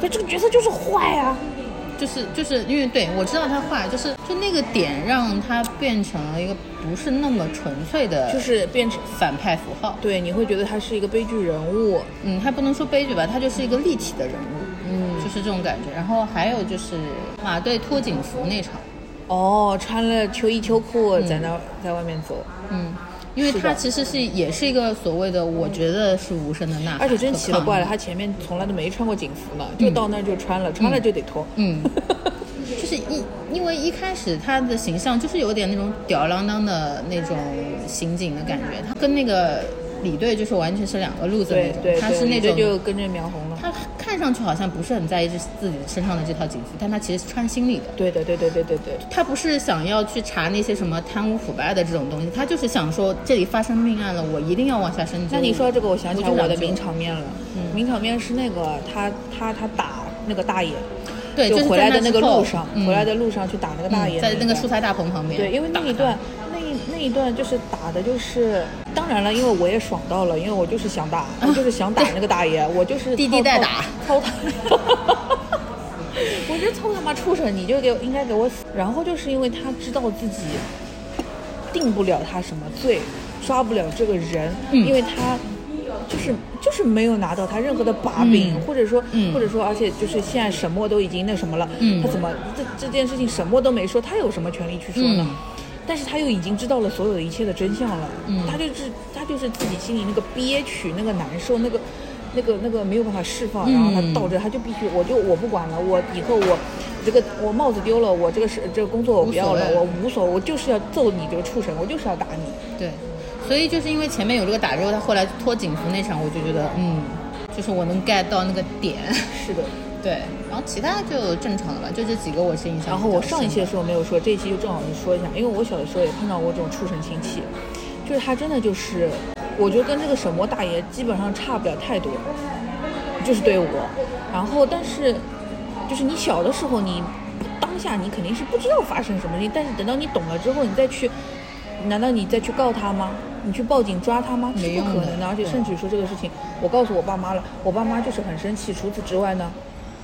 [SPEAKER 3] 可这个角色就是坏啊。
[SPEAKER 4] 就是就是因为对我知道他坏，就是就那个点让他变成了一个不是那么纯粹的，
[SPEAKER 3] 就是变成
[SPEAKER 4] 反派符号。
[SPEAKER 3] 对，你会觉得他是一个悲剧人物，
[SPEAKER 4] 嗯，他不能说悲剧吧，他就是一个立体的人物，嗯，就是这种感觉。然后还有就是马队脱警服那场，
[SPEAKER 3] 哦，穿了秋衣秋裤在那、在外面走，
[SPEAKER 4] 嗯，因为
[SPEAKER 3] 是
[SPEAKER 4] 他
[SPEAKER 3] 的
[SPEAKER 4] 其实是也是一个所谓的，我觉得是无声的呐喊，
[SPEAKER 3] 而且真奇了怪了，
[SPEAKER 4] 可抗
[SPEAKER 3] 他前面从来都没穿过警服呢，就到那儿就穿了，穿了就得脱。
[SPEAKER 4] 嗯，就是一因为一开始他的形象就是有点那种吊儿郎当的那种刑警的感觉，他跟那个李队就是完全是两个路子那
[SPEAKER 3] 对
[SPEAKER 4] 种，
[SPEAKER 3] 对，
[SPEAKER 4] 他是
[SPEAKER 3] 对
[SPEAKER 4] 那
[SPEAKER 3] 这
[SPEAKER 4] 种
[SPEAKER 3] 就跟着苗红了。
[SPEAKER 4] 他看上去好像不是很在意这自己身上的这套警服，但他其实穿心里的。
[SPEAKER 3] 对的，对对对对对，
[SPEAKER 4] 他不是想要去查那些什么贪污腐败的这种东西，他就是想说这里发生命案了，我一定要往下深究。
[SPEAKER 3] 那你说到这个，我想起来
[SPEAKER 4] 就
[SPEAKER 3] 我的
[SPEAKER 4] 想
[SPEAKER 3] 名
[SPEAKER 4] 去，
[SPEAKER 3] 场面了
[SPEAKER 4] 嗯。
[SPEAKER 3] 名场面是那个他他他打那个大爷，
[SPEAKER 4] 对，
[SPEAKER 3] 就是回
[SPEAKER 4] 在
[SPEAKER 3] 来的那个
[SPEAKER 4] 之后
[SPEAKER 3] 路上，
[SPEAKER 4] 嗯、
[SPEAKER 3] 回来的路上去打那个大爷
[SPEAKER 4] 嗯
[SPEAKER 3] 一段，
[SPEAKER 4] 在那个蔬菜大棚旁边，
[SPEAKER 3] 对，因为那一段，那一那一段就是打的，就是当然了，因为我也爽到了，因为我就是想打，我就是想打那个大爷，我就是
[SPEAKER 4] 滴滴
[SPEAKER 3] 操
[SPEAKER 4] 代
[SPEAKER 3] 操
[SPEAKER 4] 打
[SPEAKER 3] 操他，我觉得操他妈畜生，你就给我应该给我死。然后就是因为他知道自己定不了他什么罪，抓不了这个人，
[SPEAKER 4] 嗯
[SPEAKER 3] 因为他。就是就是没有拿到他任何的把柄，
[SPEAKER 4] 嗯
[SPEAKER 3] 或者说、
[SPEAKER 4] 嗯
[SPEAKER 3] 或者说，而且就是现在沈墨都已经那什么了，
[SPEAKER 4] 嗯
[SPEAKER 3] 他怎么这这件事情沈墨都没说，他有什么权利去说呢？
[SPEAKER 4] 嗯
[SPEAKER 3] 但是他又已经知道了所有的一切的真相了，
[SPEAKER 4] 嗯
[SPEAKER 3] 他就是他就是自己心里那个憋屈、那个难受、那个那个那个没有办法释放，
[SPEAKER 4] 嗯
[SPEAKER 3] 然后他倒着他就必须，我就我不管了，我以后我这个我帽子丢了，我这个是这个工作我不要了
[SPEAKER 4] 无，所谓
[SPEAKER 3] 我无所谓，我就是要揍你这个畜生，我就是要打你，
[SPEAKER 4] 对，所以就是因为前面有这个打之后，他后来脱警服那场，我就觉得嗯，就是我能 get 到那个点，
[SPEAKER 3] 是的。
[SPEAKER 4] 对，然后其他就正常了吧，就这几个我是印象比较深的。
[SPEAKER 3] 然后我上一期的时候没有说，这一期就正好就说一下，因为我小的时候也碰到过这种畜生亲戚，就是他真的就是，我觉得跟这个沈墨大爷基本上差不了太多，就是对我。然后但是，就是你小的时候你当下你肯定是不知道发生什么事情，但是等到你懂了之后，你再去，难道你再去告他吗？你去报警抓他吗？是
[SPEAKER 4] 没
[SPEAKER 3] 不
[SPEAKER 4] 用
[SPEAKER 3] 可
[SPEAKER 4] 的
[SPEAKER 3] 能的。而且
[SPEAKER 4] 对
[SPEAKER 3] 甚至于说这个事情，我告诉我爸妈了，我爸妈就是很生气。除此之外呢，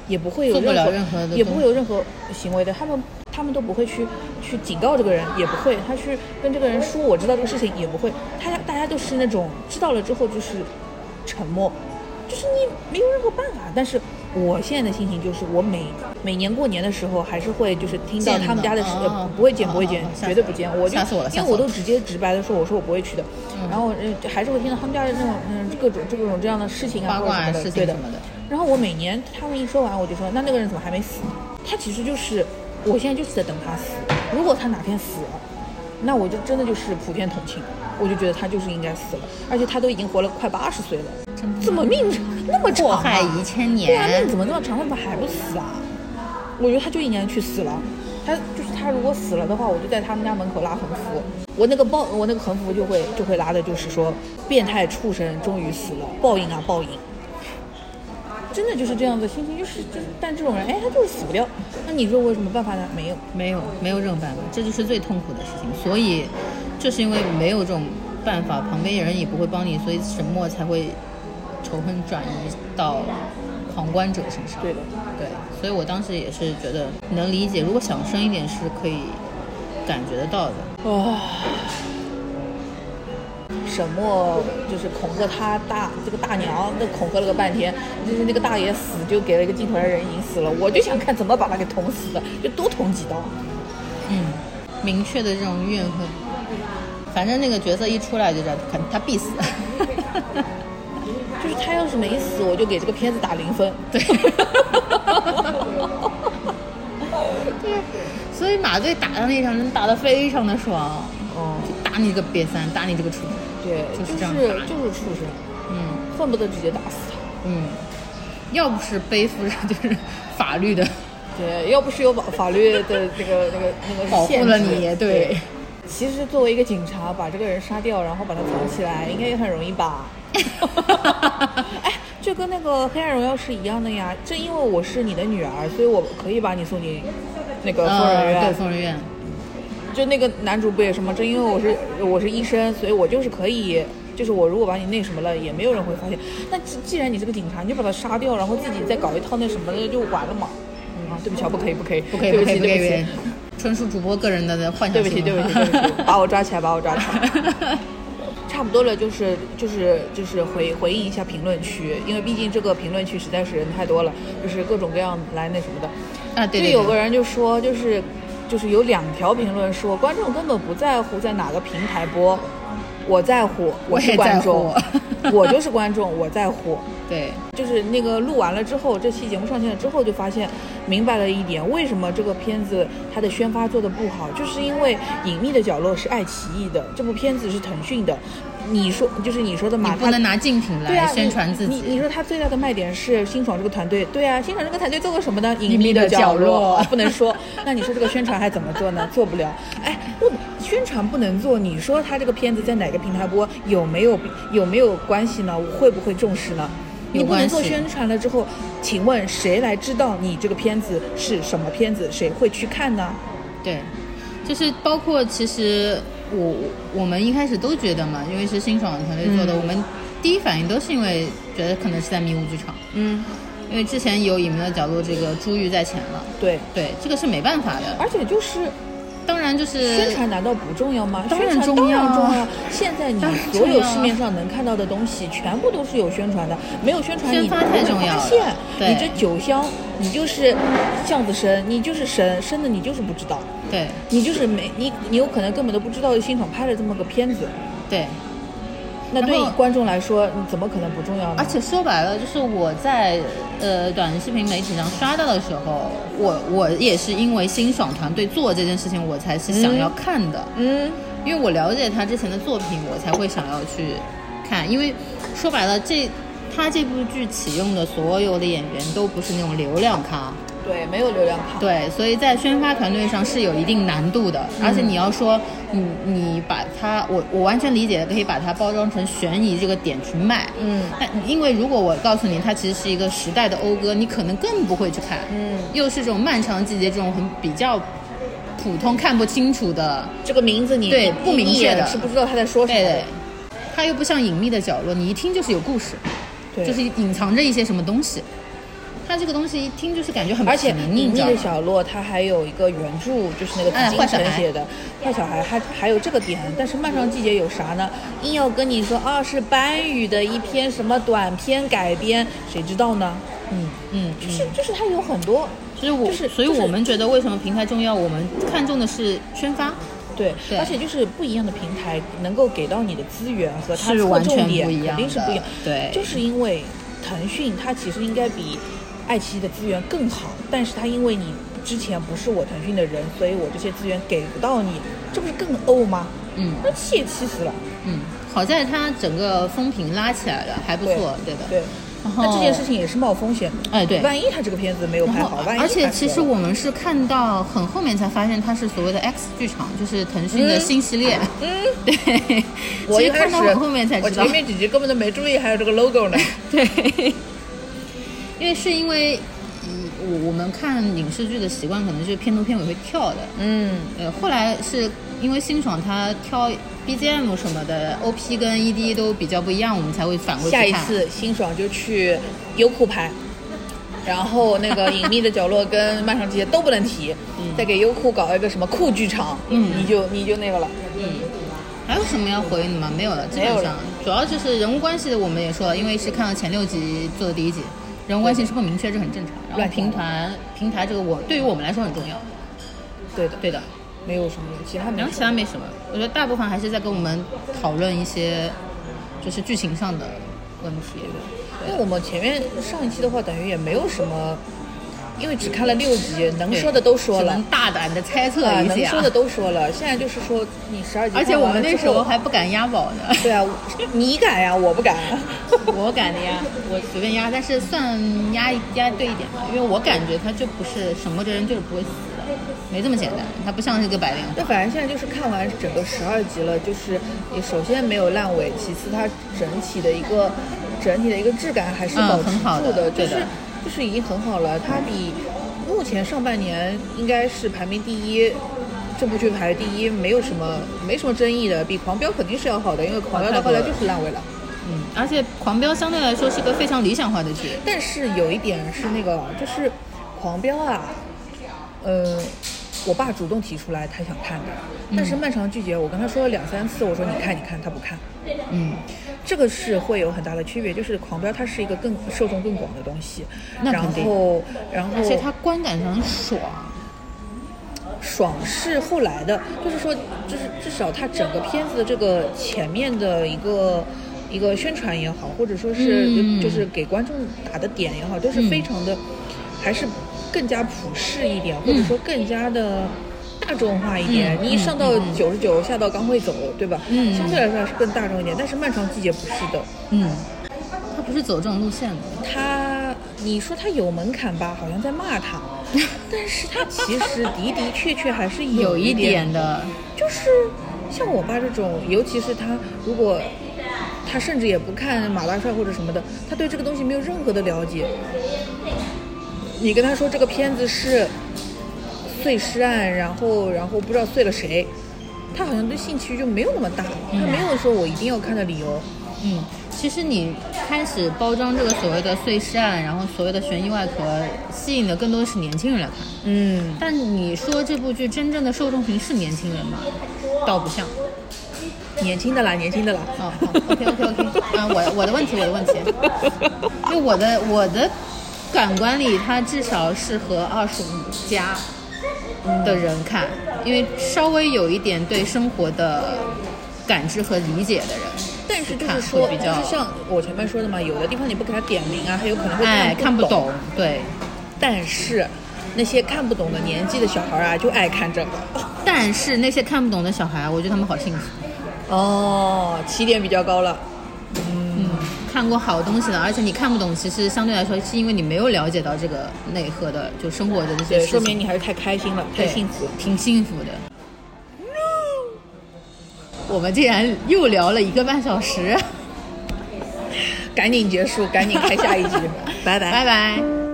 [SPEAKER 3] 也不会有
[SPEAKER 4] 做不了
[SPEAKER 3] 任
[SPEAKER 4] 任何的
[SPEAKER 3] 也不
[SPEAKER 4] 动
[SPEAKER 3] 会有任何行为的，他们他们都不会去去警告这个人，也不会他去跟这个人说我知道这个事情，也不会，他大家都是那种知道了之后就是沉默，就是你没有任何办法。但是我现在的心情就是，我每每年过年的时候还是会就是听到
[SPEAKER 4] 见
[SPEAKER 3] 他们
[SPEAKER 4] 到
[SPEAKER 3] 家的事，呃
[SPEAKER 4] 哦
[SPEAKER 3] 不会剪不会
[SPEAKER 4] 哦
[SPEAKER 3] 剪
[SPEAKER 4] 哦，吓
[SPEAKER 3] 绝对
[SPEAKER 4] 死
[SPEAKER 3] 不
[SPEAKER 4] 了
[SPEAKER 3] 剪，我就
[SPEAKER 4] 吓死我了吓
[SPEAKER 3] 因为我
[SPEAKER 4] 死我
[SPEAKER 3] 都
[SPEAKER 4] 了
[SPEAKER 3] 直接直白的说我说我不会去的，然后呃就还是会听到他们家的那种嗯各种这种这样的事情啊或
[SPEAKER 4] 八
[SPEAKER 3] 者
[SPEAKER 4] 卦啊
[SPEAKER 3] 什么
[SPEAKER 4] 事
[SPEAKER 3] 的，
[SPEAKER 4] 情
[SPEAKER 3] 对的
[SPEAKER 4] 什。么的，
[SPEAKER 3] 然后我每年他们一说完，我就说那那个人怎么还没死？他其实就是我现在就是在等他死。啊如果他哪天死了，那我就真的就是普天同庆，我就觉得他就是应该死了。而且他都已经活了快八十岁了，怎么命长那么长、
[SPEAKER 4] 祸
[SPEAKER 3] 啊？
[SPEAKER 4] 害一千
[SPEAKER 3] 对啊，
[SPEAKER 4] 年
[SPEAKER 3] 命，怎么那么长？他怎么还不死啊？我觉得他就应该去死了。他就是他如果死了的话，我就在他们家门口拉横幅。我那个报，我那个横幅就会就会拉的，就是说变态畜生终于死了，报应啊报应！真的就是这样子心情，就是就是，但这种人，哎，他就是死不掉。那你说我有什么办法呢？没有。
[SPEAKER 4] 没有没有这种办法，这就是最痛苦的事情。所以，就是因为没有这种办法，旁边人也不会帮你，所以沈墨才会仇恨转移到旁观者身上。
[SPEAKER 3] 对的，
[SPEAKER 4] 对，所以我当时也是觉得能理解，如果想深一点是可以感觉得到的。
[SPEAKER 3] 哦，沈墨就是恐吓他大这个大娘，那恐吓了个半天，就是那个大爷死就给了一个镜头，人已经死了，我就想看怎么把他给捅死的，就多捅几刀。
[SPEAKER 4] 嗯，明确的这种怨恨。反正那个角色一出来就知道，肯他必 死。
[SPEAKER 3] 就是他要是没死，我就给这个片子打零分。
[SPEAKER 4] 对，所以马队打的那一场真打得非常的爽，
[SPEAKER 3] 哦，
[SPEAKER 4] 就打你这个瘪三，打你这个畜生。
[SPEAKER 3] 对，
[SPEAKER 4] 就
[SPEAKER 3] 就是是
[SPEAKER 4] 这样打
[SPEAKER 3] 就是畜生，
[SPEAKER 4] 嗯
[SPEAKER 3] 恨不得直接打死他。
[SPEAKER 4] 嗯，要不是背负着就是法律的
[SPEAKER 3] 对，要不是有法法律的那个那个那个
[SPEAKER 4] 保护了
[SPEAKER 3] 限制
[SPEAKER 4] 你，
[SPEAKER 3] 对
[SPEAKER 4] 对。。
[SPEAKER 3] 其实作为一个警察，把这个人杀掉，然后把他藏起来，应该也很容易吧？ 哎，这跟那个《黑暗荣耀》是一样的呀。正因为我是你的女儿，所以我可以把你送进那个疯人
[SPEAKER 4] 嗯，对，
[SPEAKER 3] 院。
[SPEAKER 4] 疯人院。
[SPEAKER 3] 就那个男主不也是吗？正因为我是我是医生，所以我就是可以，就是我如果把你那什么了，也没有人会发现。那既既然你是个警察，你就把他杀掉，然后自己再搞一套那什么的，就完了嘛。嗯啊，对不起啊，不可以，不可以，不
[SPEAKER 4] 不可以，
[SPEAKER 3] 对
[SPEAKER 4] 不
[SPEAKER 3] 不
[SPEAKER 4] 可以，
[SPEAKER 3] 起，
[SPEAKER 4] 不可
[SPEAKER 3] 对
[SPEAKER 4] 以
[SPEAKER 3] 不起，。
[SPEAKER 4] 纯属主播个人的幻
[SPEAKER 3] 对
[SPEAKER 4] 想。啊
[SPEAKER 3] 不起，对不起，对 不起，把我抓起来，把我抓起来。差不多了，就是就是就是回回应一下评论区，因为毕竟这个评论区实在是人太多了，就是各种各样来那什么的。
[SPEAKER 4] 啊，对
[SPEAKER 3] 就
[SPEAKER 4] 对对，
[SPEAKER 3] 有个人就说，就是就是有两条评论说，观众根本不在乎在哪个平台播，我在乎，
[SPEAKER 4] 我
[SPEAKER 3] 是
[SPEAKER 4] 也
[SPEAKER 3] 观
[SPEAKER 4] 在
[SPEAKER 3] 众
[SPEAKER 4] 乎，
[SPEAKER 3] 我就是观众，我在乎。
[SPEAKER 4] 对，
[SPEAKER 3] 就是那个录完了之后，这期节目上线了之后，就发现明白了一点，为什么这个片子它的宣发做的不好，就是因为《隐秘的角落》是爱奇艺的，这部片子是腾讯的。你说就是你说的
[SPEAKER 4] 你
[SPEAKER 3] 嘛，
[SPEAKER 4] 不
[SPEAKER 3] 它
[SPEAKER 4] 能拿竞品
[SPEAKER 3] 对啊
[SPEAKER 4] 来，宣传自
[SPEAKER 3] 你你你
[SPEAKER 4] 己。
[SPEAKER 3] 说他最大的卖点是新爽这个团队，对啊，新爽这个团队做过什么呢？隐
[SPEAKER 4] 秘
[SPEAKER 3] 秘
[SPEAKER 4] 的
[SPEAKER 3] 角
[SPEAKER 4] 角落
[SPEAKER 3] 啊不能说。那你说这个宣传还怎么做呢？做不了。哎，不，宣传不能做。你说他这个片子在哪个平台播，有没有有没有关系呢？我会不会重视呢？
[SPEAKER 4] 有
[SPEAKER 3] 你不能
[SPEAKER 4] 关
[SPEAKER 3] 做
[SPEAKER 4] 系
[SPEAKER 3] 宣传了之后，请问谁来知道你这个片子是什么片子？谁会去看呢？
[SPEAKER 4] 对，就是包括其实我我们一开始都觉得嘛，因为是新爽团队做的，
[SPEAKER 3] 嗯
[SPEAKER 4] 我们第一反应都是因为觉得可能是在迷雾剧场，
[SPEAKER 3] 嗯，
[SPEAKER 4] 因为之前有《隐秘的角落》这个珠玉在前了，
[SPEAKER 3] 对。
[SPEAKER 4] 对，这个是没办法的。
[SPEAKER 3] 而且就是
[SPEAKER 4] 当然就是
[SPEAKER 3] 宣传难道不重要吗？
[SPEAKER 4] 嗯当然
[SPEAKER 3] 宣传
[SPEAKER 4] 重要
[SPEAKER 3] 当
[SPEAKER 4] 啊
[SPEAKER 3] 然重要。现在你
[SPEAKER 4] 当然
[SPEAKER 3] 所
[SPEAKER 4] 重
[SPEAKER 3] 有
[SPEAKER 4] 要啊
[SPEAKER 3] 市面上能看到的东西，全部都是有宣传的，没有宣传
[SPEAKER 4] 宣
[SPEAKER 3] 你不
[SPEAKER 4] 发太
[SPEAKER 3] 会
[SPEAKER 4] 重
[SPEAKER 3] 发
[SPEAKER 4] 要了
[SPEAKER 3] 现。
[SPEAKER 4] 对
[SPEAKER 3] 你这酒香，你就是巷子深，你就是深深的，你就是不知道，
[SPEAKER 4] 对
[SPEAKER 3] 你就是没你你有可能根本都不知道新厂拍了这么个片子。
[SPEAKER 4] 对，
[SPEAKER 3] 那对
[SPEAKER 4] 然后
[SPEAKER 3] 观众来说，你怎么可能不重要呢
[SPEAKER 4] 而？且说白了，就是我在呃短视频媒体上刷到的时候，我我也是因为新爽团队做这件事情，我才是想要看的，
[SPEAKER 3] 嗯，
[SPEAKER 4] 因为我了解他之前的作品，我才会想要去看。因为说白了，这他这部剧启用的所有的演员都不是那种流量咖，
[SPEAKER 3] 对，没有流量卡。
[SPEAKER 4] 对，所以在宣发团队上是有一定难度的，
[SPEAKER 3] 嗯
[SPEAKER 4] 而且你要说你你把它，我我完全理解，可以把它包装成悬疑这个点去卖，
[SPEAKER 3] 嗯
[SPEAKER 4] 那因为如果我告诉你它其实是一个时代的讴歌，你可能更不会去看，
[SPEAKER 3] 嗯，
[SPEAKER 4] 又是这种漫长季节这种很比较普通看不清楚的，
[SPEAKER 3] 这个名字你
[SPEAKER 4] 对不明确的
[SPEAKER 3] 你是不知道他在说什么
[SPEAKER 4] 对对
[SPEAKER 3] 的。，
[SPEAKER 4] 它又不像隐秘的角落，你一听就是有故事，
[SPEAKER 3] 对
[SPEAKER 4] 就是隐藏着一些什么东西，它这个东西一听就是感觉很
[SPEAKER 3] 而且
[SPEAKER 4] 平
[SPEAKER 3] 《
[SPEAKER 4] 民
[SPEAKER 3] 隐
[SPEAKER 4] 你知
[SPEAKER 3] 秘
[SPEAKER 4] 道吗
[SPEAKER 3] 的小洛》它还有一个原著，就是那个
[SPEAKER 4] 哎
[SPEAKER 3] 紫
[SPEAKER 4] 坏
[SPEAKER 3] 金
[SPEAKER 4] 小
[SPEAKER 3] 城
[SPEAKER 4] 孩
[SPEAKER 3] 写的《坏小孩》，还还有这个点。但是漫长季节有啥呢？硬要跟你说啊，是班宇的一篇什么短篇改编，谁知道呢？嗯，
[SPEAKER 4] 嗯。
[SPEAKER 3] 就
[SPEAKER 4] 嗯
[SPEAKER 3] 是就是它有很多，
[SPEAKER 4] 所以我，
[SPEAKER 3] 就是
[SPEAKER 4] 所以
[SPEAKER 3] 就是
[SPEAKER 4] 我们觉得为什么平台重要？我们看重的是宣发，
[SPEAKER 3] 对，
[SPEAKER 4] 对
[SPEAKER 3] 而且就是不一样的平台能够给到你的资源和它
[SPEAKER 4] 是
[SPEAKER 3] 侧
[SPEAKER 4] 完
[SPEAKER 3] 重
[SPEAKER 4] 全
[SPEAKER 3] 点
[SPEAKER 4] 不一
[SPEAKER 3] 肯
[SPEAKER 4] 样
[SPEAKER 3] 定是不一样
[SPEAKER 4] 的。对
[SPEAKER 3] 就是因为腾讯它其实应该比爱奇艺的资源更好，但是它因为你之前不是我腾讯的人，所以我这些资源给不到你，这不是更怄吗？
[SPEAKER 4] 嗯
[SPEAKER 3] 那气也气死了。
[SPEAKER 4] 嗯，好在它整个风评拉起来了，还不错，对的。
[SPEAKER 3] 对。
[SPEAKER 4] 然后
[SPEAKER 3] 那这件事情也是冒风险的，
[SPEAKER 4] 哎对
[SPEAKER 3] 万一他这个片子没有
[SPEAKER 4] 然
[SPEAKER 3] 拍
[SPEAKER 4] 后
[SPEAKER 3] 好，万，一
[SPEAKER 4] 而且
[SPEAKER 3] 拍
[SPEAKER 4] 其
[SPEAKER 3] 出来
[SPEAKER 4] 实
[SPEAKER 3] 了
[SPEAKER 4] 我们是看到很后面才发现它是所谓的 X 剧场，就是腾讯的新系列。
[SPEAKER 3] 嗯，
[SPEAKER 4] 对，
[SPEAKER 3] 我一
[SPEAKER 4] 其实
[SPEAKER 3] 开
[SPEAKER 4] 看
[SPEAKER 3] 始
[SPEAKER 4] 到很后面才知道
[SPEAKER 3] 我。前面几集根本都没注意还有这个 logo 呢。
[SPEAKER 4] 对，因为是因为，嗯，我我们看影视剧的习惯可能就是片头片尾会跳的。
[SPEAKER 3] 嗯，
[SPEAKER 4] 呃，后来是因为新爽他挑 BGM 什么的，OP 跟 ED 都比较不一样，我们才会反过去
[SPEAKER 3] 下
[SPEAKER 4] 看。
[SPEAKER 3] 一次辛爽就去优酷拍，然后那个隐秘的角落跟漫长季节都不能提，再给优酷搞一个什么酷剧场，
[SPEAKER 4] 嗯
[SPEAKER 3] 你就你就那个了。
[SPEAKER 4] 还有什么要回你吗？没有了，基
[SPEAKER 3] 没有
[SPEAKER 4] 本上
[SPEAKER 3] 了
[SPEAKER 4] 主要就是人物关系的，我们也说了，因为是看了前六集做的第一集，人物关系是不明确，这很正常。然
[SPEAKER 3] 乱
[SPEAKER 4] 后平台平台这个我对于我们来说很重要，
[SPEAKER 3] 对的，
[SPEAKER 4] 对的。
[SPEAKER 3] 没有什么其他没有
[SPEAKER 4] 然后其他没什么，我觉得大部分还是在跟我们讨论一些就是剧情上的问题。
[SPEAKER 3] 因为我们前面上一期的话，等于也没有什么，因为只看了六集，能说的都说
[SPEAKER 4] 只
[SPEAKER 3] 了
[SPEAKER 4] 能。大胆的猜测
[SPEAKER 3] 啊，
[SPEAKER 4] 一
[SPEAKER 3] 能
[SPEAKER 4] 下。
[SPEAKER 3] 说的都说了，现在就是说你十二集，
[SPEAKER 4] 而且我们那时候还不敢押宝呢，
[SPEAKER 3] 对啊，你敢呀，我不敢。啊
[SPEAKER 4] 我敢的呀，我随便押，但是算押一押对一点吧，因为我感觉他就不是沈墨这人就是不会死的，没这么简单，他不像是个白莲花。
[SPEAKER 3] 那反正现在就是看完整个十二集了，就是也首先没有烂尾，其次它整体的一个整体的一个质感还是
[SPEAKER 4] 嗯
[SPEAKER 3] 保持
[SPEAKER 4] 很好
[SPEAKER 3] 住
[SPEAKER 4] 的
[SPEAKER 3] 就
[SPEAKER 4] 对
[SPEAKER 3] 是
[SPEAKER 4] 的
[SPEAKER 3] 就是已经很好了。它比目前上半年应该是排名第一，这部剧排第一，没有什么没什么争议的，比《狂飙》肯定是要好的，因为《狂飙》
[SPEAKER 4] 哦
[SPEAKER 3] 到后来就是烂尾了。
[SPEAKER 4] 嗯，而且《狂飙》相对来说是个非常理想化的剧，
[SPEAKER 3] 但是有一点是那个，就是《狂飙》啊，呃，我爸主动提出来他想看的，
[SPEAKER 4] 嗯
[SPEAKER 3] 但是《漫长季节》我跟他说了两三次，我说你看你看，他不看，
[SPEAKER 4] 嗯，
[SPEAKER 3] 这个是会有很大的区别。就是《狂飙》它是一个更受众更广的东西，
[SPEAKER 4] 那
[SPEAKER 3] 然
[SPEAKER 4] 肯定
[SPEAKER 3] 后然后
[SPEAKER 4] 嗯而且它观感上很爽。
[SPEAKER 3] 爽是后来的，就是说，就是至少它整个片子的这个前面的一个一个宣传也好，或者说是、
[SPEAKER 4] 嗯
[SPEAKER 3] 就是给观众打的点也好，都是非常的，还是更加普世一点，或者说更加的。大众化一点，
[SPEAKER 4] 嗯
[SPEAKER 3] 你一上到
[SPEAKER 4] 嗯嗯
[SPEAKER 3] 九十九，下到刚会走，对吧？
[SPEAKER 4] 嗯
[SPEAKER 3] 相对来说还是更大众一点，但是漫长季节不是的，
[SPEAKER 4] 嗯，它不是走这种路线的。
[SPEAKER 3] 他，你说他有门槛吧，好像在骂 他，但是他其实的的确确还是
[SPEAKER 4] 有
[SPEAKER 3] 一
[SPEAKER 4] 一
[SPEAKER 3] 点
[SPEAKER 4] 点的，
[SPEAKER 3] 就是像我爸这种，尤其是他如果他甚至也不看马大帅或者什么的，他对这个东西没有任何的了解。你跟他说这个片子是碎尸案，然后然后不知道碎了谁，他好像对兴趣就没有那么大，他没有说我一定要看的理由。
[SPEAKER 4] 嗯，其实你开始包装这个所谓的碎尸案，然后所谓的悬疑外壳，吸引的更多的是年轻人来看。
[SPEAKER 3] 嗯，
[SPEAKER 4] 但你说这部剧真正的受众群是年轻人吗？倒不像。
[SPEAKER 3] 年轻的啦，年轻的啦。
[SPEAKER 4] 哦，OK OK OK，嗯，我我的问题，我的问题，因为我的我的感官里，它至少适合二十五加的人看，因为稍微有一点对生活的感知和理解的人，
[SPEAKER 3] 但是就是
[SPEAKER 4] 看
[SPEAKER 3] 说，
[SPEAKER 4] 会比
[SPEAKER 3] 就
[SPEAKER 4] 较
[SPEAKER 3] 是像我前面说的嘛，有的地方你不给他点名啊，他有可能会
[SPEAKER 4] 哎看
[SPEAKER 3] 不
[SPEAKER 4] 不懂，对。
[SPEAKER 3] 但是那些看不懂的年纪的小孩儿啊，就爱看这个。
[SPEAKER 4] 但是那些看不懂的小孩，我觉得他们好幸福，
[SPEAKER 3] 哦，起点比较高了。
[SPEAKER 4] 看过好东西的，而且你看不懂，其实相对来说是因为你没有了解到这个内核的，就生活的这些
[SPEAKER 3] 对，
[SPEAKER 4] 事
[SPEAKER 3] 说
[SPEAKER 4] 情，
[SPEAKER 3] 明你还是太开心了，太
[SPEAKER 4] 对
[SPEAKER 3] 幸福了。
[SPEAKER 4] 挺幸福的。我们竟然又聊了一个半小时，
[SPEAKER 3] 赶紧结束，赶紧开下一集，拜拜
[SPEAKER 4] 拜拜。